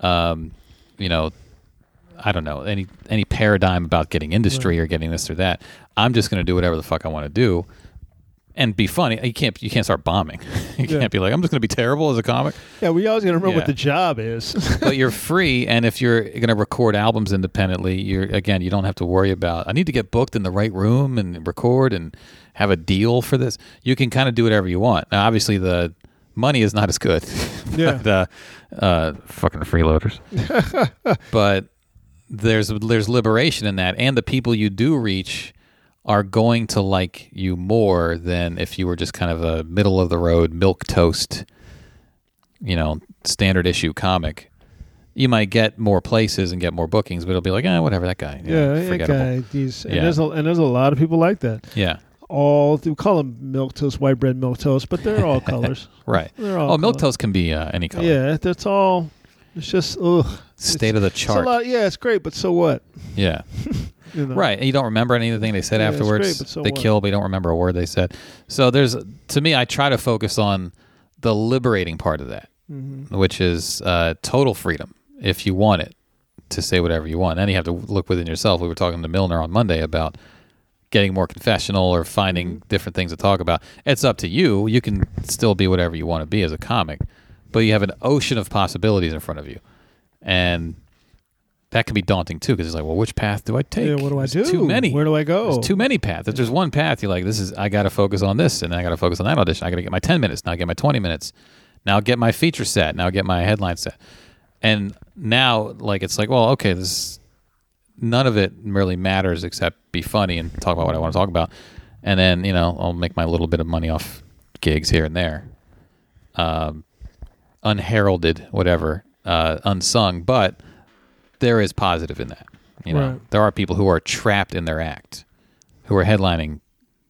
[SPEAKER 3] um, you know, I don't know any any paradigm about getting industry or getting this or that. I'm just gonna do whatever the fuck I want to do, and be funny. You can't you can't start bombing. *laughs* you
[SPEAKER 2] Yeah.
[SPEAKER 3] can't be like I'm just gonna be terrible as a comic.
[SPEAKER 2] Yeah. We always got to remember what
[SPEAKER 3] Yeah.
[SPEAKER 2] the job is. *laughs*
[SPEAKER 3] but you're free, and if you're gonna record albums independently, you're again you don't have to worry about I need to get booked in the right room and record and have a deal for this. You can kind of do whatever you want. Now, obviously, the money is not as good. *laughs*
[SPEAKER 2] Yeah.
[SPEAKER 3] the uh, fucking freeloaders. but there's there's liberation in that, and the people you do reach are going to like you more than if you were just kind of a middle of the road milk toast, you know, standard issue comic. You might get more places and get more bookings, but it'll be like, eh, whatever that guy. you know,
[SPEAKER 2] yeah. That
[SPEAKER 3] forgettable.
[SPEAKER 2] guy. These, and,
[SPEAKER 3] Yeah.
[SPEAKER 2] there's a, and there's a lot of people like that.
[SPEAKER 3] Yeah,
[SPEAKER 2] All we call them milk toast, white bread milk toast, but they're
[SPEAKER 3] *laughs*
[SPEAKER 2] all colors.
[SPEAKER 3] right.
[SPEAKER 2] They're all
[SPEAKER 3] Oh, milk
[SPEAKER 2] colors.
[SPEAKER 3] toast can be uh, any color.
[SPEAKER 2] Uh-huh. Yeah. That's all. It's just ugh.
[SPEAKER 3] State of the
[SPEAKER 2] It's a
[SPEAKER 3] chart.
[SPEAKER 2] lot- yeah, it's great, but so what?
[SPEAKER 3] Yeah.
[SPEAKER 2] You know?
[SPEAKER 3] Right. And you don't remember anything they said
[SPEAKER 2] Yeah, it's
[SPEAKER 3] afterwards.
[SPEAKER 2] great, but so
[SPEAKER 3] they
[SPEAKER 2] what?
[SPEAKER 3] kill, but you don't remember a word they said. So there's, to me, I try to focus on the liberating part of that,
[SPEAKER 2] Mm-hmm.
[SPEAKER 3] which is uh, total freedom if you want it to say whatever you want. And you have to look within yourself. We were talking to Milner on Monday about getting more confessional or finding
[SPEAKER 2] Mm-hmm.
[SPEAKER 3] different things to talk about. It's up to you. You can still be whatever you want to be as a comic, but you have an ocean of possibilities in front of you. And that can be daunting too because it's like, well, which path do I take?
[SPEAKER 2] Yeah, what do I
[SPEAKER 3] There's
[SPEAKER 2] do?
[SPEAKER 3] Too many.
[SPEAKER 2] Where do I go?
[SPEAKER 3] There's too many paths. If there's one path, you're like, this is I got to focus on this, and then I got to focus on that audition. I got to get my 10 minutes. Now I get my 20 minutes. Now get my feature set. Now get my headline set. And now, like, it's like, well, okay, this none of it really matters except be funny and talk about what I want to talk about. And then you know, I'll make my little bit of money off gigs here and there, um, unheralded, whatever, uh, unsung, but there is positive in that. You know,
[SPEAKER 2] Right.
[SPEAKER 3] there are people who are trapped in their act, who are headlining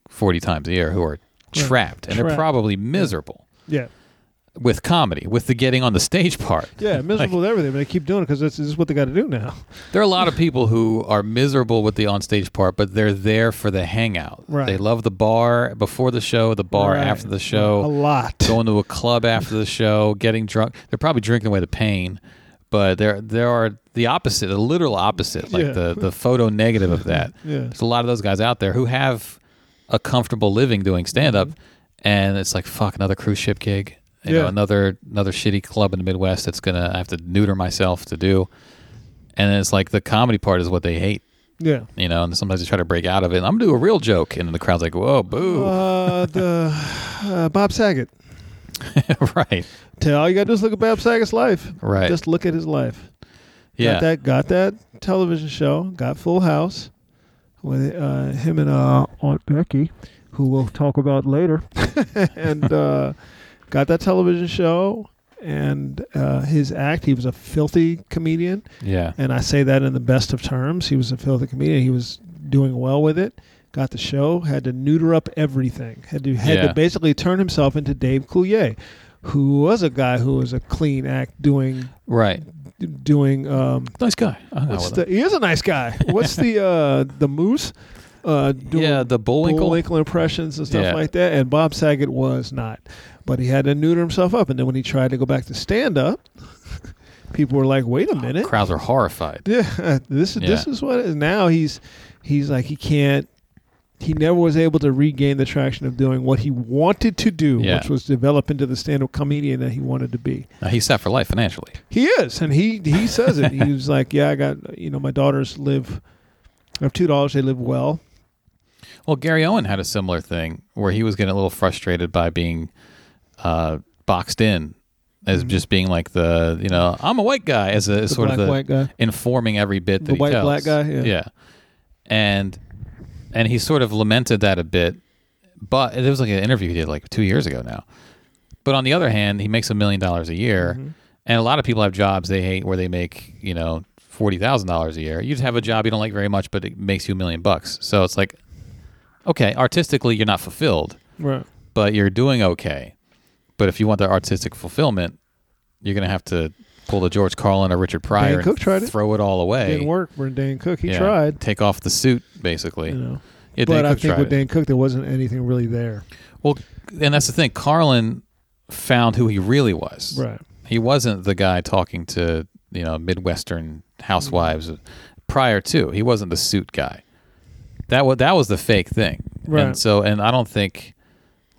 [SPEAKER 3] forty times a year, who are trapped, and they're
[SPEAKER 2] Trapped.
[SPEAKER 3] probably miserable
[SPEAKER 2] Yeah.
[SPEAKER 3] with comedy, with the getting on the stage part. *laughs*
[SPEAKER 2] Yeah, miserable with everything, but they keep doing it because this is what they got to do now.
[SPEAKER 3] There are a lot of people who are miserable with the onstage part, but they're there for the hangout.
[SPEAKER 2] Right.
[SPEAKER 3] They love the bar before the show, the bar
[SPEAKER 2] Right.
[SPEAKER 3] after the
[SPEAKER 2] A
[SPEAKER 3] show,
[SPEAKER 2] lot.
[SPEAKER 3] going to a club after the show, getting drunk. They're probably drinking away the pain, but there there are the opposite, the literal opposite, like
[SPEAKER 2] Yeah.
[SPEAKER 3] the the photo negative of that.
[SPEAKER 2] Yeah.
[SPEAKER 3] There's a lot of those guys out there who have a comfortable living doing stand up, and it's like fuck another cruise ship gig, you
[SPEAKER 2] Mm-hmm. Yeah.
[SPEAKER 3] know, another another shitty club in the Midwest that's gonna I have to neuter myself to do. And then it's like the comedy part is what they hate,
[SPEAKER 2] Yeah.
[SPEAKER 3] you know. And sometimes they try to break out of it. I'm gonna do a real joke, and then the crowd's like, "Whoa, boo!"
[SPEAKER 2] Uh, the *sighs* uh, Bob Saget.
[SPEAKER 3] *laughs* right?
[SPEAKER 2] Tell all you got to do is look at Bob Saget's life.
[SPEAKER 3] Right.
[SPEAKER 2] Just look at his life.
[SPEAKER 3] Yeah.
[SPEAKER 2] Got that. Got that television show. Got Full House with uh, him and uh, Aunt Becky, who we'll talk about
[SPEAKER 3] *laughs*
[SPEAKER 2] later. and uh, got that television show and uh, his act. He was a filthy comedian.
[SPEAKER 3] yeah.
[SPEAKER 2] and I say that in the best of terms. He was a filthy comedian. He was doing well with it. Got the show. Had to neuter up everything. Had to had
[SPEAKER 3] Yeah.
[SPEAKER 2] to basically turn himself into Dave Coulier, who was a guy who was a clean act doing
[SPEAKER 3] Right.
[SPEAKER 2] doing. Um,
[SPEAKER 3] Nice guy. I hung out
[SPEAKER 2] what's
[SPEAKER 3] with
[SPEAKER 2] the,
[SPEAKER 3] him.
[SPEAKER 2] he is a nice guy. What's the uh, the moose? Uh, doing
[SPEAKER 3] yeah, the Bullwinkle.
[SPEAKER 2] Bullwinkle impressions and stuff
[SPEAKER 3] Yeah.
[SPEAKER 2] like that. And Bob Saget was not, but he had to neuter himself up. And then when he tried to go back to stand up, *laughs* people were like, "Wait a minute,
[SPEAKER 3] Crowds are horrified.
[SPEAKER 2] yeah, *laughs* this is this
[SPEAKER 3] Oh, Yeah.
[SPEAKER 2] is what it is. Now he's he's like he can't. He never was able to regain the traction of doing what he wanted to do,
[SPEAKER 3] Yeah.
[SPEAKER 2] which was develop into the stand-up comedian that he wanted to be.
[SPEAKER 3] Now, he's set for life financially.
[SPEAKER 2] He is, and he he says it. He was like, "Yeah, I got you know my daughters live. I have two daughters. They live well.
[SPEAKER 3] Well, Gary Owen had a similar thing where he was getting a little frustrated by being uh, boxed in as just being like the you know I'm a white guy as a
[SPEAKER 2] Mm-hmm.
[SPEAKER 3] as
[SPEAKER 2] The
[SPEAKER 3] sort of
[SPEAKER 2] black
[SPEAKER 3] the
[SPEAKER 2] white guy.
[SPEAKER 3] informing every bit that
[SPEAKER 2] The
[SPEAKER 3] he
[SPEAKER 2] white
[SPEAKER 3] tells.
[SPEAKER 2] black guy, yeah.
[SPEAKER 3] and and he sort of lamented that a bit, but it was like an interview he did like two years ago now. But on the other hand, he makes a million dollars a year,
[SPEAKER 2] Mm-hmm.
[SPEAKER 3] and a lot of people have jobs they hate where they make you know forty thousand dollars a year. You just have a job you don't like very much, but it makes you a million bucks. So it's like, okay, artistically you're not fulfilled,
[SPEAKER 2] Right.
[SPEAKER 3] but you're doing okay. But if you want the artistic fulfillment, you're gonna have to pull the George Carlin or Richard Pryor
[SPEAKER 2] Cook
[SPEAKER 3] and
[SPEAKER 2] tried it.
[SPEAKER 3] throw it all away.
[SPEAKER 2] Didn't work for Dan Cook. He
[SPEAKER 3] Yeah,
[SPEAKER 2] tried.
[SPEAKER 3] Take off the suit, basically.
[SPEAKER 2] You know.
[SPEAKER 3] Yeah, Dan
[SPEAKER 2] but I
[SPEAKER 3] Cook
[SPEAKER 2] think
[SPEAKER 3] tried
[SPEAKER 2] with
[SPEAKER 3] it.
[SPEAKER 2] Dan Cook, there wasn't anything really there.
[SPEAKER 3] Well, and that's the thing. Carlin found who he really was.
[SPEAKER 2] Right.
[SPEAKER 3] He wasn't the guy talking to you know Midwestern housewives
[SPEAKER 2] Mm-hmm.
[SPEAKER 3] prior to. He wasn't the suit guy. That was that was the fake thing.
[SPEAKER 2] Right.
[SPEAKER 3] And so, and I don't think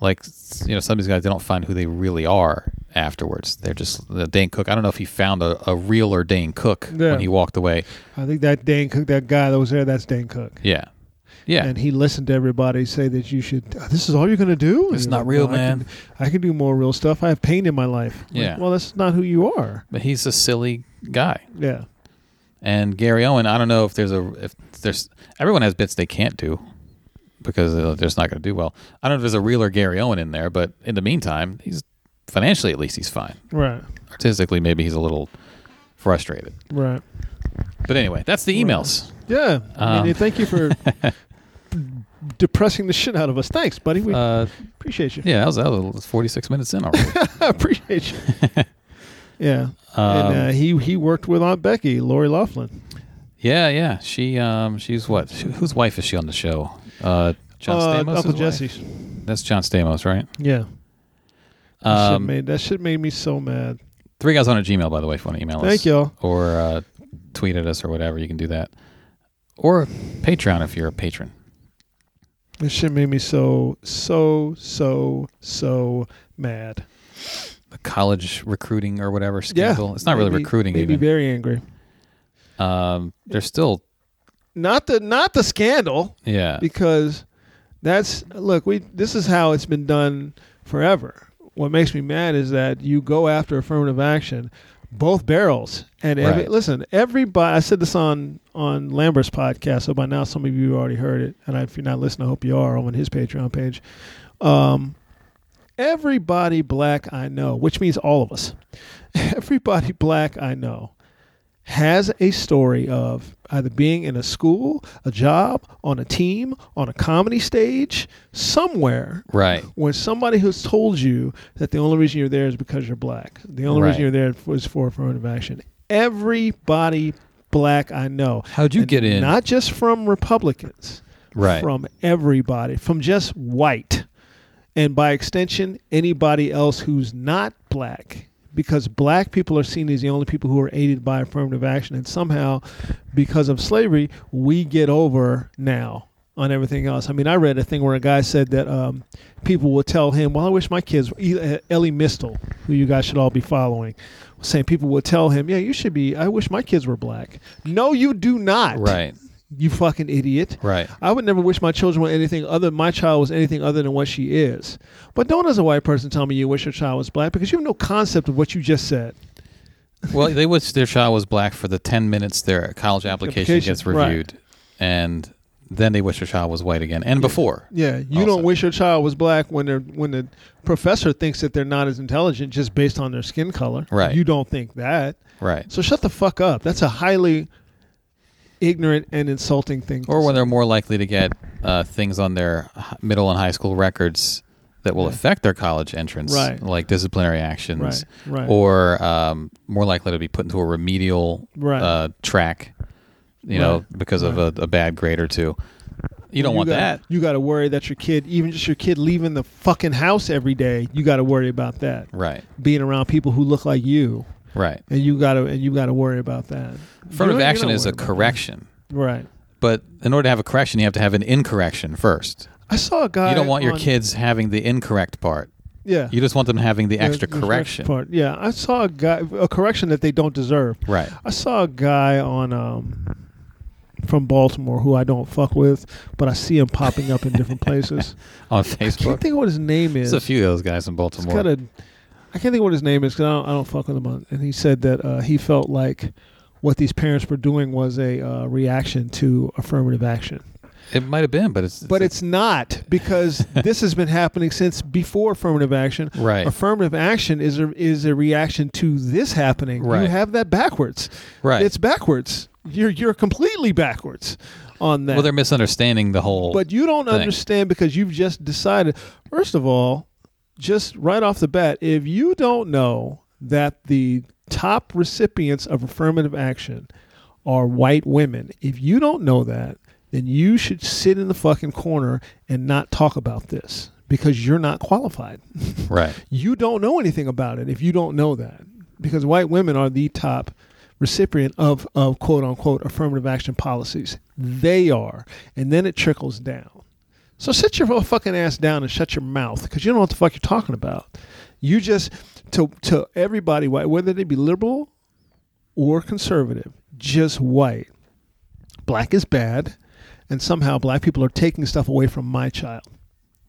[SPEAKER 3] like you know some of these guys they don't find who they really are afterwards. They're just uh, Dane Cook. I don't know if he found a, a realer Dane Cook
[SPEAKER 2] Yeah.
[SPEAKER 3] when he walked away.
[SPEAKER 2] I think that Dan Cook, that guy that was there, that's Dan Cook.
[SPEAKER 3] Yeah. Yeah.
[SPEAKER 2] And he listened to everybody say that you should. uh, This is all you're going to do. And
[SPEAKER 3] It's
[SPEAKER 2] you're
[SPEAKER 3] not real,
[SPEAKER 2] I can-
[SPEAKER 3] man."
[SPEAKER 2] I can do more real stuff. I have pain in my life. Like,
[SPEAKER 3] Yeah.
[SPEAKER 2] well, that's not who you are.
[SPEAKER 3] but he's a silly guy.
[SPEAKER 2] Yeah.
[SPEAKER 3] And Gary Owen, I don't know if there's a if there's everyone has bits they can't do because uh, they're just not going to do well. I don't know if there's a realer Gary Owen in there, but in the meantime, he's financially at least he's fine.
[SPEAKER 2] Right.
[SPEAKER 3] Artistically, maybe he's a little frustrated.
[SPEAKER 2] Right.
[SPEAKER 3] But anyway, that's the emails.
[SPEAKER 2] Yeah. I
[SPEAKER 3] Um,
[SPEAKER 2] mean, thank you
[SPEAKER 3] *laughs*
[SPEAKER 2] for depressing the shit out of us. Thanks, buddy. We
[SPEAKER 3] Uh,
[SPEAKER 2] appreciate you.
[SPEAKER 3] yeah, that was, that was 46 minutes in already.
[SPEAKER 2] *laughs* I appreciate
[SPEAKER 3] *laughs*
[SPEAKER 2] you. yeah.
[SPEAKER 3] Um,
[SPEAKER 2] and uh, he he worked with Aunt Becky, Lori Laughlin.
[SPEAKER 3] yeah, yeah. She um she's what? She, whose wife is she on the show? Uh, John
[SPEAKER 2] Uh,
[SPEAKER 3] Stamos.
[SPEAKER 2] Uncle Jesse's.
[SPEAKER 3] That's John Stamos, right?
[SPEAKER 2] Yeah. That, shit
[SPEAKER 3] Um,
[SPEAKER 2] made, that shit made me so mad.
[SPEAKER 3] Three guys on a Gmail, by the way, if you want to email us.
[SPEAKER 2] Thank y'all.
[SPEAKER 3] Or uh, tweet at us or whatever. You can do that. Or Patreon if you're a patron.
[SPEAKER 2] That shit made me so, so, so, so mad.
[SPEAKER 3] The college recruiting or whatever scandal. it's not really
[SPEAKER 2] Maybe-
[SPEAKER 3] recruiting
[SPEAKER 2] Maybe
[SPEAKER 3] even.
[SPEAKER 2] very angry.
[SPEAKER 3] Um, they're still,
[SPEAKER 2] Not the not the scandal
[SPEAKER 3] yeah.
[SPEAKER 2] because that's look we this is how it's been done forever. What makes me mad is that you go after affirmative action, both barrels. And every,
[SPEAKER 3] Right.
[SPEAKER 2] listen, everybody. I said this on on Lambert's podcast, so by now some of you already heard it. And if you're not listening, I hope you are on his Patreon page. Um, everybody black I know, which means all of us, *laughs* everybody black I know has a story of either being in a school, a job, on a team, on a comedy stage, somewhere
[SPEAKER 3] Right.
[SPEAKER 2] when somebody has told you that the only reason you're there is because you're black, the only
[SPEAKER 3] Right.
[SPEAKER 2] reason you're there is for affirmative action. Everybody black I know.
[SPEAKER 3] How'd you
[SPEAKER 2] And
[SPEAKER 3] get in?
[SPEAKER 2] Not just from Republicans
[SPEAKER 3] Right.
[SPEAKER 2] from everybody, from just white, and by extension, anybody else who's not black, because black people are seen as the only people who are aided by affirmative action, and somehow, because of slavery, we get over now on everything else. I mean, I read a thing where a guy said that um, people will tell him, "Well, I wish my kids." were-" E- Ellie Mistel, who you guys should all be following, was saying people will tell him, "Yeah, you should be." I wish my kids were black. No, you do not.
[SPEAKER 3] right.
[SPEAKER 2] You fucking idiot.
[SPEAKER 3] Right.
[SPEAKER 2] I would never wish my children were anything other. My child was anything other than what she is. But don't, as a white person, tell me you wish your child was black because you have no concept of what you just said.
[SPEAKER 3] Well, they wish their child was black for the 10 minutes their college application,
[SPEAKER 2] Application,
[SPEAKER 3] gets
[SPEAKER 2] right.
[SPEAKER 3] reviewed. And then they wish their child was white again. And before.
[SPEAKER 2] Yeah, you
[SPEAKER 3] Also.
[SPEAKER 2] don't wish your child was black when they're when the professor thinks that they're not as intelligent just based on their skin color.
[SPEAKER 3] Right.
[SPEAKER 2] You don't think that.
[SPEAKER 3] Right.
[SPEAKER 2] So shut the fuck up. That's a highly ignorant and insulting thing. to
[SPEAKER 3] or when
[SPEAKER 2] say.
[SPEAKER 3] they're more likely to get uh, things on their h- middle and high school records that will affect their college entrance,
[SPEAKER 2] Right.
[SPEAKER 3] like disciplinary actions,
[SPEAKER 2] Right, right.
[SPEAKER 3] or um, more likely to be put into a remedial
[SPEAKER 2] Right.
[SPEAKER 3] uh, track, you know,
[SPEAKER 2] Right,
[SPEAKER 3] because of a, a bad grade or two. You don't want
[SPEAKER 2] gotta-
[SPEAKER 3] that.
[SPEAKER 2] You got to worry that your kid, even just your kid leaving the fucking house every day, you got to worry about that.
[SPEAKER 3] Right,
[SPEAKER 2] being around people who look like you,
[SPEAKER 3] right.
[SPEAKER 2] and you gotta and you gotta worry about that.
[SPEAKER 3] Affirmative
[SPEAKER 2] You don't- you
[SPEAKER 3] action
[SPEAKER 2] don't
[SPEAKER 3] is
[SPEAKER 2] worry
[SPEAKER 3] a
[SPEAKER 2] about that.
[SPEAKER 3] correction,
[SPEAKER 2] right?
[SPEAKER 3] but in order to have a correction, you have to have an incorrection first.
[SPEAKER 2] I saw a guy.
[SPEAKER 3] you don't want your
[SPEAKER 2] Uh, on-
[SPEAKER 3] kids having the incorrect part.
[SPEAKER 2] Yeah.
[SPEAKER 3] You just want them having the
[SPEAKER 2] Yeah,
[SPEAKER 3] extra
[SPEAKER 2] the
[SPEAKER 3] correction.
[SPEAKER 2] part. Yeah, I saw a guy a correction that they don't deserve.
[SPEAKER 3] Right.
[SPEAKER 2] I saw a guy on um, from Baltimore who I don't fuck with, but I see him popping up in different places.
[SPEAKER 3] on
[SPEAKER 2] I can't
[SPEAKER 3] *laughs* Facebook.
[SPEAKER 2] think of what his name is.
[SPEAKER 3] There's a few of those guys in
[SPEAKER 2] It's
[SPEAKER 3] Baltimore.
[SPEAKER 2] got a. I can't think of what his name is because I don't, I don't fuck with him. On, and he said that uh, he felt like what these parents were doing was a uh, reaction to affirmative action.
[SPEAKER 3] it might have been, but it's
[SPEAKER 2] But it's not
[SPEAKER 3] *laughs*
[SPEAKER 2] because this has been happening since before affirmative action.
[SPEAKER 3] right,
[SPEAKER 2] Affirmative action is a, is a reaction to this happening. You
[SPEAKER 3] Right.
[SPEAKER 2] have that backwards.
[SPEAKER 3] right.
[SPEAKER 2] It's backwards. You're you're completely backwards on that.
[SPEAKER 3] well, they're misunderstanding the whole.
[SPEAKER 2] but you don't
[SPEAKER 3] thing.
[SPEAKER 2] understand because you've just decided. First of all, just right off the bat, if you don't know that the top recipients of affirmative action are white women, if you don't know that, then you should sit in the fucking corner and not talk about this because you're not qualified
[SPEAKER 3] right,
[SPEAKER 2] you don't know anything about it if you don't know that because white women are the top recipient of, of quote unquote affirmative action policies they are and then it trickles down so sit your fucking ass down and shut your mouth because you don't know what the fuck you're talking about you just to to everybody white whether they be liberal or conservative just white black is bad and somehow black people are taking stuff away from my child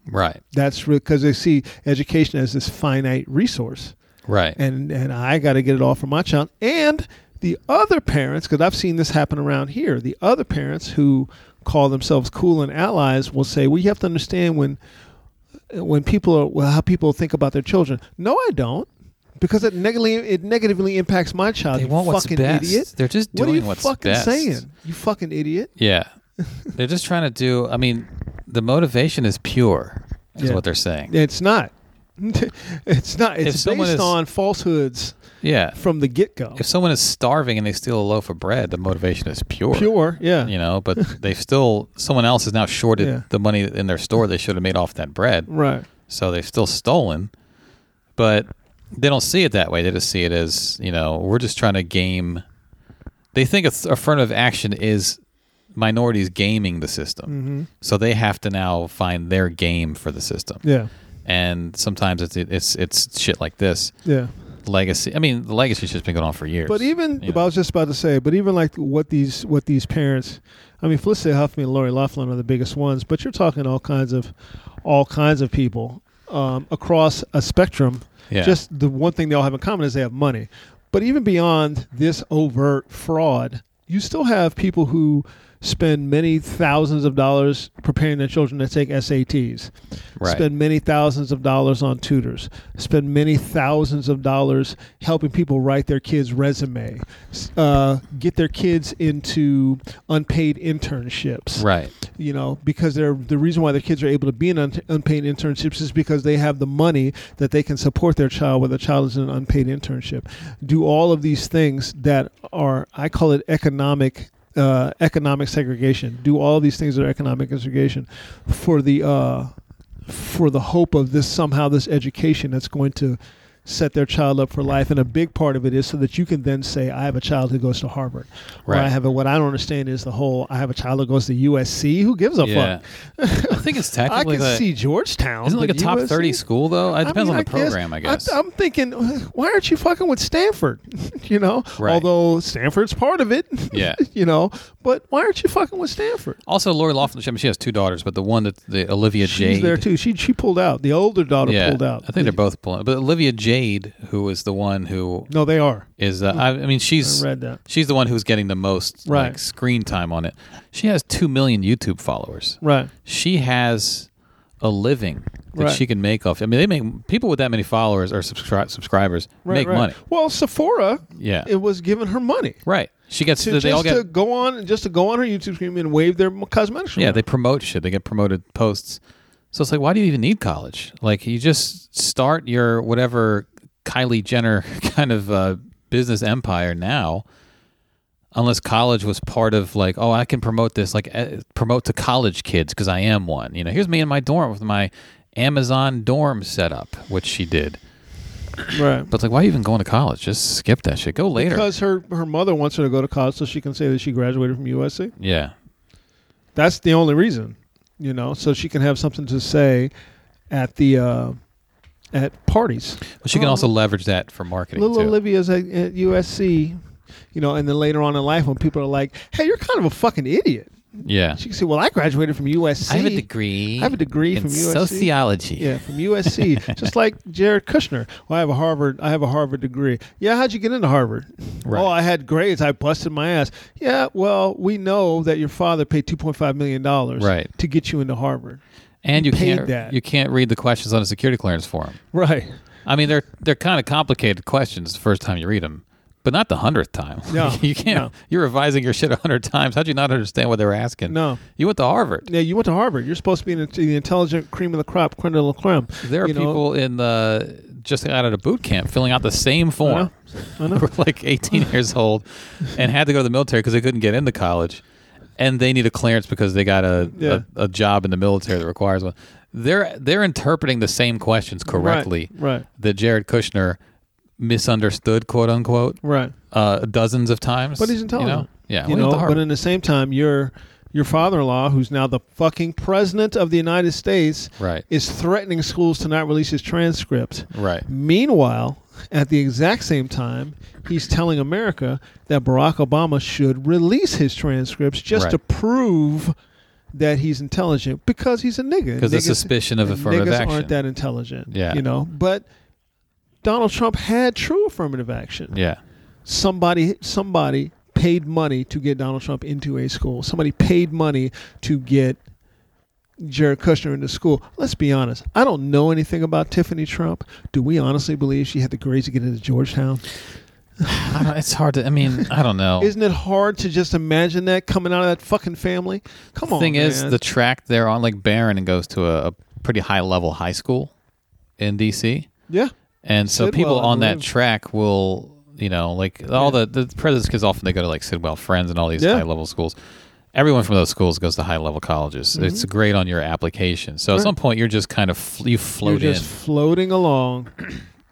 [SPEAKER 3] right,
[SPEAKER 2] that's because they see education as this finite resource,
[SPEAKER 3] right,
[SPEAKER 2] and and I got to get it all for my child. And the other parents, because I've seen this happen around here, the other parents who call themselves cool and allies will say, "Well, you have to understand when when people are well, how people think about their children." No, I don't, because it negatively it negatively impacts my child.
[SPEAKER 3] They
[SPEAKER 2] you
[SPEAKER 3] want what's
[SPEAKER 2] fucking
[SPEAKER 3] best.
[SPEAKER 2] idiot!
[SPEAKER 3] They're just
[SPEAKER 2] What
[SPEAKER 3] doing
[SPEAKER 2] are you
[SPEAKER 3] what's
[SPEAKER 2] fucking
[SPEAKER 3] best.
[SPEAKER 2] saying? You fucking idiot! *laughs*
[SPEAKER 3] Yeah, they're just trying to do. I mean, the motivation is pure, is
[SPEAKER 2] Yeah.
[SPEAKER 3] what they're saying.
[SPEAKER 2] It's not. *laughs* It's not.
[SPEAKER 3] If
[SPEAKER 2] It's
[SPEAKER 3] someone
[SPEAKER 2] based
[SPEAKER 3] is-
[SPEAKER 2] on falsehoods
[SPEAKER 3] Yeah.
[SPEAKER 2] from the get go.
[SPEAKER 3] If someone is starving and they steal a loaf of bread, the motivation is pure.
[SPEAKER 2] Pure, yeah.
[SPEAKER 3] You know, but they've still someone else has now shorted
[SPEAKER 2] Yeah.
[SPEAKER 3] the money in their store they should have made off that bread.
[SPEAKER 2] Right.
[SPEAKER 3] So they've still stolen, but they don't see it that way. They just see it as, you know, we're just trying to game. They think it's affirmative action is minorities gaming the system.
[SPEAKER 2] Mm-hmm.
[SPEAKER 3] So they have to now find their game for the system.
[SPEAKER 2] Yeah.
[SPEAKER 3] And sometimes it's it's it's shit like this.
[SPEAKER 2] Yeah.
[SPEAKER 3] Legacy. I mean, the legacy shit's been going on for years.
[SPEAKER 2] But even
[SPEAKER 3] you know.
[SPEAKER 2] I was just about to say, but even like what these what these parents I mean Felicity Huffman and Lori Laughlin are the biggest ones, but you're talking all kinds of all kinds of people um, across a spectrum.
[SPEAKER 3] Yeah.
[SPEAKER 2] Just the one thing they all have in common is they have money. But even beyond this overt fraud, you still have people who spend many thousands of dollars preparing their children to take SATs.
[SPEAKER 3] right.
[SPEAKER 2] spend many thousands of dollars on tutors, spend many thousands of dollars helping people write their kids' resume, s- uh, get their kids into unpaid internships.
[SPEAKER 3] right.
[SPEAKER 2] You know, because they're the reason why their kids are able to be in un- unpaid internships is because they have the money that they can support their child when their child is in an unpaid internship. Do all of these things that are I call it economic. Uh, economic segregation. Do all these things that are economic segregation for the uh, for the hope of this somehow this education that's going to set their child up for life and a big part of it is so that you can then say i have a child who goes to harvard or
[SPEAKER 3] Right.
[SPEAKER 2] i have a what i don't understand is the whole i have a child who goes to usc who gives a
[SPEAKER 3] yeah.
[SPEAKER 2] *laughs* fuck
[SPEAKER 3] I think it's
[SPEAKER 2] *laughs* i
[SPEAKER 3] technically
[SPEAKER 2] can
[SPEAKER 3] the,
[SPEAKER 2] see georgetown
[SPEAKER 3] Isn't it like a
[SPEAKER 2] but
[SPEAKER 3] top
[SPEAKER 2] USC?
[SPEAKER 3] thirty school though? It
[SPEAKER 2] I
[SPEAKER 3] depends
[SPEAKER 2] mean,
[SPEAKER 3] on the program, I guess.
[SPEAKER 2] I'm thinking, why aren't you fucking with Stanford? *laughs* you know,
[SPEAKER 3] Right.
[SPEAKER 2] although Stanford's part of it. *laughs*
[SPEAKER 3] Yeah.
[SPEAKER 2] you know, but why aren't you fucking with Stanford?
[SPEAKER 3] also, Lori Loughlin, she- I mean, she has two daughters, but the one that the Olivia Jade,
[SPEAKER 2] She's there too. She she pulled out. The older daughter
[SPEAKER 3] yeah,
[SPEAKER 2] pulled out.
[SPEAKER 3] I think they're both pulling. But Olivia Jade, who is the one who
[SPEAKER 2] no, they are.
[SPEAKER 3] is, uh, I, I mean, she's
[SPEAKER 2] I read that.
[SPEAKER 3] she's the one who's getting the most like
[SPEAKER 2] Right.
[SPEAKER 3] screen time on it. She has two million YouTube followers.
[SPEAKER 2] Right.
[SPEAKER 3] She has a living that
[SPEAKER 2] Right.
[SPEAKER 3] she can make off. I mean, they make people with that many followers or subscri- subscribers make money.
[SPEAKER 2] Well, Sephora,
[SPEAKER 3] Yeah,
[SPEAKER 2] it was giving her money
[SPEAKER 3] right. She gets
[SPEAKER 2] to
[SPEAKER 3] they all
[SPEAKER 2] just
[SPEAKER 3] get
[SPEAKER 2] to go on just to go on her YouTube stream and wave their m- cosmetics.
[SPEAKER 3] Yeah,
[SPEAKER 2] around.
[SPEAKER 3] they promote shit. They get promoted posts. So it's like, why do you even need college? Like, you just start your whatever Kylie Jenner *laughs* kind of uh, business empire now, unless college was part of like, oh, I can promote this, like eh, promote to college kids because I am one. You know, here's me in my dorm with my Amazon dorm setup, which she did.
[SPEAKER 2] right.
[SPEAKER 3] But it's like, why are you even going to college? Just skip that shit. Go later.
[SPEAKER 2] Because her her mother wants her to go to college so she can say that she graduated from USC.
[SPEAKER 3] yeah,
[SPEAKER 2] That's the only reason, you know, so she can have something to say at the uh, at parties.
[SPEAKER 3] but she can
[SPEAKER 2] Oh.
[SPEAKER 3] also leverage that for marketing
[SPEAKER 2] Little
[SPEAKER 3] too.
[SPEAKER 2] Olivia's at, at USC you know, and then later on in life when people are like, "Hey, you're kind of a fucking idiot,"
[SPEAKER 3] Yeah.
[SPEAKER 2] she can say, "Well, I graduated from USC.
[SPEAKER 3] I have a degree.
[SPEAKER 2] I have a degree
[SPEAKER 3] in
[SPEAKER 2] from USC.
[SPEAKER 3] sociology.
[SPEAKER 2] Yeah, from USC, just like Jared Kushner. Well, I have a Harvard. I have a Harvard degree. Yeah, how'd you get into Harvard?
[SPEAKER 3] Right.
[SPEAKER 2] Oh, I had grades. I busted my ass. Yeah, well, we know that your father paid two point five million dollars
[SPEAKER 3] Right.
[SPEAKER 2] to get you into Harvard.
[SPEAKER 3] and you
[SPEAKER 2] paid
[SPEAKER 3] can't
[SPEAKER 2] that.
[SPEAKER 3] you can't read the questions on a security clearance form.
[SPEAKER 2] Right.
[SPEAKER 3] I mean, they're they're kind of complicated questions the first time you read them, but not the hundredth time.
[SPEAKER 2] No,
[SPEAKER 3] *laughs* you can't.
[SPEAKER 2] no.
[SPEAKER 3] You're revising your shit a hundred times. How'd you not understand what they were asking?
[SPEAKER 2] No.
[SPEAKER 3] you went to Harvard.
[SPEAKER 2] Yeah, you went to Harvard. You're supposed to be an, the intelligent cream of the crop, creme de la creme.
[SPEAKER 3] There are
[SPEAKER 2] You know,
[SPEAKER 3] people in the just out of boot camp filling out the same form.
[SPEAKER 2] I know.
[SPEAKER 3] *laughs* were like
[SPEAKER 2] *laughs*
[SPEAKER 3] 18 years old and had to go to the military because they couldn't get into college, and they need a clearance because they got a,
[SPEAKER 2] Yeah.
[SPEAKER 3] a a job in the military that requires one. They're they're interpreting the same questions correctly.
[SPEAKER 2] right,
[SPEAKER 3] That Jared Kushner misunderstood, quote unquote.
[SPEAKER 2] right.
[SPEAKER 3] uh, dozens of times.
[SPEAKER 2] But he's
[SPEAKER 3] you know?
[SPEAKER 2] intelligent.
[SPEAKER 3] Yeah,
[SPEAKER 2] you
[SPEAKER 3] went
[SPEAKER 2] know.
[SPEAKER 3] to Harvard.
[SPEAKER 2] But in the same time, your your father-in-law, who's now the fucking president of the United States,
[SPEAKER 3] Right.
[SPEAKER 2] is threatening schools to not release his transcript.
[SPEAKER 3] right.
[SPEAKER 2] Meanwhile, at the exact same time, he's telling America that Barack Obama should release his transcripts just
[SPEAKER 3] Right.
[SPEAKER 2] to prove that he's intelligent because he's a nigga.
[SPEAKER 3] Because the
[SPEAKER 2] Niggas-
[SPEAKER 3] suspicion of affirmative
[SPEAKER 2] niggas
[SPEAKER 3] action.
[SPEAKER 2] aren't that intelligent.
[SPEAKER 3] Yeah.
[SPEAKER 2] You know, but Donald Trump had true affirmative action.
[SPEAKER 3] yeah.
[SPEAKER 2] Somebody somebody paid money to get Donald Trump into a school. Somebody paid money to get Jared Kushner into school. Let's be honest. I don't know anything about Tiffany Trump. Do we honestly believe she had the grades to get into Georgetown?
[SPEAKER 3] I don't, it's hard to. I mean, I don't
[SPEAKER 2] *laughs*
[SPEAKER 3] know.
[SPEAKER 2] Isn't it hard to just imagine that coming out of that fucking family? Come
[SPEAKER 3] the
[SPEAKER 2] on.
[SPEAKER 3] thing is,
[SPEAKER 2] man.
[SPEAKER 3] the track they're on, like Barron, and goes to a, a pretty high level high school in D.C.
[SPEAKER 2] yeah.
[SPEAKER 3] And so
[SPEAKER 2] Sidwell,
[SPEAKER 3] people
[SPEAKER 2] I
[SPEAKER 3] on that
[SPEAKER 2] believe.
[SPEAKER 3] track will, you know, like all the the president's kids often they go to like Sidwell Friends and all these
[SPEAKER 2] Yeah.
[SPEAKER 3] high level schools. Everyone from those schools goes to high level colleges. It's great on your application. So
[SPEAKER 2] Mm-hmm.
[SPEAKER 3] at
[SPEAKER 2] Right.
[SPEAKER 3] some point you're just kind of fl- you float
[SPEAKER 2] You're
[SPEAKER 3] in.
[SPEAKER 2] just floating
[SPEAKER 3] *clears throat*
[SPEAKER 2] along.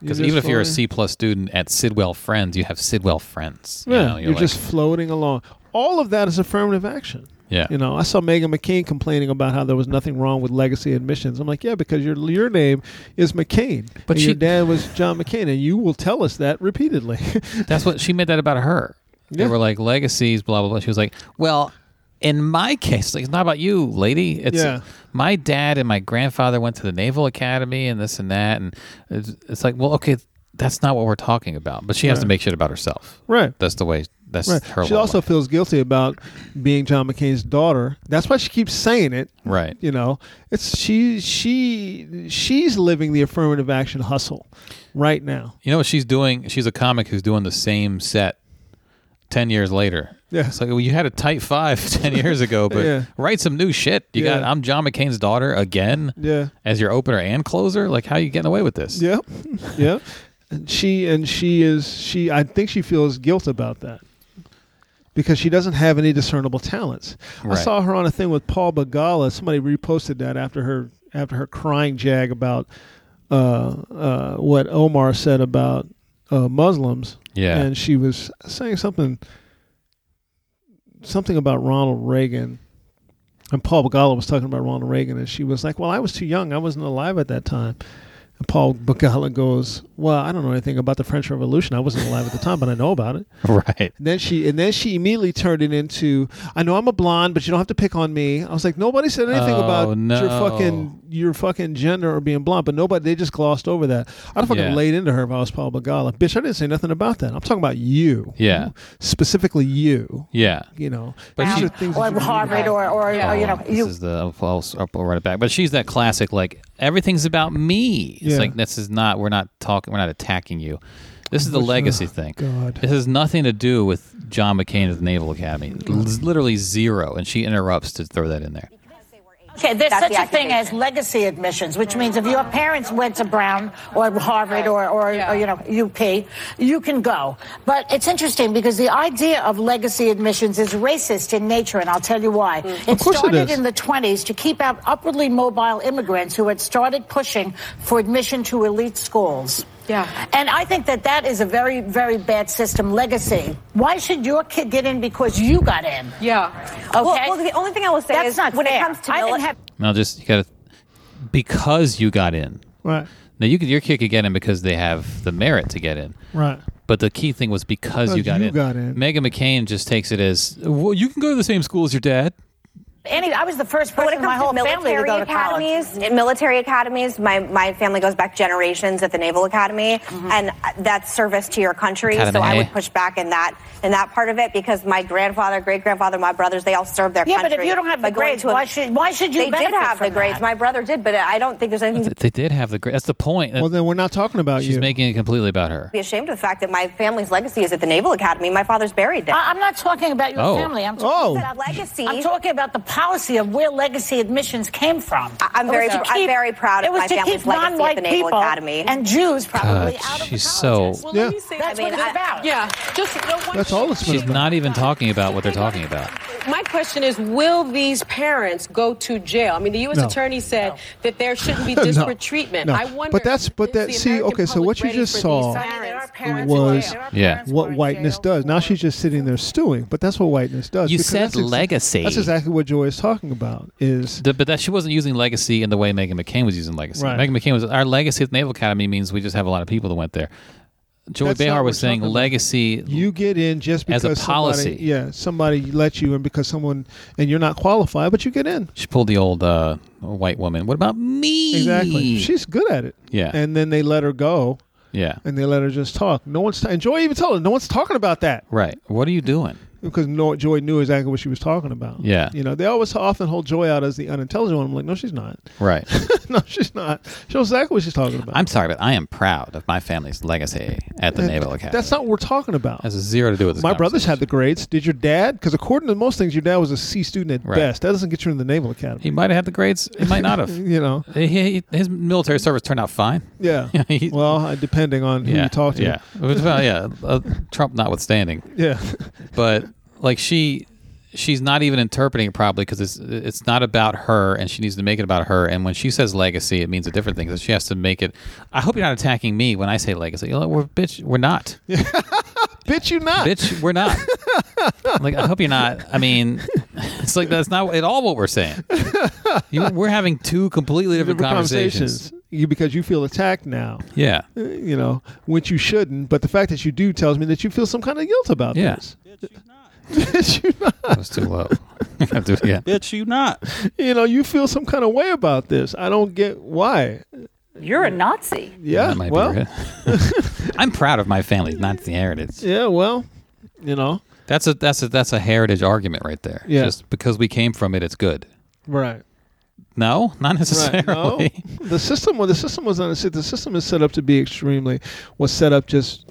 [SPEAKER 3] Because even if you're a
[SPEAKER 2] floating-
[SPEAKER 3] C plus student at Sidwell Friends, you have Sidwell Friends. You
[SPEAKER 2] yeah,
[SPEAKER 3] know,
[SPEAKER 2] you're,
[SPEAKER 3] like-
[SPEAKER 2] just floating along. All of that is affirmative action.
[SPEAKER 3] yeah,
[SPEAKER 2] You know, I saw Megan McCain complaining about how there was nothing wrong with legacy admissions. I'm like, yeah, because your your name is McCain,
[SPEAKER 3] But
[SPEAKER 2] and
[SPEAKER 3] she-
[SPEAKER 2] your dad was John McCain, and you will tell us that repeatedly. *laughs*
[SPEAKER 3] that's what she made that about her. They
[SPEAKER 2] Yeah.
[SPEAKER 3] were like legacies, blah blah blah. She was like, well, in my case, like it's not about you, lady. It's
[SPEAKER 2] Yeah.
[SPEAKER 3] my dad and my grandfather went to the Naval Academy and this and that, and it's, it's like, well, okay, that's not what we're talking about. But she has to
[SPEAKER 2] Right.
[SPEAKER 3] make shit about herself.
[SPEAKER 2] right.
[SPEAKER 3] That's the way. That's
[SPEAKER 2] Right.
[SPEAKER 3] her.
[SPEAKER 2] She
[SPEAKER 3] whole
[SPEAKER 2] also
[SPEAKER 3] life.
[SPEAKER 2] feels guilty about being John McCain's daughter. That's why she keeps saying it.
[SPEAKER 3] right.
[SPEAKER 2] You know, it's she she she's living the affirmative action hustle right now.
[SPEAKER 3] You know what she's doing? She's a comic who's doing the same set ten years later.
[SPEAKER 2] Yeah.
[SPEAKER 3] It's like well, you had a tight five *laughs* ten
[SPEAKER 2] *laughs*
[SPEAKER 3] years ago, but
[SPEAKER 2] Yeah.
[SPEAKER 3] write some new shit. You got
[SPEAKER 2] Yeah.
[SPEAKER 3] I'm John McCain's daughter again
[SPEAKER 2] Yeah.
[SPEAKER 3] as your opener and closer. Like how you getting away with this?
[SPEAKER 2] Yeah. Yeah. And she and she is she I think she feels guilt about that. Because she doesn't have any discernible talents.
[SPEAKER 3] Right.
[SPEAKER 2] I saw her on a thing with Paul Bagala. Somebody reposted that after her after her crying jag about uh, uh, what Omar said about uh, Muslims.
[SPEAKER 3] Yeah.
[SPEAKER 2] And she was saying something something about Ronald Reagan. And Paul Begala was talking about Ronald Reagan, and she was like, "Well, I was too young. I wasn't alive at that time." And Paul Begala goes, "Well, I don't know anything about the French Revolution. I wasn't alive at the time, but I know about it."
[SPEAKER 3] *laughs* Right.
[SPEAKER 2] And then she and then she immediately turned it into, "I know I'm a blonde, but you don't have to pick on me." I was like, "Nobody said anything
[SPEAKER 3] Oh,
[SPEAKER 2] about your
[SPEAKER 3] no.
[SPEAKER 2] fucking your fucking gender or being blonde, but nobody they just glossed over that." I'd fucking
[SPEAKER 3] Yeah.
[SPEAKER 2] laid into her if I was Paul Begala. Bitch, I didn't say nothing about that. I'm talking about you,
[SPEAKER 3] Yeah.
[SPEAKER 2] specifically you.
[SPEAKER 3] Yeah.
[SPEAKER 2] You know,
[SPEAKER 3] But
[SPEAKER 2] these
[SPEAKER 3] she-
[SPEAKER 2] are things.
[SPEAKER 5] or
[SPEAKER 2] that you
[SPEAKER 5] Harvard or, or, or oh, you know
[SPEAKER 3] Oh, this
[SPEAKER 5] you
[SPEAKER 3] is the I'll, I'll, I'll write it back. But she's that classic like everything's about me. It's
[SPEAKER 2] Yeah.
[SPEAKER 3] like this is not we're not talking we're not attacking you. This is the
[SPEAKER 2] Which, uh,
[SPEAKER 3] legacy thing.
[SPEAKER 2] God.
[SPEAKER 3] This has nothing to do with John McCain at the Naval Academy. L- literally zero. And she interrupts to throw that in there.
[SPEAKER 5] okay
[SPEAKER 6] there's such a thing as
[SPEAKER 5] legacy admissions which means if your parents went to brown or harvard or, or, or you know up you can go but it's interesting because the idea of legacy admissions is racist in nature and i'll tell you why
[SPEAKER 6] Mm.
[SPEAKER 5] it
[SPEAKER 2] course it
[SPEAKER 5] started
[SPEAKER 2] is.
[SPEAKER 5] in the 20s to keep out upwardly mobile immigrants who had started pushing for admission to elite schools
[SPEAKER 6] Yeah.
[SPEAKER 5] And I think that that is a very, very bad system legacy. Why should your kid get in because you got in?
[SPEAKER 6] Yeah.
[SPEAKER 5] Okay.
[SPEAKER 6] Well, well, the only thing I will say
[SPEAKER 5] That's
[SPEAKER 6] is
[SPEAKER 5] not
[SPEAKER 6] when
[SPEAKER 5] fair.
[SPEAKER 6] it comes to
[SPEAKER 5] I didn't
[SPEAKER 6] mili-
[SPEAKER 5] have-
[SPEAKER 3] Now just you gotta because you got in.
[SPEAKER 2] Right.
[SPEAKER 3] Now you could your kid could get in because they have the merit to get in.
[SPEAKER 2] Right.
[SPEAKER 3] But the key thing was because you
[SPEAKER 2] Because
[SPEAKER 3] got
[SPEAKER 2] you
[SPEAKER 3] in.
[SPEAKER 2] got in.
[SPEAKER 3] Megan McCain just takes it as well. You can go to the same school as your dad.
[SPEAKER 5] Any, I was the first
[SPEAKER 6] But when
[SPEAKER 5] person in
[SPEAKER 6] it
[SPEAKER 5] my
[SPEAKER 6] comes
[SPEAKER 5] whole
[SPEAKER 6] to
[SPEAKER 5] family to go to college.
[SPEAKER 6] military
[SPEAKER 5] Mm-hmm.
[SPEAKER 6] academies, in military academies, my, my family goes back generations at the Naval Academy,
[SPEAKER 5] Mm-hmm.
[SPEAKER 6] and that's service to your country. So I
[SPEAKER 3] Academy.
[SPEAKER 6] would push back in that in that part of it because my grandfather, great grandfather, my brothers, they all served their
[SPEAKER 5] Yeah, but if
[SPEAKER 6] country.
[SPEAKER 5] you don't have the
[SPEAKER 6] But going
[SPEAKER 5] grades,
[SPEAKER 6] to a-
[SPEAKER 5] why should- why should you
[SPEAKER 6] They did
[SPEAKER 5] benefit
[SPEAKER 6] have the
[SPEAKER 5] from
[SPEAKER 6] grades.
[SPEAKER 5] that?
[SPEAKER 6] My brother did, but I don't think there's anything to
[SPEAKER 3] They did have the great. That's the point.
[SPEAKER 2] Well, then we're not talking about
[SPEAKER 3] She's
[SPEAKER 2] you.
[SPEAKER 3] making it completely about her.
[SPEAKER 6] be ashamed of the fact that my family's legacy is at the Naval Academy. My father's buried there.
[SPEAKER 5] I, I'm not talking about your
[SPEAKER 3] Oh.
[SPEAKER 5] family. I'm
[SPEAKER 2] oh,
[SPEAKER 5] talking
[SPEAKER 6] that legacy.
[SPEAKER 5] Uh, I'm talking about the policy of where legacy admissions came from.
[SPEAKER 6] I- I'm
[SPEAKER 5] It was
[SPEAKER 6] very-
[SPEAKER 5] to
[SPEAKER 6] I'm very proud of
[SPEAKER 5] it was
[SPEAKER 6] my
[SPEAKER 5] to
[SPEAKER 6] family's
[SPEAKER 5] keep
[SPEAKER 6] legacy at the
[SPEAKER 5] non-white
[SPEAKER 6] Naval
[SPEAKER 5] people
[SPEAKER 6] Academy. Uh,
[SPEAKER 5] and Jews probably
[SPEAKER 3] God,
[SPEAKER 5] out of the
[SPEAKER 3] she's
[SPEAKER 5] colleges.
[SPEAKER 3] so-
[SPEAKER 7] Well,
[SPEAKER 2] Yeah.
[SPEAKER 7] let me say
[SPEAKER 5] That's
[SPEAKER 6] I mean,
[SPEAKER 5] what it's
[SPEAKER 6] I-
[SPEAKER 5] about.
[SPEAKER 7] Yeah, just no, one
[SPEAKER 2] That's all it's been
[SPEAKER 3] She's
[SPEAKER 2] about.
[SPEAKER 3] not even talking about what they're talking about.
[SPEAKER 7] My question is, will these parents go to jail? I mean, the U.S.
[SPEAKER 2] No.
[SPEAKER 7] attorney said that there shouldn't
[SPEAKER 2] *laughs*
[SPEAKER 7] be
[SPEAKER 2] No.
[SPEAKER 7] disparate treatment.
[SPEAKER 2] No.
[SPEAKER 7] I wonder.
[SPEAKER 2] But that's- but
[SPEAKER 7] is
[SPEAKER 2] that-
[SPEAKER 7] the
[SPEAKER 2] see,
[SPEAKER 7] American
[SPEAKER 2] okay, so
[SPEAKER 7] public
[SPEAKER 2] what you
[SPEAKER 7] ready
[SPEAKER 2] just
[SPEAKER 7] for these
[SPEAKER 2] saw
[SPEAKER 7] parents?
[SPEAKER 2] was-
[SPEAKER 3] Yeah.
[SPEAKER 2] what whiteness does. Now she's just sitting there stewing, but that's what whiteness does.
[SPEAKER 3] You
[SPEAKER 2] because
[SPEAKER 3] said
[SPEAKER 2] that's exa-
[SPEAKER 3] legacy.
[SPEAKER 2] That's exactly what Joy is talking about. Is
[SPEAKER 3] The- but that she wasn't using legacy in the way Megan McCain was using legacy.
[SPEAKER 2] Right.
[SPEAKER 3] Megan McCain was our legacy at the Naval Academy means we just have a lot of people that went there. Joy
[SPEAKER 2] That's not
[SPEAKER 3] Behar
[SPEAKER 2] what
[SPEAKER 3] was
[SPEAKER 2] we're
[SPEAKER 3] saying
[SPEAKER 2] talking about.
[SPEAKER 3] legacy.
[SPEAKER 2] you get in just
[SPEAKER 3] As
[SPEAKER 2] because
[SPEAKER 3] a policy.
[SPEAKER 2] Somebody, yeah, somebody let you in because someone and you're not qualified, but you get in.
[SPEAKER 3] she pulled the old uh, white woman. What about me?
[SPEAKER 2] Exactly. She's good at it.
[SPEAKER 3] Yeah.
[SPEAKER 2] And then they let her go
[SPEAKER 3] yeah.
[SPEAKER 2] and they let her just talk. No one's t- and Joy even told her no one's talking about that
[SPEAKER 3] Right. What are you doing?
[SPEAKER 2] because no Joy knew exactly what she was talking about.
[SPEAKER 3] Yeah.
[SPEAKER 2] You know, they always often hold Joy out as the unintelligent one. I'm like, no, she's not. *laughs*
[SPEAKER 3] Right. *laughs*
[SPEAKER 2] no, she's not. She knows exactly what she's talking about.
[SPEAKER 3] I'm sorry, but I am proud of my family's legacy at the Naval Academy.
[SPEAKER 2] That's not what we're talking about.
[SPEAKER 3] has zero to do with this.
[SPEAKER 2] My brothers had
[SPEAKER 3] conversation.
[SPEAKER 2] the grades. Did your dad? Because according to most things, your dad was a C student at
[SPEAKER 3] Right.
[SPEAKER 2] best. That doesn't get you in the Naval Academy.
[SPEAKER 3] He might have had the grades. It might not have.
[SPEAKER 2] *laughs* you know,
[SPEAKER 3] He- he- his military service turned out fine. *laughs*
[SPEAKER 2] yeah.
[SPEAKER 3] He-
[SPEAKER 2] well, uh, depending on who
[SPEAKER 3] yeah,
[SPEAKER 2] you talk to.
[SPEAKER 3] yeah, well, yeah. Uh, Trump notwithstanding,
[SPEAKER 2] yeah. *laughs*
[SPEAKER 3] but like she she's not even interpreting it properly because it's it's not about her and she needs to make it about her and when she says legacy it means a different thing so she has to make it i hope you're not attacking me when i say legacy You're like, we're bitch we're not
[SPEAKER 2] Bitch, you not.
[SPEAKER 3] bitch we're
[SPEAKER 2] *laughs*
[SPEAKER 3] not like i hope you're not i mean it's like that's not at all what we're saying you, we're having two completely different,
[SPEAKER 2] Different
[SPEAKER 3] conversations.
[SPEAKER 2] You, because you feel attacked now.
[SPEAKER 3] yeah
[SPEAKER 2] Uh, You know, which you shouldn't. But the fact that you do tells me that you feel some kind of guilt about
[SPEAKER 3] Yeah.
[SPEAKER 2] this. *laughs* Bitch, you not.
[SPEAKER 3] that was too low *laughs* i have to do it again
[SPEAKER 4] Bitch, you not.
[SPEAKER 2] You know, you feel some kind of way about this. I don't get why.
[SPEAKER 8] You're a Nazi.
[SPEAKER 2] Yeah.
[SPEAKER 3] That might be
[SPEAKER 2] Well.
[SPEAKER 3] right. *laughs* I'm proud of my family, not the heritage.
[SPEAKER 2] Yeah. Well. You know.
[SPEAKER 3] That's a that's a that's a heritage argument right there.
[SPEAKER 2] Yeah.
[SPEAKER 3] Just because we came from it, it's good.
[SPEAKER 2] Right.
[SPEAKER 3] No, not
[SPEAKER 2] Right. No.
[SPEAKER 3] necessarily.
[SPEAKER 2] the system well, the system was not the system is set up to be extremely was set up just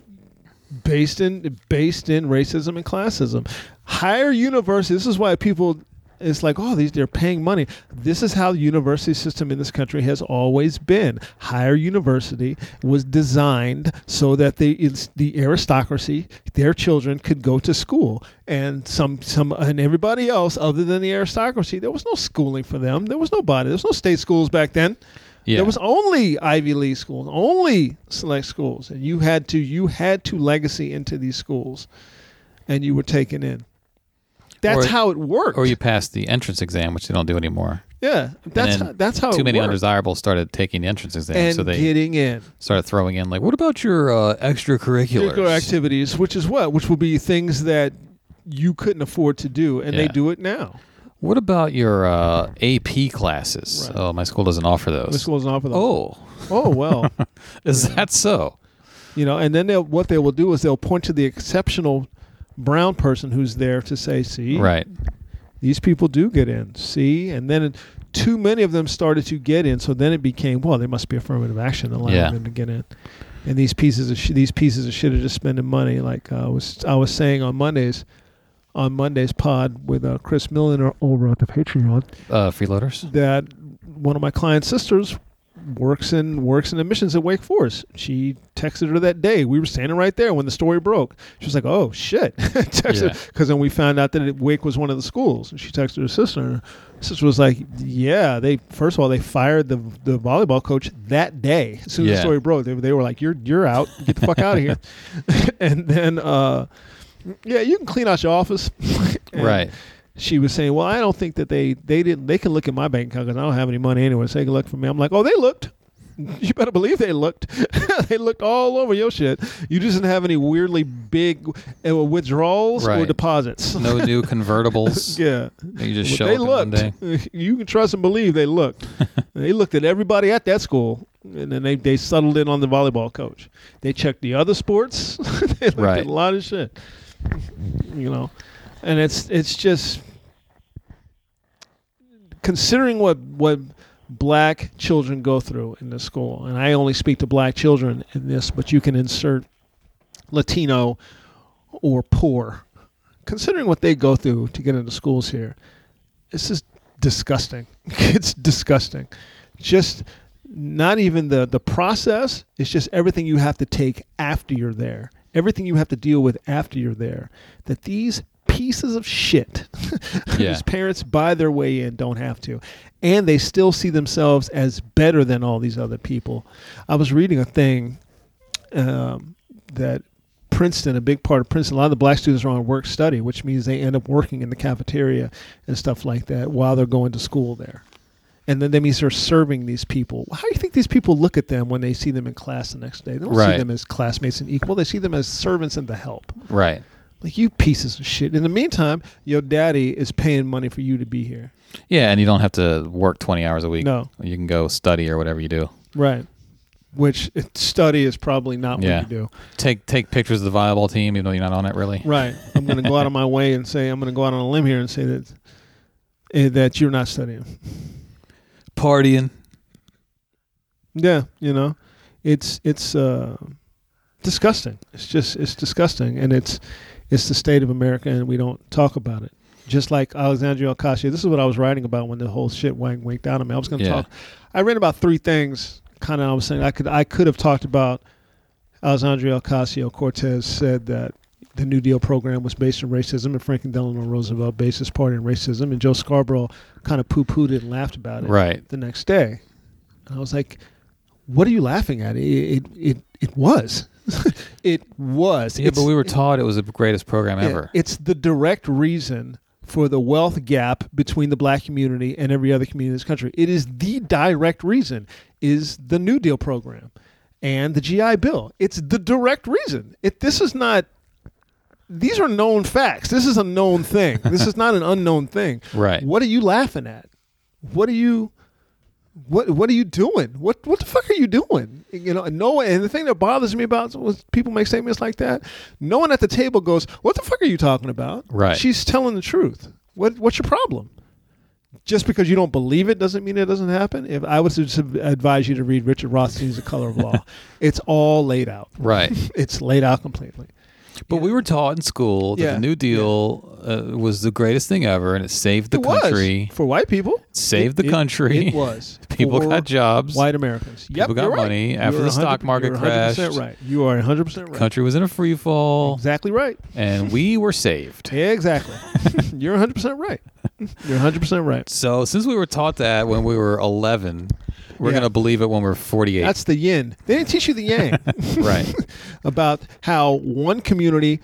[SPEAKER 2] based in based in racism and classism. Higher universities. This is why people. It's like, oh, these they're paying money. This is how the university system in this country has always been. Higher university was designed so that they, it's the aristocracy, their children could go to school, and some some and everybody else other than the aristocracy, there was no schooling for them. There was nobody. There was no state schools back then.
[SPEAKER 3] Yeah.
[SPEAKER 2] There was only Ivy League schools, only select schools, and you had to you had to legacy into these schools, and you were taken in. That's
[SPEAKER 3] Or-
[SPEAKER 2] how it worked.
[SPEAKER 3] *laughs* or you passed the entrance exam, which they don't do anymore.
[SPEAKER 2] yeah, that's
[SPEAKER 3] And
[SPEAKER 2] how, that's how
[SPEAKER 3] too
[SPEAKER 2] it
[SPEAKER 3] many
[SPEAKER 2] worked.
[SPEAKER 3] undesirables started taking the entrance exam,
[SPEAKER 2] and
[SPEAKER 3] so they
[SPEAKER 2] getting in
[SPEAKER 3] started throwing in like, "What about your uh, extracurriculars?"
[SPEAKER 2] particular activities, which is what, which will be things that you couldn't afford to do, and they
[SPEAKER 3] Yeah.
[SPEAKER 2] do it now.
[SPEAKER 3] What about your uh, AP classes?
[SPEAKER 2] Right.
[SPEAKER 3] Oh, my school doesn't offer those.
[SPEAKER 2] The school's not for them.
[SPEAKER 3] oh, *laughs*
[SPEAKER 2] oh well.
[SPEAKER 3] is that so?
[SPEAKER 2] You know, and then they'll, what they will do is they'll point to the exceptional brown person who's there to say, "See,
[SPEAKER 3] Right.
[SPEAKER 2] these people do get in." See, and then it- too many of them started to get in, so then it became, well, there must be affirmative action allowing
[SPEAKER 3] Yeah.
[SPEAKER 2] them to get in. And these pieces of sh- these pieces of shit are just spending money. Like uh, I was I was saying on Mondays, on Mondays pod with uh, Chris Milliner over at the Patreon
[SPEAKER 3] Uh, freeloaders.
[SPEAKER 2] that one of my client's sisters works in works in admissions at Wake Forest. She texted her that day. We were standing right there when the story broke. She was like, "Oh shit!" *laughs* texted
[SPEAKER 3] Yeah.
[SPEAKER 2] because then we found out that it, Wake was one of the schools. And she texted her sister. And her sister was like, "Yeah, they first of all they fired the the volleyball coach that day. As soon as
[SPEAKER 3] Yeah.
[SPEAKER 2] the story broke, they, they were like, "You're you're out. Get the fuck out
[SPEAKER 3] *laughs*
[SPEAKER 2] of here." *laughs* and then. uh yeah, you can clean out your office. *laughs* And
[SPEAKER 3] Right.
[SPEAKER 2] She was saying, "Well, I don't think that they they didn't. They can look at my bank account because I don't have any money anyway. So they can look for me." I'm like, "Oh, they looked. *laughs* you better believe they looked. *laughs* they looked all over your shit. You just didn't have any weirdly big uh, withdrawals or
[SPEAKER 3] Right.
[SPEAKER 2] deposits. *laughs*
[SPEAKER 3] No new convertibles.
[SPEAKER 2] Yeah.
[SPEAKER 3] They just
[SPEAKER 2] But
[SPEAKER 3] show
[SPEAKER 2] they
[SPEAKER 3] up in one
[SPEAKER 2] looked.
[SPEAKER 3] day.
[SPEAKER 2] *laughs* You can trust and believe they
[SPEAKER 3] *laughs*
[SPEAKER 2] looked. they looked at everybody at that school, and then they, they settled in on the volleyball coach. They checked the other sports. *laughs* they looked
[SPEAKER 3] Right.
[SPEAKER 2] at a lot of shit. You know, and it's it's just considering what what black children go through in this school, and I only speak to black children in this, but you can insert Latino or poor. Considering what they go through to get into schools here, this is disgusting. *laughs* it's disgusting. Just not even the the process. It's just everything you have to take after you're there. Everything you have to deal with after you're there. That these pieces of shit *laughs*
[SPEAKER 3] Yeah.
[SPEAKER 2] whose parents buy their way in don't have to and they still see themselves as better than all these other people i was reading a thing um, that Princeton, a big part of Princeton, a lot of the black students are on work study, which means they end up working in the cafeteria and stuff like that while they're going to school there. And then that means they're serving these people. How do you think these people look at them when they see them in class the next day? They don't see
[SPEAKER 3] Right.
[SPEAKER 2] them as classmates and equal. They see them as servants and the help.
[SPEAKER 3] Right.
[SPEAKER 2] Like you pieces of shit. In the meantime, your daddy is paying money for you to be here.
[SPEAKER 3] Yeah, and you don't have to work 20 hours a week.
[SPEAKER 2] No.
[SPEAKER 3] You can go study or whatever you do.
[SPEAKER 2] Right. Which study is probably not
[SPEAKER 3] yeah.
[SPEAKER 2] what you do.
[SPEAKER 3] Take take pictures of the volleyball team even though you're not on it really.
[SPEAKER 2] *laughs* Right. I'm going to go out of my way and say I'm going to go out on a limb here and say that eh, that you're not studying.
[SPEAKER 3] Partying.
[SPEAKER 2] Yeah, you know, it's it's uh, disgusting. It's just it's disgusting, and it's it's the state of America, and we don't talk about it. Just like Alexandria Ocasio, this is what I was writing about when the whole shit wang winked out on me. I was going to
[SPEAKER 3] Yeah.
[SPEAKER 2] talk. I read about three things. Kind of, I was saying I could I could have talked about Alexandria Ocasio Cortez said that the New Deal program was based on racism, and Franklin Delano Roosevelt based his party on racism, and Joe Scarborough kind of poo pooed it and laughed about it
[SPEAKER 3] Right.
[SPEAKER 2] the next day. And I was like, "What are you laughing at? It it it, it was, *laughs* it was.
[SPEAKER 3] Yeah, but
[SPEAKER 2] It's-
[SPEAKER 3] we were taught it was the greatest program
[SPEAKER 2] yeah,
[SPEAKER 3] ever.
[SPEAKER 2] It's the direct reason for the wealth gap between the black community and every other community in this country. It is the direct reason is the New Deal program and the GI Bill. It's the direct reason. It this is not these are known facts. This is a known thing. This is not an unknown thing.
[SPEAKER 3] *laughs* Right.
[SPEAKER 2] What are you laughing at? What are you what what are you doing? What what the fuck are you doing? You know, and no one. And the thing that bothers me about was people make statements like that. No one at the table goes, "What the fuck are you talking about?"
[SPEAKER 3] Right.
[SPEAKER 2] She's telling the truth. What what's your problem? Just because you don't believe it doesn't mean it doesn't happen. If I was to just advise you to read Richard Rothstein's The Color of Law, it's all laid out.
[SPEAKER 3] Right.
[SPEAKER 2] *laughs* It's laid out completely.
[SPEAKER 3] But we were taught in school that
[SPEAKER 2] Yeah.
[SPEAKER 3] the New Deal uh, was the greatest thing ever and it saved the
[SPEAKER 2] it
[SPEAKER 3] country.
[SPEAKER 2] was for white people.
[SPEAKER 3] Saved the
[SPEAKER 2] It- it-
[SPEAKER 3] country. *laughs*
[SPEAKER 2] It was.
[SPEAKER 3] People
[SPEAKER 2] for
[SPEAKER 3] got jobs.
[SPEAKER 2] White Americans. Yep,
[SPEAKER 3] People got
[SPEAKER 2] you're right.
[SPEAKER 3] money after
[SPEAKER 2] You're
[SPEAKER 3] the stock
[SPEAKER 2] 100
[SPEAKER 3] market
[SPEAKER 2] you're 100%
[SPEAKER 3] crashed.
[SPEAKER 2] Right. You are 100 percent right.
[SPEAKER 3] Country was in a free fall
[SPEAKER 2] Exactly right.
[SPEAKER 3] and we were saved.
[SPEAKER 2] Yeah,
[SPEAKER 3] *laughs*
[SPEAKER 2] exactly. You're 100% right. You're 100% right.
[SPEAKER 3] So since we were taught that when we were 11, we're
[SPEAKER 2] Yeah.
[SPEAKER 3] going to believe it when we're 48.
[SPEAKER 2] That's the yin. They didn't teach you the
[SPEAKER 3] *laughs*
[SPEAKER 2] yang *laughs*
[SPEAKER 3] right.
[SPEAKER 2] about how one community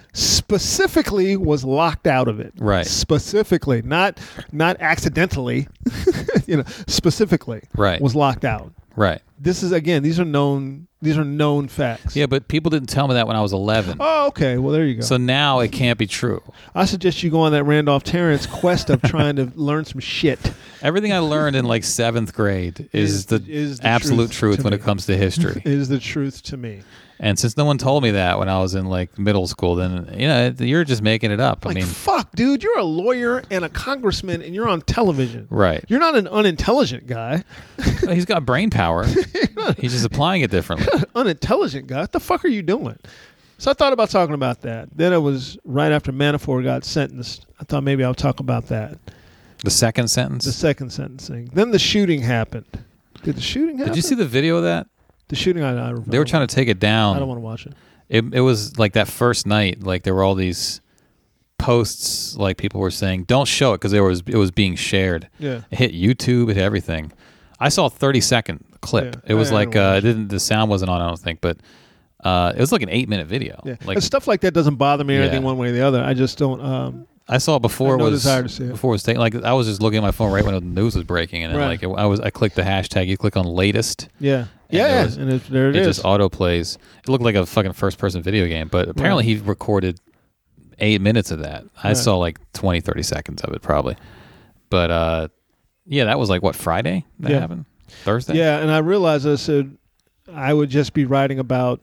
[SPEAKER 2] specifically was locked out of it.
[SPEAKER 3] Right.
[SPEAKER 2] Specifically, not not accidentally, *laughs* you know, specifically
[SPEAKER 3] Right.
[SPEAKER 2] was locked out.
[SPEAKER 3] Right.
[SPEAKER 2] This is again, these are known these are known facts.
[SPEAKER 3] Yeah, but people didn't tell me that when I was 11.
[SPEAKER 2] Oh, okay. Well, there you go.
[SPEAKER 3] So now it can't be true.
[SPEAKER 2] I suggest you go on that Randolph Terrence quest of trying to *laughs* learn some shit.
[SPEAKER 3] Everything I learned in like seventh grade is,
[SPEAKER 2] Is-
[SPEAKER 3] the,
[SPEAKER 2] is the
[SPEAKER 3] absolute
[SPEAKER 2] truth
[SPEAKER 3] truth,
[SPEAKER 2] to
[SPEAKER 3] when
[SPEAKER 2] me.
[SPEAKER 3] it comes to
[SPEAKER 2] *laughs*
[SPEAKER 3] history.
[SPEAKER 2] Is the truth to me.
[SPEAKER 3] and since no one told me that when I was in like middle school, then you know you're just making it up. I
[SPEAKER 2] Like,
[SPEAKER 3] mean,
[SPEAKER 2] fuck, dude, you're a lawyer and a congressman and you're on television.
[SPEAKER 3] Right.
[SPEAKER 2] You're not an unintelligent guy.
[SPEAKER 3] he's got
[SPEAKER 2] *laughs*
[SPEAKER 3] brain power. he's just applying it differently.
[SPEAKER 2] Unintelligent guy. What the fuck are you doing? So I thought about talking about that. Then it was right after Manafort got sentenced. I thought maybe I'll talk about that.
[SPEAKER 3] The second
[SPEAKER 2] The
[SPEAKER 3] sentence.
[SPEAKER 2] second sentencing. Then the shooting happened. Did the shooting happen?
[SPEAKER 3] Did you see the video of that?
[SPEAKER 2] the shooting? I, I
[SPEAKER 3] They were trying to take it down.
[SPEAKER 2] I don't want to watch it.
[SPEAKER 3] it, it was like that first night like there were all these posts like people were saying don't show it because it was it was being shared
[SPEAKER 2] Yeah.
[SPEAKER 3] it hit youtube it hit everything i saw a 30 second clip
[SPEAKER 2] Yeah.
[SPEAKER 3] it was
[SPEAKER 2] I- I
[SPEAKER 3] like
[SPEAKER 2] don't
[SPEAKER 3] uh
[SPEAKER 2] watch.
[SPEAKER 3] it didn't the sound wasn't on i don't think but uh it was like an eight minute video
[SPEAKER 2] Yeah.
[SPEAKER 3] like
[SPEAKER 2] and stuff like that doesn't bother me or
[SPEAKER 3] Yeah.
[SPEAKER 2] anything one way or the other. I just don't. Um,
[SPEAKER 3] i saw it before
[SPEAKER 2] I have
[SPEAKER 3] it
[SPEAKER 2] no
[SPEAKER 3] was
[SPEAKER 2] desire to see it.
[SPEAKER 3] before it was taken like i was just looking at my phone right when the news was breaking and then,
[SPEAKER 2] Right.
[SPEAKER 3] like it, i was i clicked the hashtag you click on latest
[SPEAKER 2] yeah.
[SPEAKER 3] And
[SPEAKER 2] Yeah,
[SPEAKER 3] there
[SPEAKER 2] and it- there it
[SPEAKER 3] it
[SPEAKER 2] is.
[SPEAKER 3] just auto plays. It looked like a fucking first person video game, but apparently he recorded eight minutes of that. I saw like 20, 30 seconds of it probably. But uh, yeah, that was like what Friday that
[SPEAKER 2] Yeah.
[SPEAKER 3] happened. Thursday.
[SPEAKER 2] Yeah, and I realized I said I would just be writing about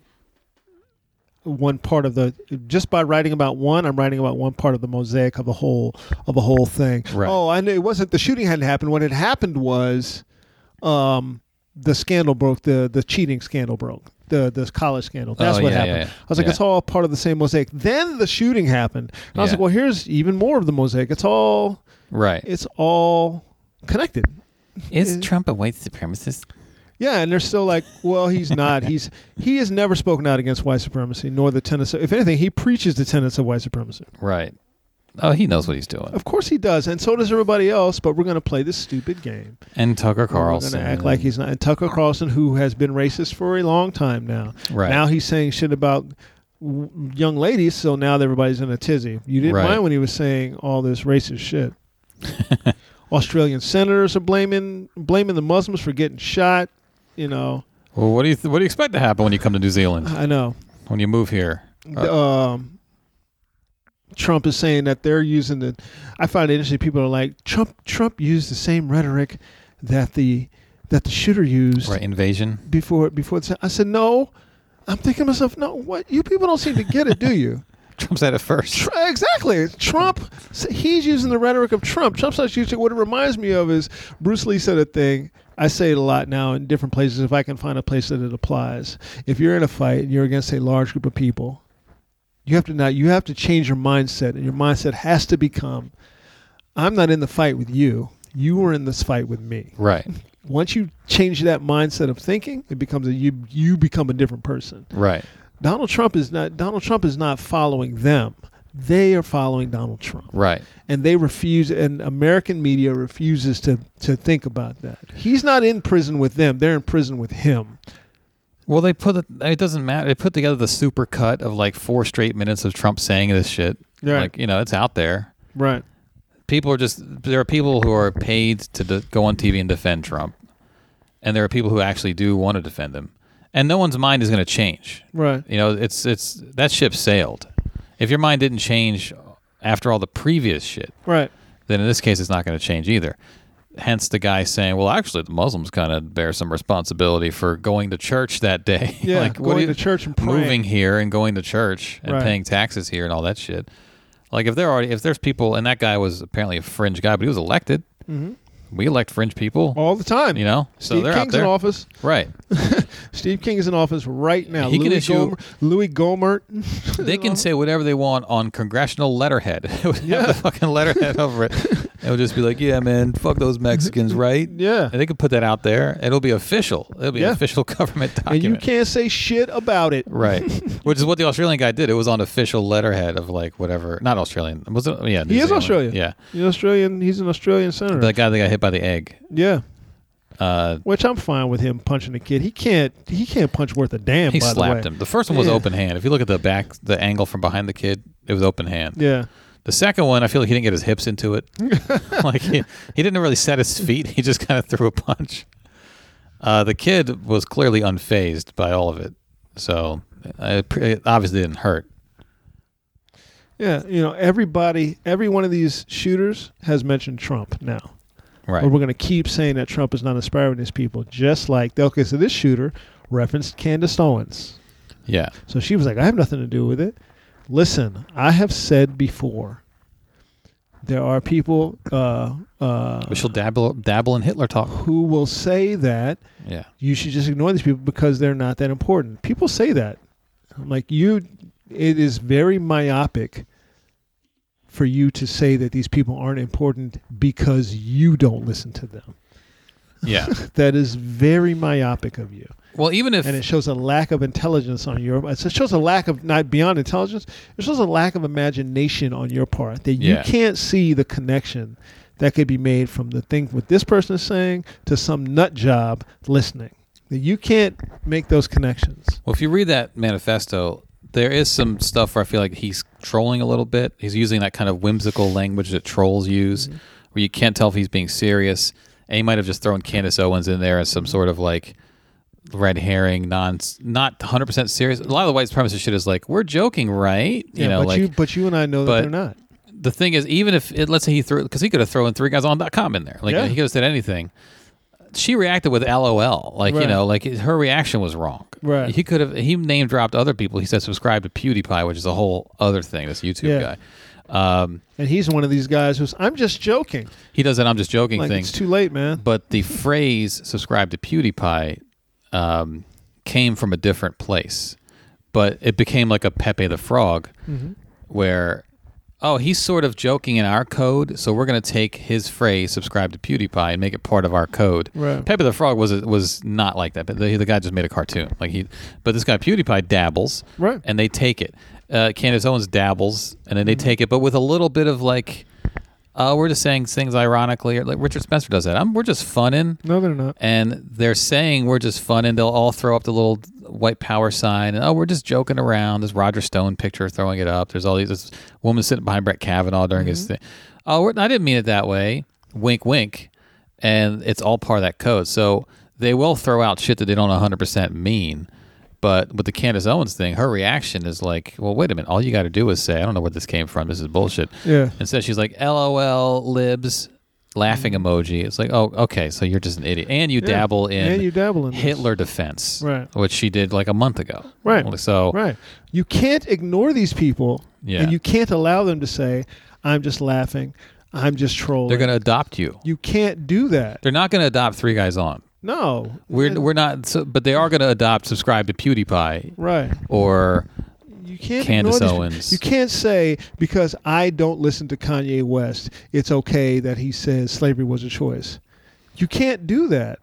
[SPEAKER 2] one part of the just by writing about one, I'm writing about one part of the mosaic of the whole of the whole thing.
[SPEAKER 3] Right.
[SPEAKER 2] Oh, I knew it wasn't the shooting hadn't happened. What had happened was um the scandal broke, the the cheating scandal broke. The, the college scandal. That's
[SPEAKER 3] Oh,
[SPEAKER 2] what
[SPEAKER 3] yeah,
[SPEAKER 2] happened.
[SPEAKER 3] yeah, yeah.
[SPEAKER 2] I was like,
[SPEAKER 3] Yeah.
[SPEAKER 2] it's all part of the same mosaic. Then the shooting happened. And I was
[SPEAKER 3] Yeah.
[SPEAKER 2] like, well, here's even more of the mosaic. It's all
[SPEAKER 3] Right.
[SPEAKER 2] it's all connected.
[SPEAKER 3] Is Trump a white supremacist?
[SPEAKER 2] Yeah, and they're still like, well,
[SPEAKER 3] *laughs*
[SPEAKER 2] he's not. He's he has never spoken out against white supremacy nor the tenets. Of, if anything, he preaches the tenets of white supremacy.
[SPEAKER 3] Right. Oh, he knows what he's doing.
[SPEAKER 2] Of course, he does, and so does everybody else. But we're going to play this stupid game.
[SPEAKER 3] And Tucker Carlson.
[SPEAKER 2] We're going to act like he's not. And Tucker Carlson, who has been racist for a long time now,
[SPEAKER 3] Right.
[SPEAKER 2] now he's saying shit about w- young ladies. So now everybody's in a tizzy. You didn't
[SPEAKER 3] Right.
[SPEAKER 2] mind when he was saying all this racist
[SPEAKER 3] *laughs*
[SPEAKER 2] shit. Australian senators are blaming blaming the Muslims for getting shot. You know,
[SPEAKER 3] Well, what do you th- what do you expect to happen when you come to New Zealand
[SPEAKER 2] I know.
[SPEAKER 3] when you move here? Uh,
[SPEAKER 2] um, Trump is saying that they're using the. I find it interesting. People are like Trump. Trump used the same rhetoric that the that the shooter used
[SPEAKER 3] right, invasion.
[SPEAKER 2] before before. The, I said no. I'm thinking to myself, no, what you people don't seem to get it, do you?
[SPEAKER 3] Trump said it first.
[SPEAKER 2] Tr- Exactly. Trump, s- he's using the rhetoric of Trump. Trump's not using what it reminds me of is Bruce Lee said a thing. I say it a lot now in different places if I can find a place that it applies. If you're in a fight and you're against a large group of people, you have to now you have to change your mindset, and your mindset has to become, I'm not in the fight with you. You were in this fight with me.
[SPEAKER 3] Right.
[SPEAKER 2] Once you change that mindset of thinking, it becomes a you you become a different person.
[SPEAKER 3] Right.
[SPEAKER 2] Donald Trump is not Donald Trump is not following them. They are following Donald Trump.
[SPEAKER 3] Right.
[SPEAKER 2] And they refuse and American media refuses to to think about that. He's not in prison with them. They're in prison with him.
[SPEAKER 3] Well, they put it. It doesn't matter. They put together the super cut of like four straight minutes of Trump saying this shit.
[SPEAKER 2] Right.
[SPEAKER 3] Like you know, it's out there.
[SPEAKER 2] Right.
[SPEAKER 3] People are just there are people who are paid to de- go on TV and defend Trump, and there are people who actually do want to defend him. And no one's mind is going to change.
[SPEAKER 2] Right.
[SPEAKER 3] You know, it's it's that ship sailed. If your mind didn't change after all the previous shit,
[SPEAKER 2] Right.
[SPEAKER 3] then in this case it's not going to change either. Hence the guy saying, "Well, actually, the Muslims kind of bear some responsibility for going to church that day. *laughs*
[SPEAKER 2] Yeah,
[SPEAKER 3] do
[SPEAKER 2] going to church and praying.
[SPEAKER 3] moving here and going to church and
[SPEAKER 2] Right.
[SPEAKER 3] paying taxes here and all that shit. Like if there are if there's people and that guy was apparently a fringe guy, but he was elected. We elect fringe people,
[SPEAKER 2] Mm-hmm. All the time.
[SPEAKER 3] you know. so
[SPEAKER 2] Steve
[SPEAKER 3] they're
[SPEAKER 2] King's
[SPEAKER 3] out there,
[SPEAKER 2] in office.
[SPEAKER 3] right?
[SPEAKER 2] Steve King is in office right now.
[SPEAKER 3] He
[SPEAKER 2] Louis
[SPEAKER 3] can issue-
[SPEAKER 2] Gohmert, Louis Gohmert.
[SPEAKER 3] They can say whatever they want on congressional letterhead. *laughs* it would have the
[SPEAKER 2] *laughs*
[SPEAKER 3] fucking letterhead over it. It would just be like, yeah, man, fuck those Mexicans, right?
[SPEAKER 2] Yeah.
[SPEAKER 3] And they could put that out there. It'll be official. It'll be
[SPEAKER 2] Yeah.
[SPEAKER 3] an official *laughs* government
[SPEAKER 2] and
[SPEAKER 3] document.
[SPEAKER 2] you can't say shit about it.
[SPEAKER 3] *laughs*
[SPEAKER 2] *laughs*
[SPEAKER 3] Right. Which is what the Australian guy did. It was on official letterhead of like whatever. Not Australian. Was it? Yeah. New
[SPEAKER 2] He is
[SPEAKER 3] Zealand.
[SPEAKER 2] Australian.
[SPEAKER 3] Yeah.
[SPEAKER 2] He's Australian. He's an Australian senator.
[SPEAKER 3] The guy that got hit by the egg.
[SPEAKER 2] yeah.
[SPEAKER 3] Uh,
[SPEAKER 2] Which I'm fine with him punching the kid. He can't. He can't punch worth a damn.
[SPEAKER 3] he
[SPEAKER 2] by
[SPEAKER 3] slapped
[SPEAKER 2] the way.
[SPEAKER 3] him. The first one was
[SPEAKER 2] Yeah.
[SPEAKER 3] open hand. If you look at the back, the angle from behind the kid, it was open hand.
[SPEAKER 2] Yeah.
[SPEAKER 3] The second one, I feel like he didn't get his hips into it. like he, he didn't really set his feet. He just kind of threw a punch. Uh, the kid was clearly unfazed by all of it, so uh, it, pre- it obviously didn't hurt.
[SPEAKER 2] Yeah, you know, everybody, every one of these shooters has mentioned Trump now.
[SPEAKER 3] Right.
[SPEAKER 2] But we're going to keep saying that Trump is not inspiring these people, just like, okay, so this shooter referenced Candace Owens.
[SPEAKER 3] Yeah.
[SPEAKER 2] So she was like, I have nothing to do with it. Listen, I have said before, there are people uh, uh,
[SPEAKER 3] We shall dabble dabble in Hitler talk.
[SPEAKER 2] who will say that
[SPEAKER 3] Yeah.
[SPEAKER 2] you should just ignore these people because they're not that important. People say that. I'm like, you, it is very myopic for you to say that these people aren't important because you don't listen to them.
[SPEAKER 3] Yeah.
[SPEAKER 2] That is very myopic of you.
[SPEAKER 3] Well, even if
[SPEAKER 2] And it shows a lack of intelligence on your it shows a lack of not beyond intelligence, it shows a lack of imagination on your part that you
[SPEAKER 3] Yeah.
[SPEAKER 2] can't see the connection that could be made from the thing what this person is saying to some nut job listening. That you can't make those connections.
[SPEAKER 3] well, if you read that manifesto, there is some stuff where I feel like he's trolling a little bit. He's using that kind of whimsical language that trolls use,
[SPEAKER 2] Mm-hmm.
[SPEAKER 3] where you can't tell if he's being serious. And he might have just thrown Candace Owens in there as some sort of like red herring, non not 100% serious. A lot of the white supremacist shit is like, we're joking, right? You
[SPEAKER 2] yeah,
[SPEAKER 3] know,
[SPEAKER 2] but
[SPEAKER 3] like
[SPEAKER 2] you but you and I know that
[SPEAKER 3] but-
[SPEAKER 2] they're not.
[SPEAKER 3] the thing is, even if it, let's say he threw, because he could have thrown three guys on dot com in there, like
[SPEAKER 2] Yeah.
[SPEAKER 3] he could have said anything. She reacted with LOL, like you
[SPEAKER 2] Right.
[SPEAKER 3] know, like her reaction was wrong.
[SPEAKER 2] Right.
[SPEAKER 3] He could have he name dropped other people. He said subscribe to PewDiePie, which is a whole other thing. This YouTube
[SPEAKER 2] Yeah.
[SPEAKER 3] guy, um,
[SPEAKER 2] And he's one of these guys who's I'm just joking.
[SPEAKER 3] he does that. I'm just joking
[SPEAKER 2] Like
[SPEAKER 3] thing.
[SPEAKER 2] it's too late, man.
[SPEAKER 3] But the phrase subscribe to PewDiePie um, came from a different place. But it became like a Pepe the Frog
[SPEAKER 2] Mm-hmm.
[SPEAKER 3] where, oh, he's sort of joking in our code. So we're going to take his phrase, subscribe to PewDiePie, and make it part of our code.
[SPEAKER 2] Right.
[SPEAKER 3] Pepe the Frog was was not like that. But the, the guy just made a cartoon. Like he, But this guy, PewDiePie, dabbles.
[SPEAKER 2] Right. Mm-hmm.
[SPEAKER 3] And they take it. Uh, Candace Owens dabbles, and then they take it, but with a little bit of like, uh, we're just saying things ironically. Or like Richard Spencer does that. i we're just funning.
[SPEAKER 2] No, they're not.
[SPEAKER 3] And they're saying we're just funning. They'll all throw up the little white power sign. And, oh, we're just joking around. There's Roger Stone picture throwing it up. There's all these this woman sitting behind Brett Kavanaugh during his
[SPEAKER 2] Mm-hmm.
[SPEAKER 3] thing. Oh, we're, I didn't mean it that way. Wink, wink. And it's all part of that code. So they will throw out shit that they don't 100% mean. But with the Candace Owens thing, her reaction is like, well, wait a minute. All you got to do is say, I don't know where this came from. This is bullshit.
[SPEAKER 2] Yeah.
[SPEAKER 3] Instead, she's like, LOL, libs, laughing
[SPEAKER 2] Mm.
[SPEAKER 3] emoji. It's like, oh, okay. So you're just an idiot. And you dabble in,
[SPEAKER 2] And you dabble in this.
[SPEAKER 3] Hitler defense,
[SPEAKER 2] Right.
[SPEAKER 3] which she did like a month ago.
[SPEAKER 2] Right.
[SPEAKER 3] So
[SPEAKER 2] right. You can't ignore these people.
[SPEAKER 3] Yeah.
[SPEAKER 2] And you can't allow them to say, I'm just laughing. I'm just trolling.
[SPEAKER 3] they're going to adopt you.
[SPEAKER 2] You can't do that.
[SPEAKER 3] They're not going to adopt three guys on.
[SPEAKER 2] No.
[SPEAKER 3] We're,
[SPEAKER 2] And-
[SPEAKER 3] we're not, so, but they are going to adopt, subscribe to PewDiePie
[SPEAKER 2] right.
[SPEAKER 3] or
[SPEAKER 2] You can't
[SPEAKER 3] Candace
[SPEAKER 2] ignore these-
[SPEAKER 3] Owens.
[SPEAKER 2] You can't say because I don't listen to Kanye West, it's okay that he says slavery was a choice. You can't do that.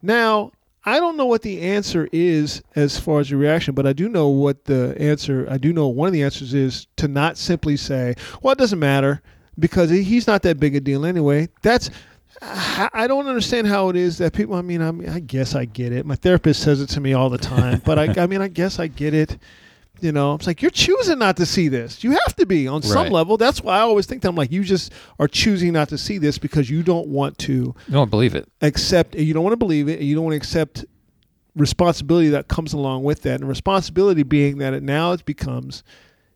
[SPEAKER 2] Now, I don't know what the answer is as far as your reaction, but I do know what the answer. I do know one of the answers is to not simply say, "Well, it doesn't matter," because he- he's not that big a deal anyway. That's I I don't understand how it is that people. I mean, I mean, I guess I get it. My therapist says it to me all the time, but I, I mean, I guess I get it. You know, it's like you're choosing not to see this. You have to be on some
[SPEAKER 3] Right.
[SPEAKER 2] level. That's why I always think that I'm like, you just are choosing not to see this because you don't want to
[SPEAKER 3] you don't believe it.
[SPEAKER 2] accept you don't want to believe it and you don't want to accept responsibility that comes along with that and responsibility being that it now it becomes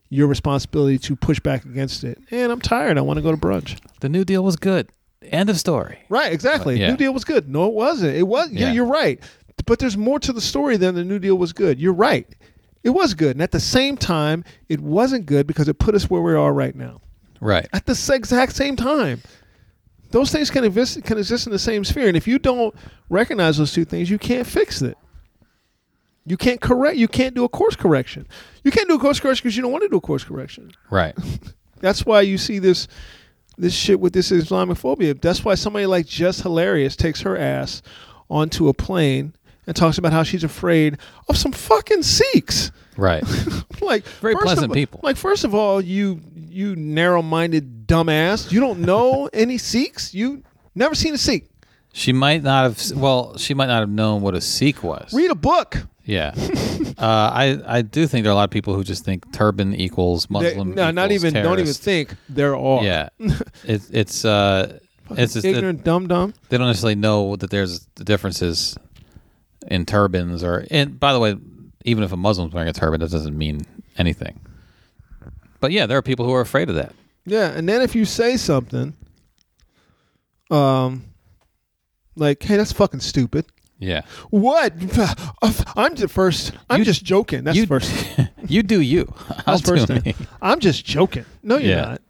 [SPEAKER 2] your responsibility to push back against it and i'm tired i want to go to brunch
[SPEAKER 3] The New Deal was good. End of story.
[SPEAKER 2] right exactly
[SPEAKER 3] Yeah.
[SPEAKER 2] new deal was good no it wasn't it was yeah.
[SPEAKER 3] Yeah.
[SPEAKER 2] you're right but there's more to the story than the new deal was good you're right it was good and at the same time it wasn't good because it put us where we are right now
[SPEAKER 3] Right.
[SPEAKER 2] at the sa- exact same time. Those things can exist can exist in the same sphere, and if you don't recognize those two things, you can't fix it. You can't correct. You can't do a course correction. You can't do a course correction because you don't want to do a course correction.
[SPEAKER 3] Right.
[SPEAKER 2] That's why you see this this shit with this Islamophobia. That's why somebody like Jess Hilarious takes her ass onto a plane and talks about how she's afraid of some fucking Sikhs *laughs*
[SPEAKER 3] Right.
[SPEAKER 2] like
[SPEAKER 3] Very
[SPEAKER 2] first
[SPEAKER 3] pleasant
[SPEAKER 2] of,
[SPEAKER 3] people.
[SPEAKER 2] Like first of all, you you narrow-minded dumbass. You don't
[SPEAKER 3] *laughs*
[SPEAKER 2] know any Sikhs. You never seen a Sikh.
[SPEAKER 3] she might not have, s- well, she might not have known what a Sikh was.
[SPEAKER 2] Read a book. *laughs*
[SPEAKER 3] Yeah, uh, I I do think there are a lot of people who just think turban equals
[SPEAKER 2] They-
[SPEAKER 3] Muslim.
[SPEAKER 2] no, not
[SPEAKER 3] equals
[SPEAKER 2] even. Don't even
[SPEAKER 3] terrorist.
[SPEAKER 2] think there are. *laughs*
[SPEAKER 3] Yeah, it, it's uh, it's just that
[SPEAKER 2] Ignorant, dumb, dumb.
[SPEAKER 3] they don't necessarily know that there's the differences in turbans or. And by the way, even if a Muslim's wearing a turban, that doesn't mean anything. But yeah, there are people who are afraid of that.
[SPEAKER 2] Yeah, and then if you say something, um, like, "Hey, that's fucking stupid."
[SPEAKER 3] Yeah,
[SPEAKER 2] What? *laughs* Uh, I'm the first. I'm
[SPEAKER 3] You-
[SPEAKER 2] just joking. That's
[SPEAKER 3] you-
[SPEAKER 2] the first.
[SPEAKER 3] *laughs*
[SPEAKER 2] thing.
[SPEAKER 3] you do you. *laughs* I'll
[SPEAKER 2] That's first
[SPEAKER 3] do
[SPEAKER 2] thing.
[SPEAKER 3] me.
[SPEAKER 2] I'm just joking. No, you're
[SPEAKER 3] Yeah.
[SPEAKER 2] not.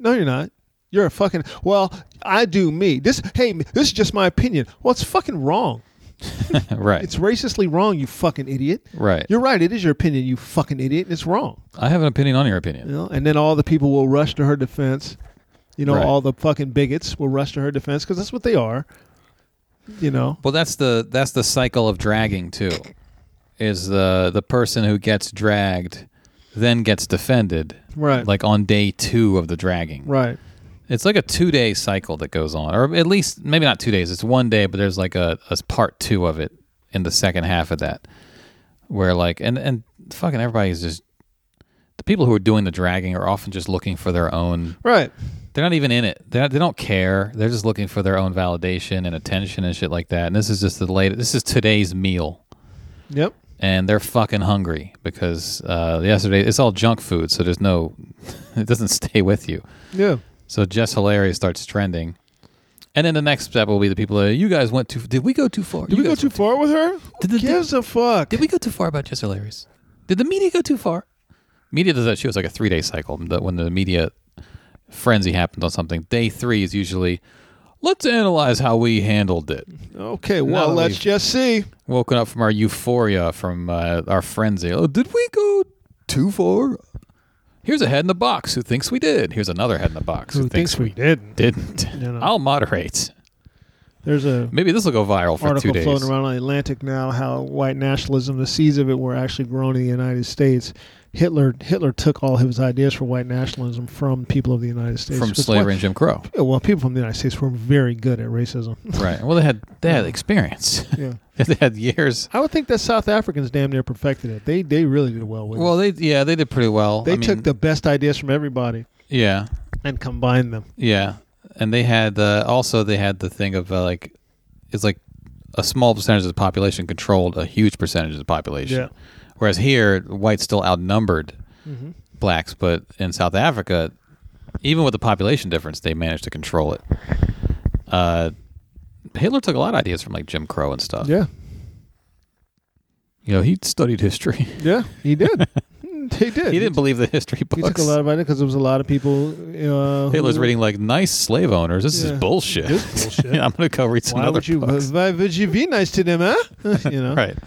[SPEAKER 2] No, you're not. You're a fucking. Well, I do me. This. Hey, this is just my opinion. Well, it's fucking wrong.
[SPEAKER 3] *laughs* right.
[SPEAKER 2] It's racistly wrong. You fucking idiot.
[SPEAKER 3] Right.
[SPEAKER 2] You're right. It is your opinion. You fucking idiot. It's wrong.
[SPEAKER 3] I have an opinion on your
[SPEAKER 2] You
[SPEAKER 3] opinion.
[SPEAKER 2] know. And then all the people will rush to her defense. You know,
[SPEAKER 3] Right.
[SPEAKER 2] all the fucking bigots will rush to her defense because that's what they are. You know.
[SPEAKER 3] Well, that's the that's the cycle of dragging too. Is the the person who gets dragged then gets defended.
[SPEAKER 2] Right.
[SPEAKER 3] Like on day 2 of the dragging.
[SPEAKER 2] Right.
[SPEAKER 3] It's like a 2-day cycle that goes on or at least maybe not 2 days, it's 1 day, but there's like a, a part 2 of it in the second half of that where like and and fucking everybody's just the people who are doing the dragging are often just looking for their own
[SPEAKER 2] Right.
[SPEAKER 3] they're not even in it. They're not, they don't care. They're just looking for their own validation and attention and shit like that. And this is just the latest. This is today's meal.
[SPEAKER 2] Yep.
[SPEAKER 3] and they're fucking hungry because uh, yesterday it's all junk food, so there's no, *laughs* it doesn't stay with you.
[SPEAKER 2] Yeah.
[SPEAKER 3] So Jess Hilarious starts trending, and then the next step will be the people. That, you guys went too. Did we go too far?
[SPEAKER 2] Did we go too far with her? Who
[SPEAKER 3] Did the-
[SPEAKER 2] gives a fuck?
[SPEAKER 3] Did we go too far about Jess Hilarious? Did the media go too far? Media does that. She was like a three day cycle. The- When the media frenzy happens on something, day three is usually. Let's analyze how we handled it.
[SPEAKER 2] okay. Well,
[SPEAKER 3] that
[SPEAKER 2] let's
[SPEAKER 3] we've-
[SPEAKER 2] just see.
[SPEAKER 3] Woken up from our euphoria, from uh, our frenzy. Oh, did we go too far? Here's a head in the box who thinks we did. Here's another head in the box who,
[SPEAKER 2] Who thinks we didn't? *laughs*
[SPEAKER 3] didn't.
[SPEAKER 2] no.
[SPEAKER 3] I'll moderate.
[SPEAKER 2] There's a
[SPEAKER 3] Maybe this will go viral for two
[SPEAKER 2] article
[SPEAKER 3] days.
[SPEAKER 2] floating around on the Atlantic now how white nationalism, the seeds of it, were actually grown in the United States. Hitler Hitler took all his ideas for white nationalism from people of the United States
[SPEAKER 3] from
[SPEAKER 2] Because
[SPEAKER 3] slavery
[SPEAKER 2] white-
[SPEAKER 3] and Jim Crow.
[SPEAKER 2] Yeah, well, people from the United States were very good at racism.
[SPEAKER 3] right. Well, they had they had experience.
[SPEAKER 2] Yeah.
[SPEAKER 3] *laughs* they had years.
[SPEAKER 2] I would think that South Africans damn near perfected it. They they really did well with it.
[SPEAKER 3] Well, they yeah they did pretty well.
[SPEAKER 2] They
[SPEAKER 3] I
[SPEAKER 2] took
[SPEAKER 3] mean,
[SPEAKER 2] the best ideas from everybody
[SPEAKER 3] yeah
[SPEAKER 2] and combined them.
[SPEAKER 3] yeah, and they had uh, also they had the thing of uh, like it's like a small percentage of the population controlled a huge percentage of the population.
[SPEAKER 2] Yeah.
[SPEAKER 3] Whereas here, whites still outnumbered
[SPEAKER 2] Mm-hmm.
[SPEAKER 3] blacks, but in South Africa, even with the population difference, they managed to control it. Uh, Hitler took a lot of ideas from like Jim Crow and stuff.
[SPEAKER 2] Yeah,
[SPEAKER 3] You know, he studied history.
[SPEAKER 2] yeah, he *laughs* did. he did.
[SPEAKER 3] he didn't believe the history books.
[SPEAKER 2] He took a lot of ideas because there was a lot of people. Uh,
[SPEAKER 3] Hitler's
[SPEAKER 2] who-
[SPEAKER 3] reading like nice slave owners. This
[SPEAKER 2] Yeah.
[SPEAKER 3] is bullshit. *laughs*
[SPEAKER 2] This is bullshit.
[SPEAKER 3] I'm gonna go read some
[SPEAKER 2] Why
[SPEAKER 3] other
[SPEAKER 2] would you?
[SPEAKER 3] books.
[SPEAKER 2] Why would you be nice to them, huh? *laughs* you know.
[SPEAKER 3] *laughs* right.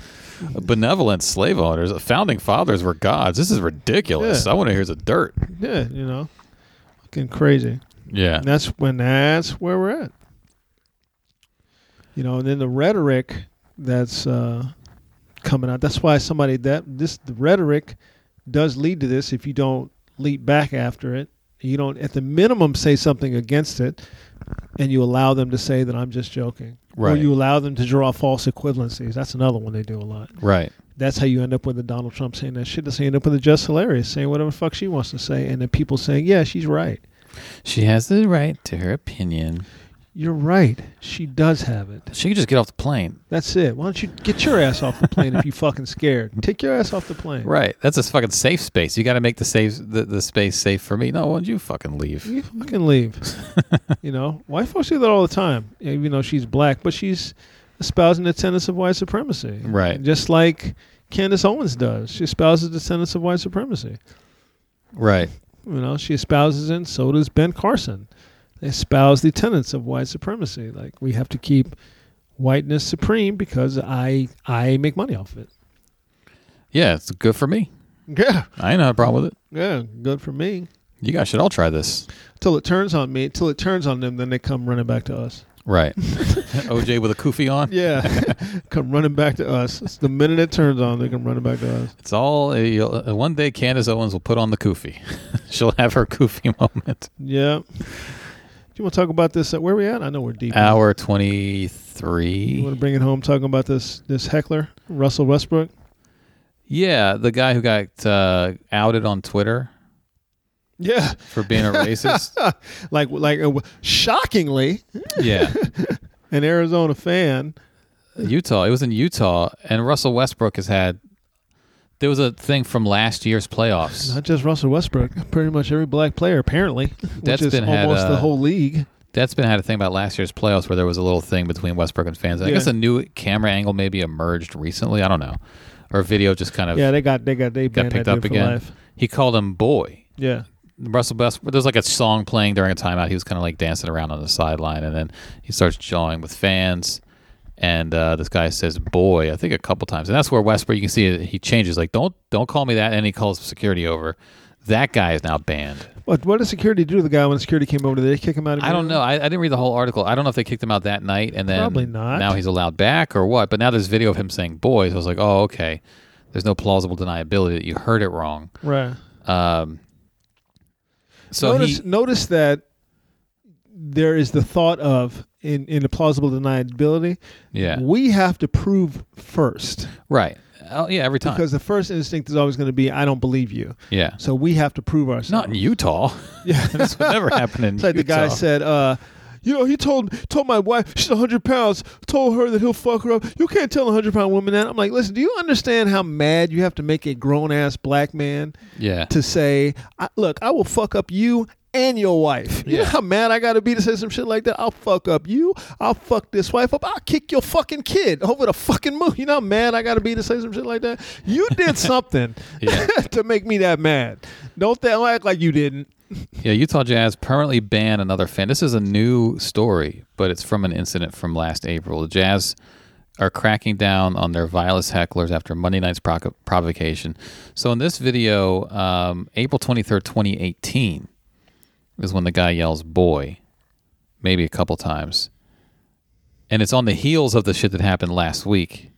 [SPEAKER 3] Benevolent slave owners, founding fathers were gods. This is ridiculous.
[SPEAKER 2] Yeah.
[SPEAKER 3] I want to hear the dirt.
[SPEAKER 2] Yeah, you know, fucking crazy.
[SPEAKER 3] Yeah.
[SPEAKER 2] And that's when that's where we're at. You know, and then the rhetoric that's uh, coming out. That's why somebody that this the rhetoric does lead to this. If you don't leap back after it, you don't at the minimum say something against it, and you allow them to say that I'm just joking, or
[SPEAKER 3] Right.
[SPEAKER 2] you allow them to draw false equivalencies. That's another one they do a lot.
[SPEAKER 3] Right.
[SPEAKER 2] That's how you end up with a Donald Trump saying that shit. That's how you end up with a Just Hilarious saying whatever the fuck she wants to say, and then people saying, "Yeah, she's right."
[SPEAKER 3] She has the right to her opinion.
[SPEAKER 2] You're right. She does have it.
[SPEAKER 3] She could just get off the plane.
[SPEAKER 2] That's it. Why don't you get your ass off the plane if you fucking
[SPEAKER 3] *laughs*
[SPEAKER 2] scared? Take your ass off the plane.
[SPEAKER 3] Right. That's a fucking safe space. You got to make the safe the, the space safe for me. No, why don't you fucking leave?
[SPEAKER 2] You fucking
[SPEAKER 3] *laughs*
[SPEAKER 2] leave. you know, white folks do that all the time. Even though she's black, but she's espousing the tenets of white supremacy.
[SPEAKER 3] Right.
[SPEAKER 2] Just like Candace Owens does. She espouses the tenets of white supremacy.
[SPEAKER 3] Right.
[SPEAKER 2] You know, she espouses it, and so does Ben Carson. They espouse the tenets of white supremacy. Like we have to keep whiteness supreme because I I make money off it.
[SPEAKER 3] Yeah, it's good for me.
[SPEAKER 2] Yeah.
[SPEAKER 3] I ain't had a problem with it.
[SPEAKER 2] Yeah, good for me.
[SPEAKER 3] You guys should all try this.
[SPEAKER 2] Till it turns on me, till it turns on them, then they come running back to us.
[SPEAKER 3] *laughs* Right. OJ with a kufi on.
[SPEAKER 2] Yeah, *laughs* come running back to us. It's the minute it turns on, they come running back to us.
[SPEAKER 3] It's all. you'll- uh, One day, Candace Owens will put on the kufi. *laughs* She'll have her kufi *laughs* moment.
[SPEAKER 2] Yeah. Do you want to talk about this? uh, Where we at? I know we're deep.
[SPEAKER 3] Hour
[SPEAKER 2] You want to
[SPEAKER 3] 23.
[SPEAKER 2] bring it home? Talking about this this heckler, Russell Westbrook.
[SPEAKER 3] Yeah, the guy who got uh, outed on Twitter
[SPEAKER 2] Yeah,
[SPEAKER 3] for being
[SPEAKER 2] *laughs*
[SPEAKER 3] a racist.
[SPEAKER 2] like like uh, shockingly,
[SPEAKER 3] yeah.
[SPEAKER 2] an Arizona fan.
[SPEAKER 3] Utah. It was in Utah. And Russell Westbrook has had. There was a thing from last year's playoffs.
[SPEAKER 2] Not uh, just Russell Westbrook. Pretty much every black player, apparently, *laughs* which
[SPEAKER 3] That's
[SPEAKER 2] is
[SPEAKER 3] been had,
[SPEAKER 2] almost the
[SPEAKER 3] uh,
[SPEAKER 2] whole league.
[SPEAKER 3] That's been had a thing about last year's playoffs where there was a little thing between Westbrook and fans. I
[SPEAKER 2] Yeah.
[SPEAKER 3] guess a new camera angle maybe emerged recently. I don't know. Or video just kind of
[SPEAKER 2] Yeah, they got they got they
[SPEAKER 3] got
[SPEAKER 2] banned
[SPEAKER 3] picked
[SPEAKER 2] that
[SPEAKER 3] up
[SPEAKER 2] dude for
[SPEAKER 3] again.
[SPEAKER 2] life.
[SPEAKER 3] He called him boy.
[SPEAKER 2] Yeah,
[SPEAKER 3] Russell Best, there's like a song playing during a timeout. He was kind of like dancing around on the sideline, and then he starts jawing with fans. And uh, this guy says "boy," I think a couple times, and that's where Westbrook. You can see it, he changes. Like, don't don't call me that, and he calls security over. That guy is now banned.
[SPEAKER 2] What what did security do to the guy when security came over? Did they kick him out?
[SPEAKER 3] I don't know. I, I didn't read the whole article. I don't know if they kicked him out that night, and then
[SPEAKER 2] Probably not.
[SPEAKER 3] Now he's allowed back or what? But now there's video of him saying "boy," so I was like, oh okay. There's no plausible deniability that you heard it wrong.
[SPEAKER 2] Right.
[SPEAKER 3] Um, so
[SPEAKER 2] notice
[SPEAKER 3] he,
[SPEAKER 2] notice that there is the thought of in in the plausible deniability.
[SPEAKER 3] yeah,
[SPEAKER 2] We have to prove first
[SPEAKER 3] right. Oh, yeah, every time.
[SPEAKER 2] because the first instinct is always going to be I don't believe you.
[SPEAKER 3] Yeah.
[SPEAKER 2] So we have to prove
[SPEAKER 3] Not
[SPEAKER 2] ourselves. *laughs*
[SPEAKER 3] in Utah. Yeah. *laughs* this would never happen in
[SPEAKER 2] it's like the
[SPEAKER 3] Utah.
[SPEAKER 2] guy said. uh you know, he told told my wife she's hundred pounds. Told her that he'll fuck her up. You can't tell a hundred pound woman that. I'm like, listen, do you understand how mad you have to make a grown ass black man?
[SPEAKER 3] Yeah.
[SPEAKER 2] To say, I, look, I will fuck up you and your wife. You know
[SPEAKER 3] Yeah.
[SPEAKER 2] how mad I gotta be to say some shit like that? I'll fuck up you. I'll fuck this wife up. I'll kick your fucking kid over the fucking moon. You know how mad I gotta be to say some shit like that? You
[SPEAKER 3] *laughs*
[SPEAKER 2] did something
[SPEAKER 3] Yeah.
[SPEAKER 2] *laughs* to make me that mad. Don't, th- don't act like you didn't.
[SPEAKER 3] Yeah, Utah Jazz permanently ban another fan. This is a new story, but it's from an incident from last April. The Jazz are cracking down on their vilest hecklers after Monday night's proc- provocation. So in this video, um, April 23rd, 2018, is when the guy yells boy, maybe a couple times. And it's on the heels of the shit that happened last week.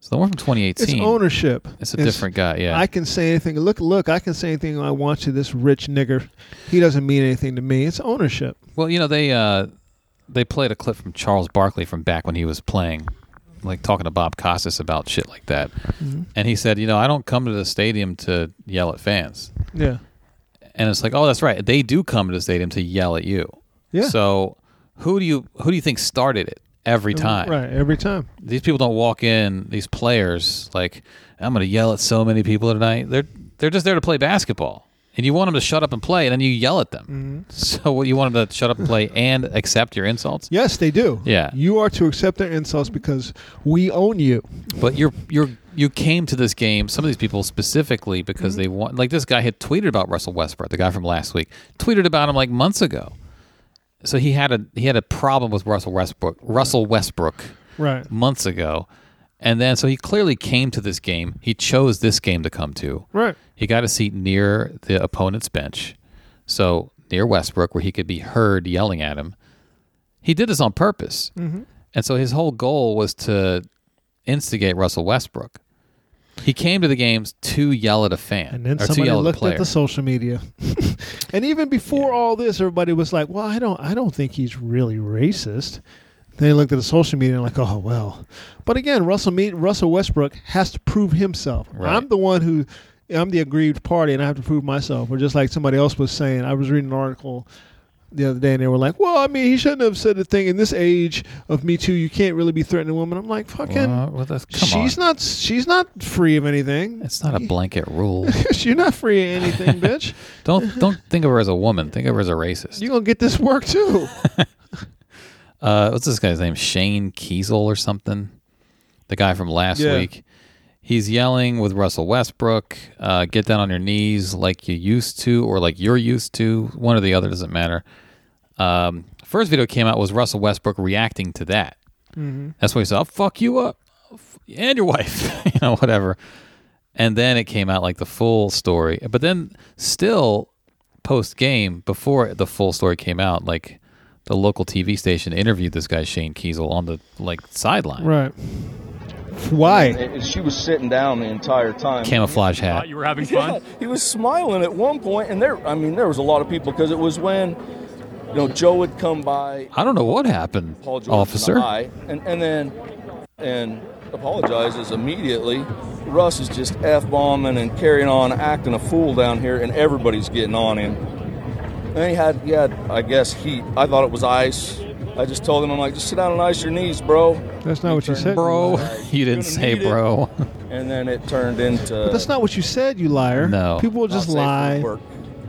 [SPEAKER 3] So the one from 2018.
[SPEAKER 2] It's ownership.
[SPEAKER 3] It's a different guy, yeah.
[SPEAKER 2] I can say anything. Look, look, I can say anything I want to this rich nigger. He doesn't mean anything to me. It's ownership.
[SPEAKER 3] Well, you know they uh, they played a clip from Charles Barkley from back when he was playing, like talking to Bob Costas about shit like that,
[SPEAKER 2] Mm-hmm.
[SPEAKER 3] and he said, you know, I don't come to the stadium to yell at fans,
[SPEAKER 2] Yeah.
[SPEAKER 3] and it's like, oh, that's right, they do come to the stadium to yell at you.
[SPEAKER 2] Yeah.
[SPEAKER 3] So who do you who do you think started it every time?
[SPEAKER 2] Right, every time.
[SPEAKER 3] These people don't walk in. These players like, I'm going to yell at so many people tonight. They're they're just there to play basketball. And you want them to shut up and play, and then you yell at them. *laughs* So, what you want them to shut up and play and accept your insults?
[SPEAKER 2] Yes, they do.
[SPEAKER 3] Yeah.
[SPEAKER 2] You are to accept their insults because we own you.
[SPEAKER 3] But you're you're you came to this game. Some of these people specifically because they want. Like this guy had tweeted about Russell Westbrook, the guy from last week, tweeted about him like months ago. So he had a he had a problem with Russell Westbrook. Russell Westbrook
[SPEAKER 2] Right.
[SPEAKER 3] months ago, and then so he clearly came to this game. He chose this game to come to.
[SPEAKER 2] Right.
[SPEAKER 3] He got a seat near the opponent's bench, so near Westbrook, where he could be heard yelling at him. He did this on purpose,
[SPEAKER 2] Mm-hmm.
[SPEAKER 3] and so his whole goal was to instigate Russell Westbrook. He came to the games to yell at a fan,
[SPEAKER 2] And then
[SPEAKER 3] or to
[SPEAKER 2] somebody
[SPEAKER 3] yell at a
[SPEAKER 2] looked
[SPEAKER 3] player.
[SPEAKER 2] at the social media. *laughs* and even before all this, everybody was like, Well, I don't I don't think he's really racist. Then they looked at the social media and like, oh well. But again, Russell Me- Russell Westbrook has to prove himself.
[SPEAKER 3] Right.
[SPEAKER 2] I'm the one who I'm the aggrieved party and I have to prove myself. Or just like somebody else was saying, I was reading an article the other day and they were like, Well, I mean, he shouldn't have said a thing in this age of Me Too, you can't really be threatening women. I'm like, fucking
[SPEAKER 3] Uh, Well, well, that's- come
[SPEAKER 2] She's
[SPEAKER 3] on.
[SPEAKER 2] not she's not free of anything.
[SPEAKER 3] It's not a blanket
[SPEAKER 2] *laughs*
[SPEAKER 3] rule.
[SPEAKER 2] You're not free of *laughs* anything, bitch.
[SPEAKER 3] don't don't think of her as a woman. Think of her as a racist.
[SPEAKER 2] You're gonna get this work too.
[SPEAKER 3] uh, what's this guy's name? Shane Kiesel or something? The guy from last
[SPEAKER 2] Yeah.
[SPEAKER 3] week. He's yelling with Russell Westbrook. Uh, get down on your knees like you used to, or like you're used to. One or the other doesn't matter. Um, first video came out was Russell Westbrook reacting to that. That's why he said, "I'll fuck you up, I'll f- and your wife," *laughs* you know, whatever. And then it came out like the full story. But then still post game, before the full story came out, like the local TV station interviewed this guy Shane Kiesel on the like sideline,
[SPEAKER 2] right. Why?
[SPEAKER 9] And she was sitting down the entire time.
[SPEAKER 3] camouflage hat.
[SPEAKER 10] You were having fun.
[SPEAKER 9] He was smiling at one point, and there, I mean, there was a lot of people because it was when, you know, Joe would come by,
[SPEAKER 3] I don't know what happened,
[SPEAKER 9] Paul George,
[SPEAKER 3] officer.
[SPEAKER 9] And, I, and, and then, and apologizes immediately. Russ is just f bombing and carrying on, acting a fool down here, and everybody's getting on him. And he had, he had, I guess, heat. I thought it was ice. I just told him, I'm like, just sit down and ice your knees, bro.
[SPEAKER 2] That's not what you
[SPEAKER 9] *laughs*
[SPEAKER 2] said,
[SPEAKER 3] *laughs* Bro, you
[SPEAKER 9] You're
[SPEAKER 3] didn't
[SPEAKER 9] gonna
[SPEAKER 3] say
[SPEAKER 9] need it.
[SPEAKER 3] bro.
[SPEAKER 9] And then it turned into.
[SPEAKER 2] But that's not what you said, you liar.
[SPEAKER 3] No.
[SPEAKER 2] People will
[SPEAKER 9] not
[SPEAKER 2] just
[SPEAKER 9] safe for
[SPEAKER 2] lie.
[SPEAKER 9] work.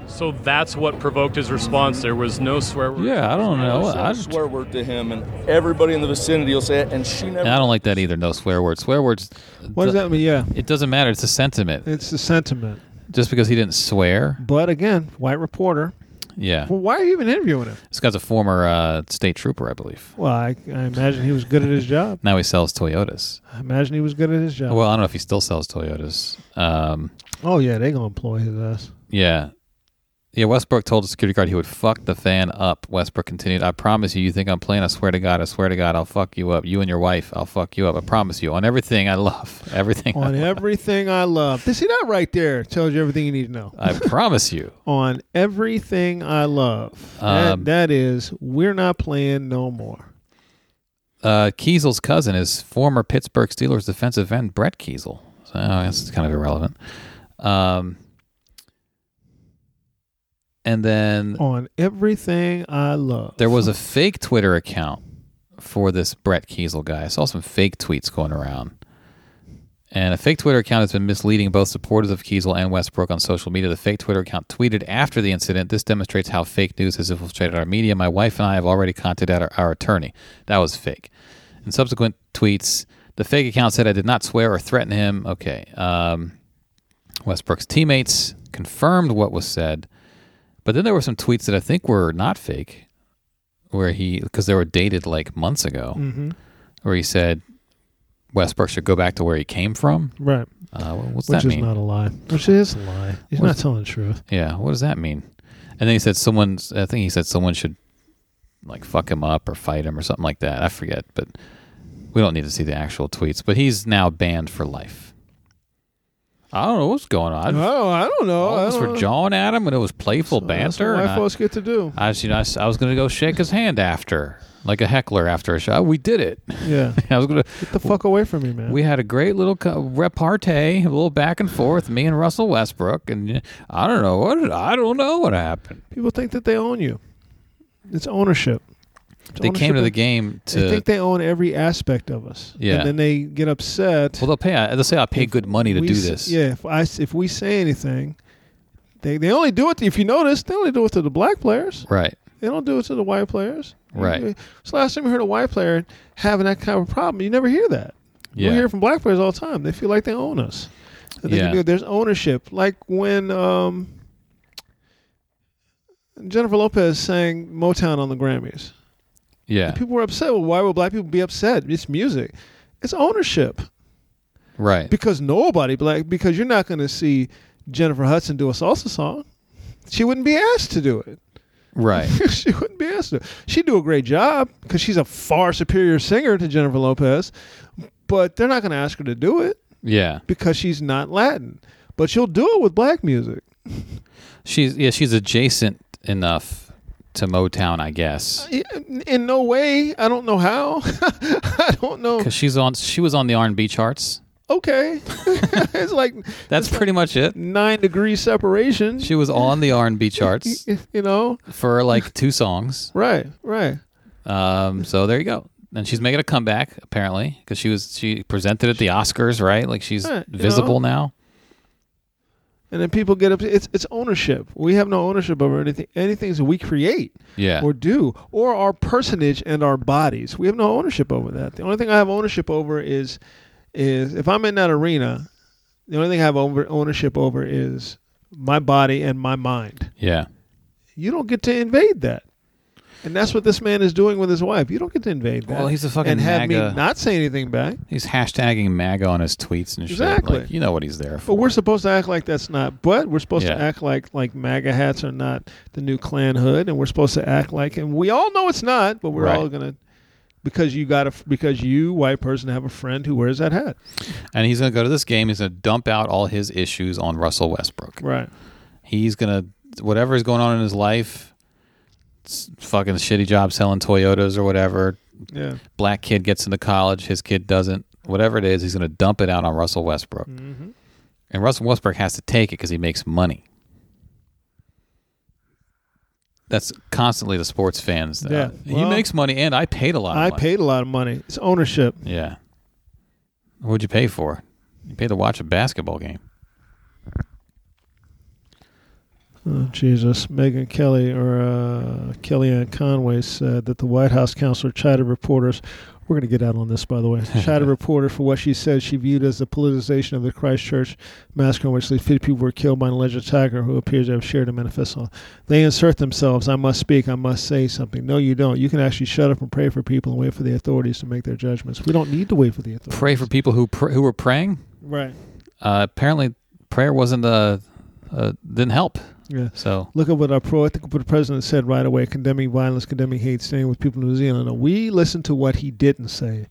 [SPEAKER 10] So that's what provoked his response. There was no swear word.
[SPEAKER 3] *laughs* yeah, I don't know.
[SPEAKER 9] said
[SPEAKER 3] I
[SPEAKER 9] a swear word to him, and everybody in the vicinity will say it, and she never.
[SPEAKER 3] I don't like that either. No swear words. Swear words.
[SPEAKER 2] What does that mean? Yeah,
[SPEAKER 3] It doesn't matter. It's a sentiment.
[SPEAKER 2] it's the sentiment.
[SPEAKER 3] Just because he didn't swear.
[SPEAKER 2] But again, white reporter.
[SPEAKER 3] Yeah.
[SPEAKER 2] Well, why are you even interviewing him?
[SPEAKER 3] This guy's a former uh, state trooper, I believe.
[SPEAKER 2] Well, I, I imagine he was good at his job.
[SPEAKER 3] Now he sells Toyotas.
[SPEAKER 2] I imagine he was good at his job.
[SPEAKER 3] Well, I don't know if he still sells Toyotas. Um,
[SPEAKER 2] oh yeah, they gonna employ his ass.
[SPEAKER 3] yeah. Yeah, Westbrook told the security guard he would fuck the fan up. Westbrook continued, I promise you, you think I'm playing? I swear to God, I swear to God, I'll fuck you up. You and your wife, I'll fuck you up. I promise you. On everything I love. *laughs* Everything. I,
[SPEAKER 2] *laughs* On
[SPEAKER 3] love.
[SPEAKER 2] everything I love. See that right there tells you everything you need to know.
[SPEAKER 3] I promise you.
[SPEAKER 2] On everything I love. That-
[SPEAKER 3] Um,
[SPEAKER 2] that is, we're not playing no more.
[SPEAKER 3] Uh, Kiesel's cousin is former Pittsburgh Steelers defensive end Brett Kiesel. So oh, that's kind of irrelevant. Um, and then
[SPEAKER 2] on everything I love.
[SPEAKER 3] There was a fake Twitter account for this Brett Kiesel guy. I saw some fake tweets going around. And a fake Twitter account has been misleading both supporters of Kiesel and Westbrook on social media. The fake Twitter account tweeted after the incident, This demonstrates how fake news has infiltrated our media. My wife and I have already contacted our, our attorney. That was fake. In subsequent tweets, the fake account said, I did not swear or threaten him. Okay. Um, Westbrook's teammates confirmed what was said. But then there were some tweets that I think were not fake, where he, because they were dated like months ago,
[SPEAKER 2] Mhm.
[SPEAKER 3] where he said Westbrook should go back to where he came from.
[SPEAKER 2] Right.
[SPEAKER 3] Uh, wha- what's
[SPEAKER 2] Which
[SPEAKER 3] that
[SPEAKER 2] is
[SPEAKER 3] mean?
[SPEAKER 2] not a lie. Which is a lie. He's not
[SPEAKER 3] What's-
[SPEAKER 2] telling the truth.
[SPEAKER 3] yeah. What does that mean? And then he said someone, I think he said someone should like fuck him up or fight him or something like that. I forget, but we don't need to see the actual tweets. But he's now banned for life. I don't know what's going on.
[SPEAKER 2] Oh, I don't know.
[SPEAKER 3] All of us were jawing at him, and it was playful
[SPEAKER 2] That's what
[SPEAKER 3] banter. and
[SPEAKER 2] white
[SPEAKER 3] I-
[SPEAKER 2] folks get to do.
[SPEAKER 3] I, was- you know, I, s- I was going to go shake his hand after, like a heckler after a shot. We did it.
[SPEAKER 2] Yeah.
[SPEAKER 3] *laughs* I was going to.
[SPEAKER 2] Get the fuck away from me, man.
[SPEAKER 3] We had a great little co- repartee, a little back and forth, me and Russell Westbrook, and uh, I don't know what I don't know what happened.
[SPEAKER 2] People think that they own you. It's ownership. It's
[SPEAKER 3] They
[SPEAKER 2] ownership
[SPEAKER 3] came to the
[SPEAKER 2] of-
[SPEAKER 3] game
[SPEAKER 2] They
[SPEAKER 3] to
[SPEAKER 2] think they own every aspect of us.
[SPEAKER 3] Yeah.
[SPEAKER 2] And then they get upset.
[SPEAKER 3] well, they'll pay. uh, They'll say I paid good money to
[SPEAKER 2] we
[SPEAKER 3] do
[SPEAKER 2] s-
[SPEAKER 3] this.
[SPEAKER 2] Yeah, if I s- if we say anything, they they only do it. If you notice, they only do it to the black players.
[SPEAKER 3] Right.
[SPEAKER 2] They don't do it to the white players.
[SPEAKER 3] Right.
[SPEAKER 2] So last time you heard a white player having that kind of problem, you never hear that.
[SPEAKER 3] Yeah.
[SPEAKER 2] We hear it from black players all the time. They feel like they own us. They think
[SPEAKER 3] Yeah.
[SPEAKER 2] that There's ownership. Like when um, Jennifer Lopez sang Motown on the Grammys.
[SPEAKER 3] Yeah.
[SPEAKER 2] And people were upset. Well, why would black people be upset? It's music. It's ownership
[SPEAKER 3] Right.
[SPEAKER 2] because nobody black because you're not going to see Jennifer Hudson do a salsa song. She wouldn't be asked to do it. *laughs*
[SPEAKER 3] Right.
[SPEAKER 2] she wouldn't be asked to. She'd do a great job because she's a far superior singer to Jennifer Lopez, but they're not going to ask her to do it
[SPEAKER 3] Yeah.
[SPEAKER 2] because she's not Latin. But she'll do it with black music.
[SPEAKER 3] She's yeah. She's adjacent enough to Motown, I guess.
[SPEAKER 2] In, in no way, I don't know how. *laughs* I don't know.
[SPEAKER 3] Because she's on, she was on the R and B charts.
[SPEAKER 2] Okay, *laughs* it's like
[SPEAKER 3] That's pretty much it.
[SPEAKER 2] nine degree separation.
[SPEAKER 3] She was on the R and
[SPEAKER 2] *laughs*
[SPEAKER 3] B charts
[SPEAKER 2] you know,
[SPEAKER 3] for like two songs.
[SPEAKER 2] right, right.
[SPEAKER 3] Um, so there you go. And she's making a comeback apparently because she was she presented at the Oscars, right? Like she's
[SPEAKER 2] Right, you
[SPEAKER 3] visible now.
[SPEAKER 2] and then people get up. It's it's ownership. We have no ownership over anything. Anything that we create
[SPEAKER 3] Yeah.
[SPEAKER 2] or do or our personage and our bodies. We have no ownership over that. The only thing I have ownership over is is if I'm in that arena. The only thing I have over ownership over is my body and my mind.
[SPEAKER 3] Yeah.
[SPEAKER 2] You don't get to invade that. And that's what this man is doing with his wife. You don't get to invade that.
[SPEAKER 3] Well, he's a fucking
[SPEAKER 2] and have
[SPEAKER 3] MAGA.
[SPEAKER 2] me not say anything back.
[SPEAKER 3] He's hashtagging MAGA on his tweets and shit.
[SPEAKER 2] Exactly.
[SPEAKER 3] Like you know what he's there
[SPEAKER 2] But
[SPEAKER 3] for.
[SPEAKER 2] we're supposed to act like that's not. But we're supposed
[SPEAKER 3] Yeah.
[SPEAKER 2] to act like like MAGA hats are not the new Klan hood, and we're supposed to act like, and we all know it's not. But we're
[SPEAKER 3] Right.
[SPEAKER 2] all gonna because you got a because you white person have a friend who wears that hat,
[SPEAKER 3] And he's gonna go to this game. He's gonna dump out all his issues on Russell Westbrook.
[SPEAKER 2] right?
[SPEAKER 3] He's gonna whatever is going on in his life. s- Fucking shitty job selling Toyotas or whatever.
[SPEAKER 2] Yeah,
[SPEAKER 3] black kid gets into college, his kid doesn't, whatever it is, he's going to dump it out on Russell Westbrook.
[SPEAKER 2] Mm-hmm.
[SPEAKER 3] And Russell Westbrook has to take it because he makes money. That's constantly the sports fans. uh,
[SPEAKER 2] Yeah,
[SPEAKER 3] he
[SPEAKER 2] well,
[SPEAKER 3] makes money, and I paid a lot. Of
[SPEAKER 2] I
[SPEAKER 3] money.
[SPEAKER 2] paid a lot of money. It's ownership.
[SPEAKER 3] Yeah. What'd you pay for? You paid to watch a basketball game.
[SPEAKER 2] Oh, Jesus, Megan Kelly or uh, Kellyanne Conway said that the White House counselor chided reporters. We're going to get out on this, by the way. Chided reporter for what she said she viewed as the politicization of the Christchurch massacre, in which at least 50 people were killed by an alleged attacker who appears to have shared a manifesto. They insert themselves. I must speak. I must say something. No, you don't. You can actually shut up and pray for people and wait for the authorities to make their judgments. We don't need to wait for the authorities.
[SPEAKER 3] Pray for people who pr- who were praying.
[SPEAKER 2] Right.
[SPEAKER 3] Uh, apparently, prayer wasn't uh uh, didn't help.
[SPEAKER 2] Yeah.
[SPEAKER 3] So
[SPEAKER 2] Look at what our pro, I think what the president said right away: condemning violence, condemning hate, staying with people in New Zealand. And we listened to what he didn't say.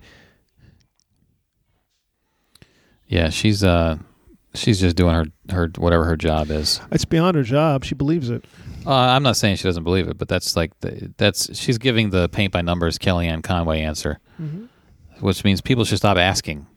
[SPEAKER 3] yeah, she's uh she's just doing her her whatever her job is.
[SPEAKER 2] It's beyond her job. She believes it.
[SPEAKER 3] Uh, I'm not saying she doesn't believe it, but that's like the, that's she's giving the paint by numbers Kellyanne Conway answer,
[SPEAKER 2] Mm-hmm.
[SPEAKER 3] which means people should stop asking.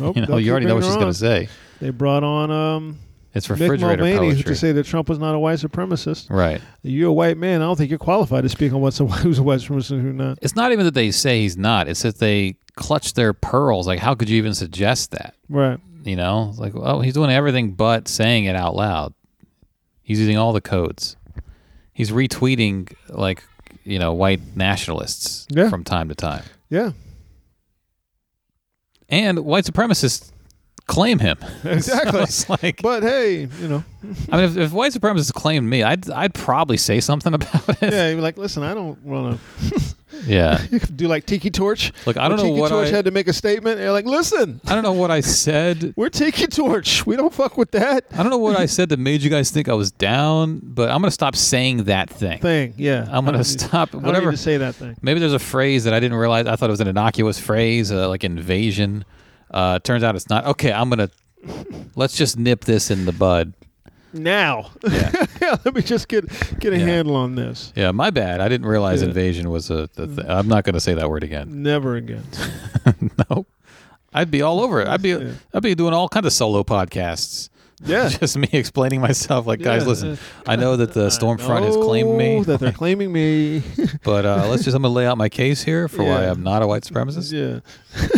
[SPEAKER 2] Nope,
[SPEAKER 3] you know,
[SPEAKER 2] they'll
[SPEAKER 3] you already
[SPEAKER 2] keep
[SPEAKER 3] know what she's
[SPEAKER 2] bringing her
[SPEAKER 3] going
[SPEAKER 2] on.
[SPEAKER 3] to say.
[SPEAKER 2] They brought on um,
[SPEAKER 3] It's
[SPEAKER 2] Mick
[SPEAKER 3] refrigerator
[SPEAKER 2] Mulvaney, who
[SPEAKER 3] poetry.
[SPEAKER 2] to say that Trump was not a white supremacist.
[SPEAKER 3] Right.
[SPEAKER 2] You're a white man. I don't think you're qualified to speak on what's a, *laughs* who's a white supremacist and who's not.
[SPEAKER 3] It's not even that they say he's not. It's that they clutch their pearls. Like, how could you even suggest that?
[SPEAKER 2] Right.
[SPEAKER 3] You know, It's like, oh, he's doing everything but saying it out loud. He's using all the codes. He's retweeting like, you know, white nationalists
[SPEAKER 2] Yeah.
[SPEAKER 3] from time to time,
[SPEAKER 2] Yeah.
[SPEAKER 3] and white supremacists claim him. *laughs*
[SPEAKER 2] Exactly.
[SPEAKER 3] it's like,
[SPEAKER 2] But hey, you know.
[SPEAKER 3] I mean, if, if white supremacists claimed me, I'd I'd probably say something *laughs* about it.
[SPEAKER 2] Yeah, you're like, listen, I don't want
[SPEAKER 3] Yeah.
[SPEAKER 2] to *laughs* do like Tiki Torch.
[SPEAKER 3] Look, I
[SPEAKER 2] When
[SPEAKER 3] don't know
[SPEAKER 2] Tiki
[SPEAKER 3] what
[SPEAKER 2] Torch
[SPEAKER 3] I-
[SPEAKER 2] had to make a statement. And they're like, listen,
[SPEAKER 3] I don't know what I said.
[SPEAKER 2] we're Tiki Torch. We don't fuck with that
[SPEAKER 3] I don't know what I said that made you guys think I was down, but I'm gonna stop saying that thing.
[SPEAKER 2] thing. Yeah.
[SPEAKER 3] I'm
[SPEAKER 2] I
[SPEAKER 3] gonna
[SPEAKER 2] don't
[SPEAKER 3] stop.
[SPEAKER 2] need- I don't
[SPEAKER 3] whatever.
[SPEAKER 2] need to say that thing.
[SPEAKER 3] Maybe there's a phrase that I didn't realize. I thought it was an innocuous phrase, uh, like invasion. Uh, turns out it's not. Okay, I'm gonna let's just nip this in the bud.
[SPEAKER 2] Now. Yeah. *laughs* let me just get get a
[SPEAKER 3] Yeah.
[SPEAKER 2] handle on this.
[SPEAKER 3] Yeah, my bad. I didn't realize
[SPEAKER 2] Yeah.
[SPEAKER 3] invasion was a. a th- I'm not gonna say that word again.
[SPEAKER 2] Never
[SPEAKER 3] *laughs*
[SPEAKER 2] again.
[SPEAKER 3] no, I'd be all over it. I'd be
[SPEAKER 2] Yeah.
[SPEAKER 3] I'd be doing all kinds of solo podcasts.
[SPEAKER 2] *laughs* Yeah.
[SPEAKER 3] just me explaining myself. Like, guys,
[SPEAKER 2] Yeah.
[SPEAKER 3] listen, I know
[SPEAKER 2] *laughs*
[SPEAKER 3] that the storm front has claimed
[SPEAKER 2] Oh,
[SPEAKER 3] me,
[SPEAKER 2] That they're claiming
[SPEAKER 3] *laughs*
[SPEAKER 2] me.
[SPEAKER 3] but uh, let's just I'm gonna lay out my case here for why
[SPEAKER 2] Yeah.
[SPEAKER 3] I'm not a white supremacist.
[SPEAKER 2] yeah.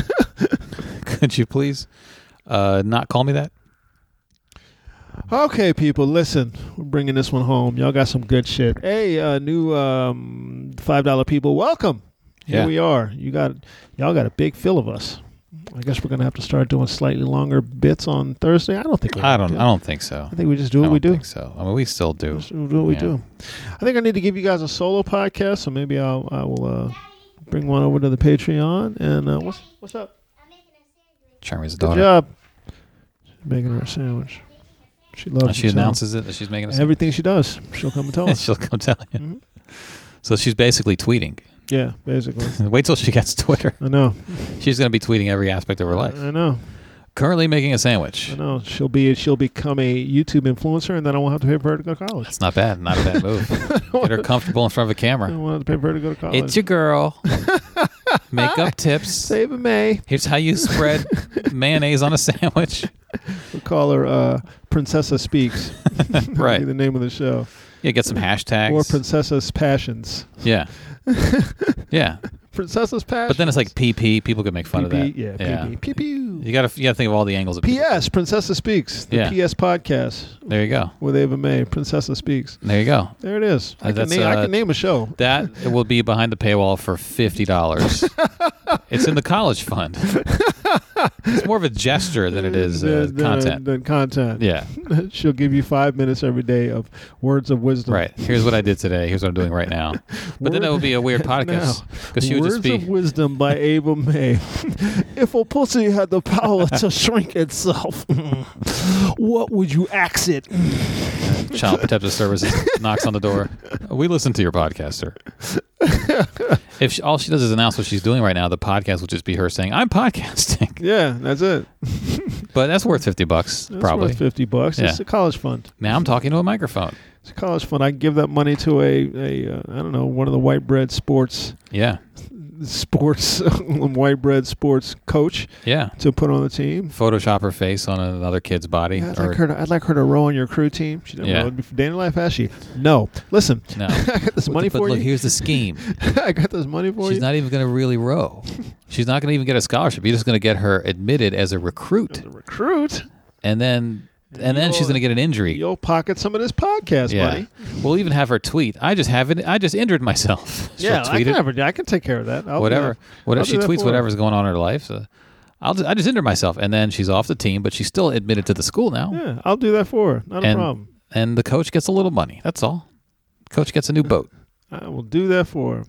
[SPEAKER 3] Could you please uh, not call me that?
[SPEAKER 2] Okay, people, listen. We're bringing this one home. Y'all got some good shit. Hey, uh, new um, five dollar people, welcome. Here
[SPEAKER 3] Yeah.
[SPEAKER 2] we are. You got y'all got a big fill of us. I guess we're gonna have to start doing slightly longer bits on Thursday. I don't think. We're
[SPEAKER 3] I don't.
[SPEAKER 2] gonna
[SPEAKER 3] I don't think so.
[SPEAKER 2] I think we just do
[SPEAKER 3] I
[SPEAKER 2] what we
[SPEAKER 3] don't
[SPEAKER 2] do.
[SPEAKER 3] think so. I mean, we still do.
[SPEAKER 2] Just do what we
[SPEAKER 3] Yeah.
[SPEAKER 2] do. I think I need to give you guys a solo podcast, so maybe I'll I will uh, bring one over to the Patreon. And uh, what's what's up?
[SPEAKER 3] Charmy's
[SPEAKER 2] Good
[SPEAKER 3] daughter.
[SPEAKER 2] job. Making her a sandwich. She loves.
[SPEAKER 3] Uh, She
[SPEAKER 2] it, so
[SPEAKER 3] announces it that she's making a sandwich.
[SPEAKER 2] everything she does. She'll come and tell us.
[SPEAKER 3] *laughs* She'll come tell you.
[SPEAKER 2] Mm-hmm.
[SPEAKER 3] So she's basically tweeting. *laughs*
[SPEAKER 2] Yeah, basically.
[SPEAKER 3] Wait till she
[SPEAKER 2] *laughs*
[SPEAKER 3] gets Twitter.
[SPEAKER 2] I know.
[SPEAKER 3] She's going to be tweeting every aspect of her life.
[SPEAKER 2] I know.
[SPEAKER 3] Currently making a sandwich.
[SPEAKER 2] Uh, I know. She'll be she'll become a YouTube influencer, and then I won't have to pay for her to go to college.
[SPEAKER 3] It's not bad. Not a bad move.
[SPEAKER 2] *laughs*
[SPEAKER 3] Get her comfortable in front of a
[SPEAKER 2] I don't
[SPEAKER 3] camera.
[SPEAKER 2] want to pay for her to go to college.
[SPEAKER 3] It's your girl. Makeup
[SPEAKER 2] *laughs*
[SPEAKER 3] tips.
[SPEAKER 2] Save a May.
[SPEAKER 3] Here's how
[SPEAKER 2] *laughs*
[SPEAKER 3] you spread mayonnaise on a sandwich.
[SPEAKER 2] We'll call her uh, Princessa Speaks. That'll *laughs* be
[SPEAKER 3] *laughs* Right.
[SPEAKER 2] the name of the show.
[SPEAKER 3] Yeah, get some hashtags.
[SPEAKER 2] Or Princessa's Passions.
[SPEAKER 3] yeah. Yeah.
[SPEAKER 2] Princessa's Passions.
[SPEAKER 3] But then it's like PP. People could make fun of that.
[SPEAKER 2] PP, yeah, PP. Pew, pew.
[SPEAKER 3] You gotta you gotta think of all the angles. Of people.
[SPEAKER 2] P.S. Princessa Speaks. The
[SPEAKER 3] Yeah.
[SPEAKER 2] P.S. podcast
[SPEAKER 3] There you go.
[SPEAKER 2] with Ava May. Princessa Speaks.
[SPEAKER 3] There you go.
[SPEAKER 2] There it is. I,
[SPEAKER 3] Uh,
[SPEAKER 2] can,
[SPEAKER 3] that's,
[SPEAKER 2] name, I
[SPEAKER 3] uh,
[SPEAKER 2] can name a show. *laughs*
[SPEAKER 3] That will be behind the paywall for fifty dollars. it's in the college fund. It's more of a gesture than
[SPEAKER 2] *laughs*
[SPEAKER 3] it is uh,
[SPEAKER 2] Than- than-
[SPEAKER 3] content.
[SPEAKER 2] than content.
[SPEAKER 3] Yeah,
[SPEAKER 2] She'll give you five minutes every day of words of wisdom.
[SPEAKER 3] right. Here's what I did today. Here's what I'm doing
[SPEAKER 2] *laughs*
[SPEAKER 3] right now. But then that would be a weird
[SPEAKER 2] Now,
[SPEAKER 3] podcast because she would
[SPEAKER 2] words
[SPEAKER 3] just be
[SPEAKER 2] of wisdom by Ava May. if a pussy had the power to shrink itself, what would you axe it?
[SPEAKER 3] Child
[SPEAKER 2] *laughs*
[SPEAKER 3] Protective Services knocks on the door. We listen to your podcast, sir. if she, all she does is announce what she's doing right now, the podcast will just be her saying, "I'm podcasting," *laughs*
[SPEAKER 2] Yeah, that's it.
[SPEAKER 3] but that's worth fifty bucks
[SPEAKER 2] That's
[SPEAKER 3] probably.
[SPEAKER 2] worth fifty bucks. It's
[SPEAKER 3] Yeah.
[SPEAKER 2] a college fund.
[SPEAKER 3] Now I'm talking to a microphone.
[SPEAKER 2] It's a college fund. I can give that money to a, a uh, I don't know one of the white bread sports
[SPEAKER 3] Yeah,
[SPEAKER 2] sports *laughs* white bread sports coach
[SPEAKER 3] yeah.
[SPEAKER 2] to put on the team.
[SPEAKER 3] Photoshop her face on another kid's body.
[SPEAKER 2] Yeah, I'd
[SPEAKER 3] or-
[SPEAKER 2] like her. To, I'd like her to row on your crew team. She didn't
[SPEAKER 3] Yeah.
[SPEAKER 2] row before. Danny Life has she? No. Listen, *laughs*
[SPEAKER 3] no.
[SPEAKER 2] I got this money
[SPEAKER 3] but
[SPEAKER 2] for
[SPEAKER 3] look,
[SPEAKER 2] you.
[SPEAKER 3] here's the scheme.
[SPEAKER 2] *laughs* I got this money for
[SPEAKER 3] She's
[SPEAKER 2] you.
[SPEAKER 3] not even going to really row. She's not going to even get a scholarship. You're just going to get her admitted as a recruit,
[SPEAKER 2] Recruit.
[SPEAKER 3] and then and then she's going to get an injury.
[SPEAKER 2] You'll pocket some of this podcast
[SPEAKER 3] yeah.
[SPEAKER 2] money.
[SPEAKER 3] We'll even have her tweet. I just haven't. I just injured myself. *laughs* She'll
[SPEAKER 2] yeah, I
[SPEAKER 3] tweet
[SPEAKER 2] can,
[SPEAKER 3] it.
[SPEAKER 2] have her- I can take care of that. I'll do
[SPEAKER 3] whatever.
[SPEAKER 2] that. I'll
[SPEAKER 3] Whatever she
[SPEAKER 2] do that
[SPEAKER 3] tweets,
[SPEAKER 2] for her.
[SPEAKER 3] whatever's going on in her life. So I'll just, I just injured myself, and then she's off the team, but she's still admitted to the school now.
[SPEAKER 2] Yeah, I'll do that for her. Not a
[SPEAKER 3] and
[SPEAKER 2] problem.
[SPEAKER 3] and the coach gets a little money. That's all. Coach gets a new boat.
[SPEAKER 2] I will do that for her.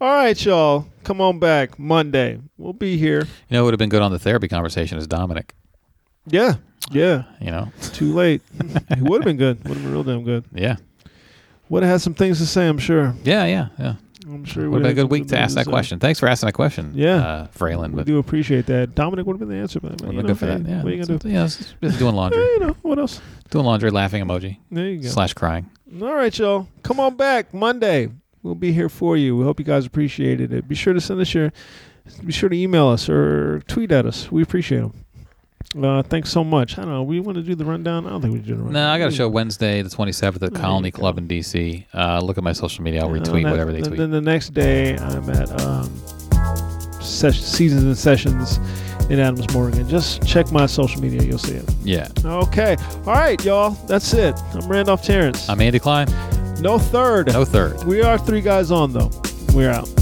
[SPEAKER 2] All right, y'all. Come on back Monday. We'll be here.
[SPEAKER 3] You know, it would have been good on the therapy conversation is Dominic.
[SPEAKER 2] Yeah. Yeah.
[SPEAKER 3] You know, *laughs*
[SPEAKER 2] Too late. it would have been good. Would have been real damn good.
[SPEAKER 3] yeah,
[SPEAKER 2] Would have had some things to say, I'm sure.
[SPEAKER 3] yeah, yeah, yeah.
[SPEAKER 2] I'm sure.
[SPEAKER 3] Would have been a
[SPEAKER 2] had
[SPEAKER 3] good
[SPEAKER 2] some
[SPEAKER 3] week to ask
[SPEAKER 2] things
[SPEAKER 3] that
[SPEAKER 2] say.
[SPEAKER 3] question. Thanks for asking that question.
[SPEAKER 2] uh, Yeah.
[SPEAKER 3] uh, Fralin,
[SPEAKER 2] We
[SPEAKER 3] but
[SPEAKER 2] do appreciate that. Dominic would have been the answer, but
[SPEAKER 3] would
[SPEAKER 2] you
[SPEAKER 3] have been
[SPEAKER 2] know,
[SPEAKER 3] good for
[SPEAKER 2] hey,
[SPEAKER 3] that. Yeah,
[SPEAKER 2] What are you gonna do?
[SPEAKER 3] Yeah, it's just doing laundry,
[SPEAKER 2] Eh, you know what else?
[SPEAKER 3] doing laundry, laughing emoji
[SPEAKER 2] There you go.
[SPEAKER 3] slash crying.
[SPEAKER 2] All right, y'all. Come on back Monday. We'll be here for you. We hope you guys appreciated it. Be sure to send us your. Be sure to email us or tweet at us. We appreciate them. Uh, thanks so much. I don't know. We want to do the rundown. I don't think we do the rundown.
[SPEAKER 3] No, I got a show Wednesday, the 27th at Colony Club in DC. Uh, look at my social media. I'll retweet
[SPEAKER 2] that-
[SPEAKER 3] whatever they
[SPEAKER 2] then-
[SPEAKER 3] tweet.
[SPEAKER 2] Then the next day, I'm at um, sesh- Seasons and Sessions in Adams Morgan. Just check my social media. You'll see it.
[SPEAKER 3] Yeah.
[SPEAKER 2] Okay. All right, y'all. That's it. I'm Randolph Terrence. *laughs*
[SPEAKER 3] I'm Andy Klein.
[SPEAKER 2] No third.
[SPEAKER 3] No third.
[SPEAKER 2] We are three guys on, though. We're out.